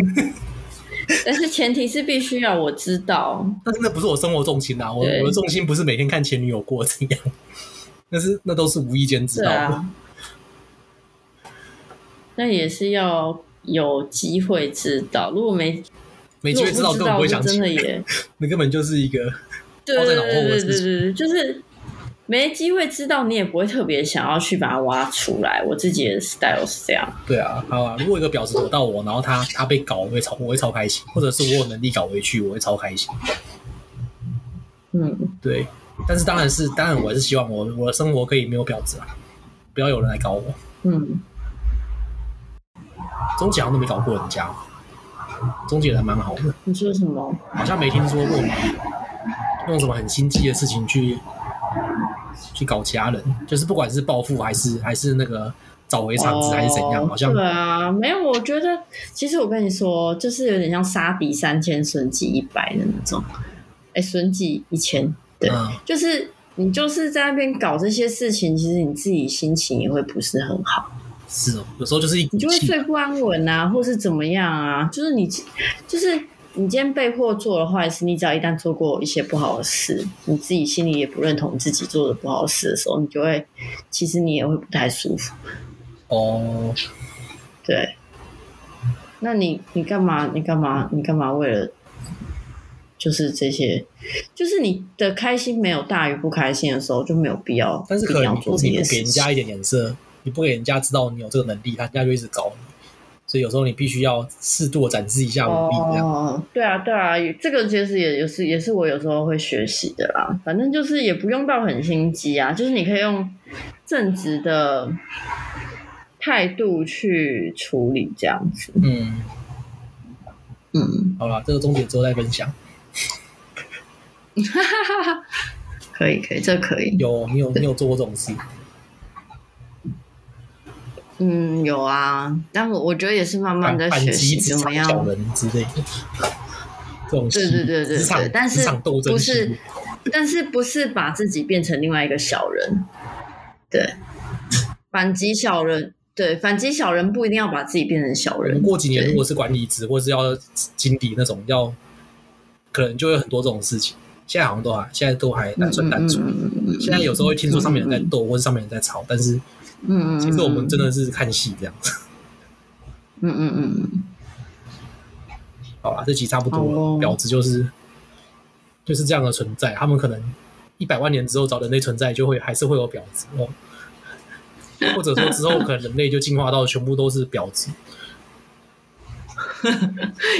B: 但是前提是必须要我知道。
A: 但是那不是我生活重心啊，我
B: 对
A: 我的重心不是每天看前女友过怎样， 那是那都是无意间知
B: 对
A: 道的。
B: 啊， 那也是要有机会知道。如果没
A: 没机会知道根本不会想
B: 如果
A: 起
B: 真
A: 来
B: 的，也
A: 那根本就是一个
B: 对
A: 包在
B: 对
A: 脑后的
B: 对
A: 事
B: 对对对，就是没机会知道，你也不会特别想要去把它挖出来。我自己的 style 是这样，
A: 对啊，好啊。如果一个婊子躲到我，然后他他被搞，我会超我会超开心，或者是我有能力搞回去，我会超开心。
B: 嗯，
A: 对，但是当然是当然我还是希望我我的生活可以没有婊子啊，不要有人来搞我。
B: 嗯，
A: 钟姐好像都没搞过人家，钟姐人还蛮好的。
B: 你说什么？
A: 好像没听说过用什么很心机的事情去去搞其他人，就是不管是报复还是还是那个找回场子还是怎样，
B: 哦
A: 好像
B: 对啊，没有，我觉得其实我跟你说，就是有点像杀敌三千，损己一百的那种。哎，损己一千，对，
A: 嗯
B: 就是你就是在那边搞这些事情，其实你自己心情也会不是很好。
A: 是哦，有时候就是一股
B: 你就会
A: 气
B: 睡不安稳啊，或是怎么样啊？就是你，就是你今天被迫做了坏事，你只要一旦做过一些不好的事，你自己心里也不认同自己做的不好的事的时候，你就会，其实你也会不太舒服。
A: 哦，
B: 对，那你你干嘛？你干嘛？你干嘛为了？就是这些，就是你的开心没有大于不开心的时候，就没有必要
A: 但是
B: 一
A: 可
B: 定
A: 能
B: 要
A: 你
B: 做
A: 不
B: 这
A: 你
B: 些
A: 不给
B: 事
A: 人
B: 情。
A: 家一点颜色，你不给人家知道你有这个能力，他人家就一直搞你，所以有时候你必须要适度的展示一下武力，这样
B: 哦，对啊，对啊，也这个其实也也是也是我有时候会学习的啦。反正就是也不用到很心机啊，就是你可以用正直的态度去处理这样子。
A: 嗯，
B: 嗯
A: 好了，这个终结之后再分享。
B: 可以可以，这可以。
A: 有你有你有做过这种事？
B: 嗯，有啊，但我我觉得也是慢慢在
A: 反
B: 学习
A: 击
B: 怎
A: 职
B: 么
A: 场
B: 样。
A: 小人之类的，这种
B: 对
A: 戏
B: 对对对
A: 职
B: 对
A: 场，
B: 但
A: 职
B: 是
A: 场斗争
B: 不
A: 戏
B: 是，但是不是把自己变成另外一个小人？对，反击小人，对，反击小人不一定要把自己变成小
A: 我们
B: 人。
A: 过几年
B: 对
A: 如果是管理职或是要经理那种，要可能就会有很多这种事情。现在好像都还，现在都还
B: 嗯
A: 难算淡出。
B: 嗯嗯
A: 现在有时候会听说上面人在斗，或是上面人在吵，但是
B: 嗯嗯，
A: 其实我们真
B: 的，
A: 的是看戏这样。
B: 嗯嗯嗯嗯，
A: 好啦，这集差不多了。
B: 好哦
A: 婊子就是就是这样的存在，他们可能一百万年之后找人类存在，就会还是会有婊子哦。或者说之后可能人类就进化到全部都是婊 子，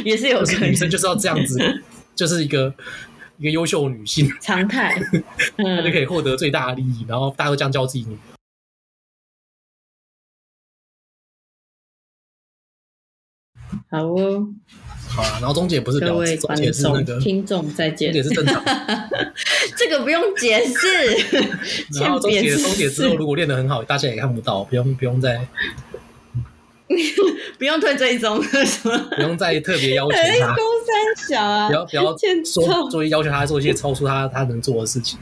B: 也是有
A: 就
B: 可
A: 是
B: 能
A: 女生就是要这样子，就是一个一个优秀女性，
B: 常态。
A: 她就
B: 嗯
A: 可以获得最大的利益，然后大家都这样教自己女。
B: 好哦，
A: 好啦，然后中姐不是
B: 各
A: 婊
B: 位
A: 子，中
B: 观
A: 姐是那个
B: 众、
A: 中
B: 听众再见
A: 姐。是正常。
B: 这个不用解释，
A: 然后中
B: 欠扁
A: 姐
B: 是
A: 中姐之后如果练得很好，大家也看不到，不用不用再
B: 不用退追踪什么。
A: 不用再特别要求
B: 哎，
A: 她。
B: 公三小啊，
A: 不要不要
B: 欠
A: 说
B: 揍。
A: 做要求他做一些超出他他能做的事情。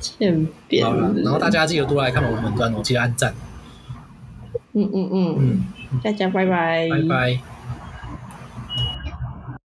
B: 欠扁
A: 好了，然后大家记得多来看我们粉钻哦，记得按赞。
B: 嗯嗯嗯，
A: 嗯，
B: 大家拜拜，
A: 拜拜。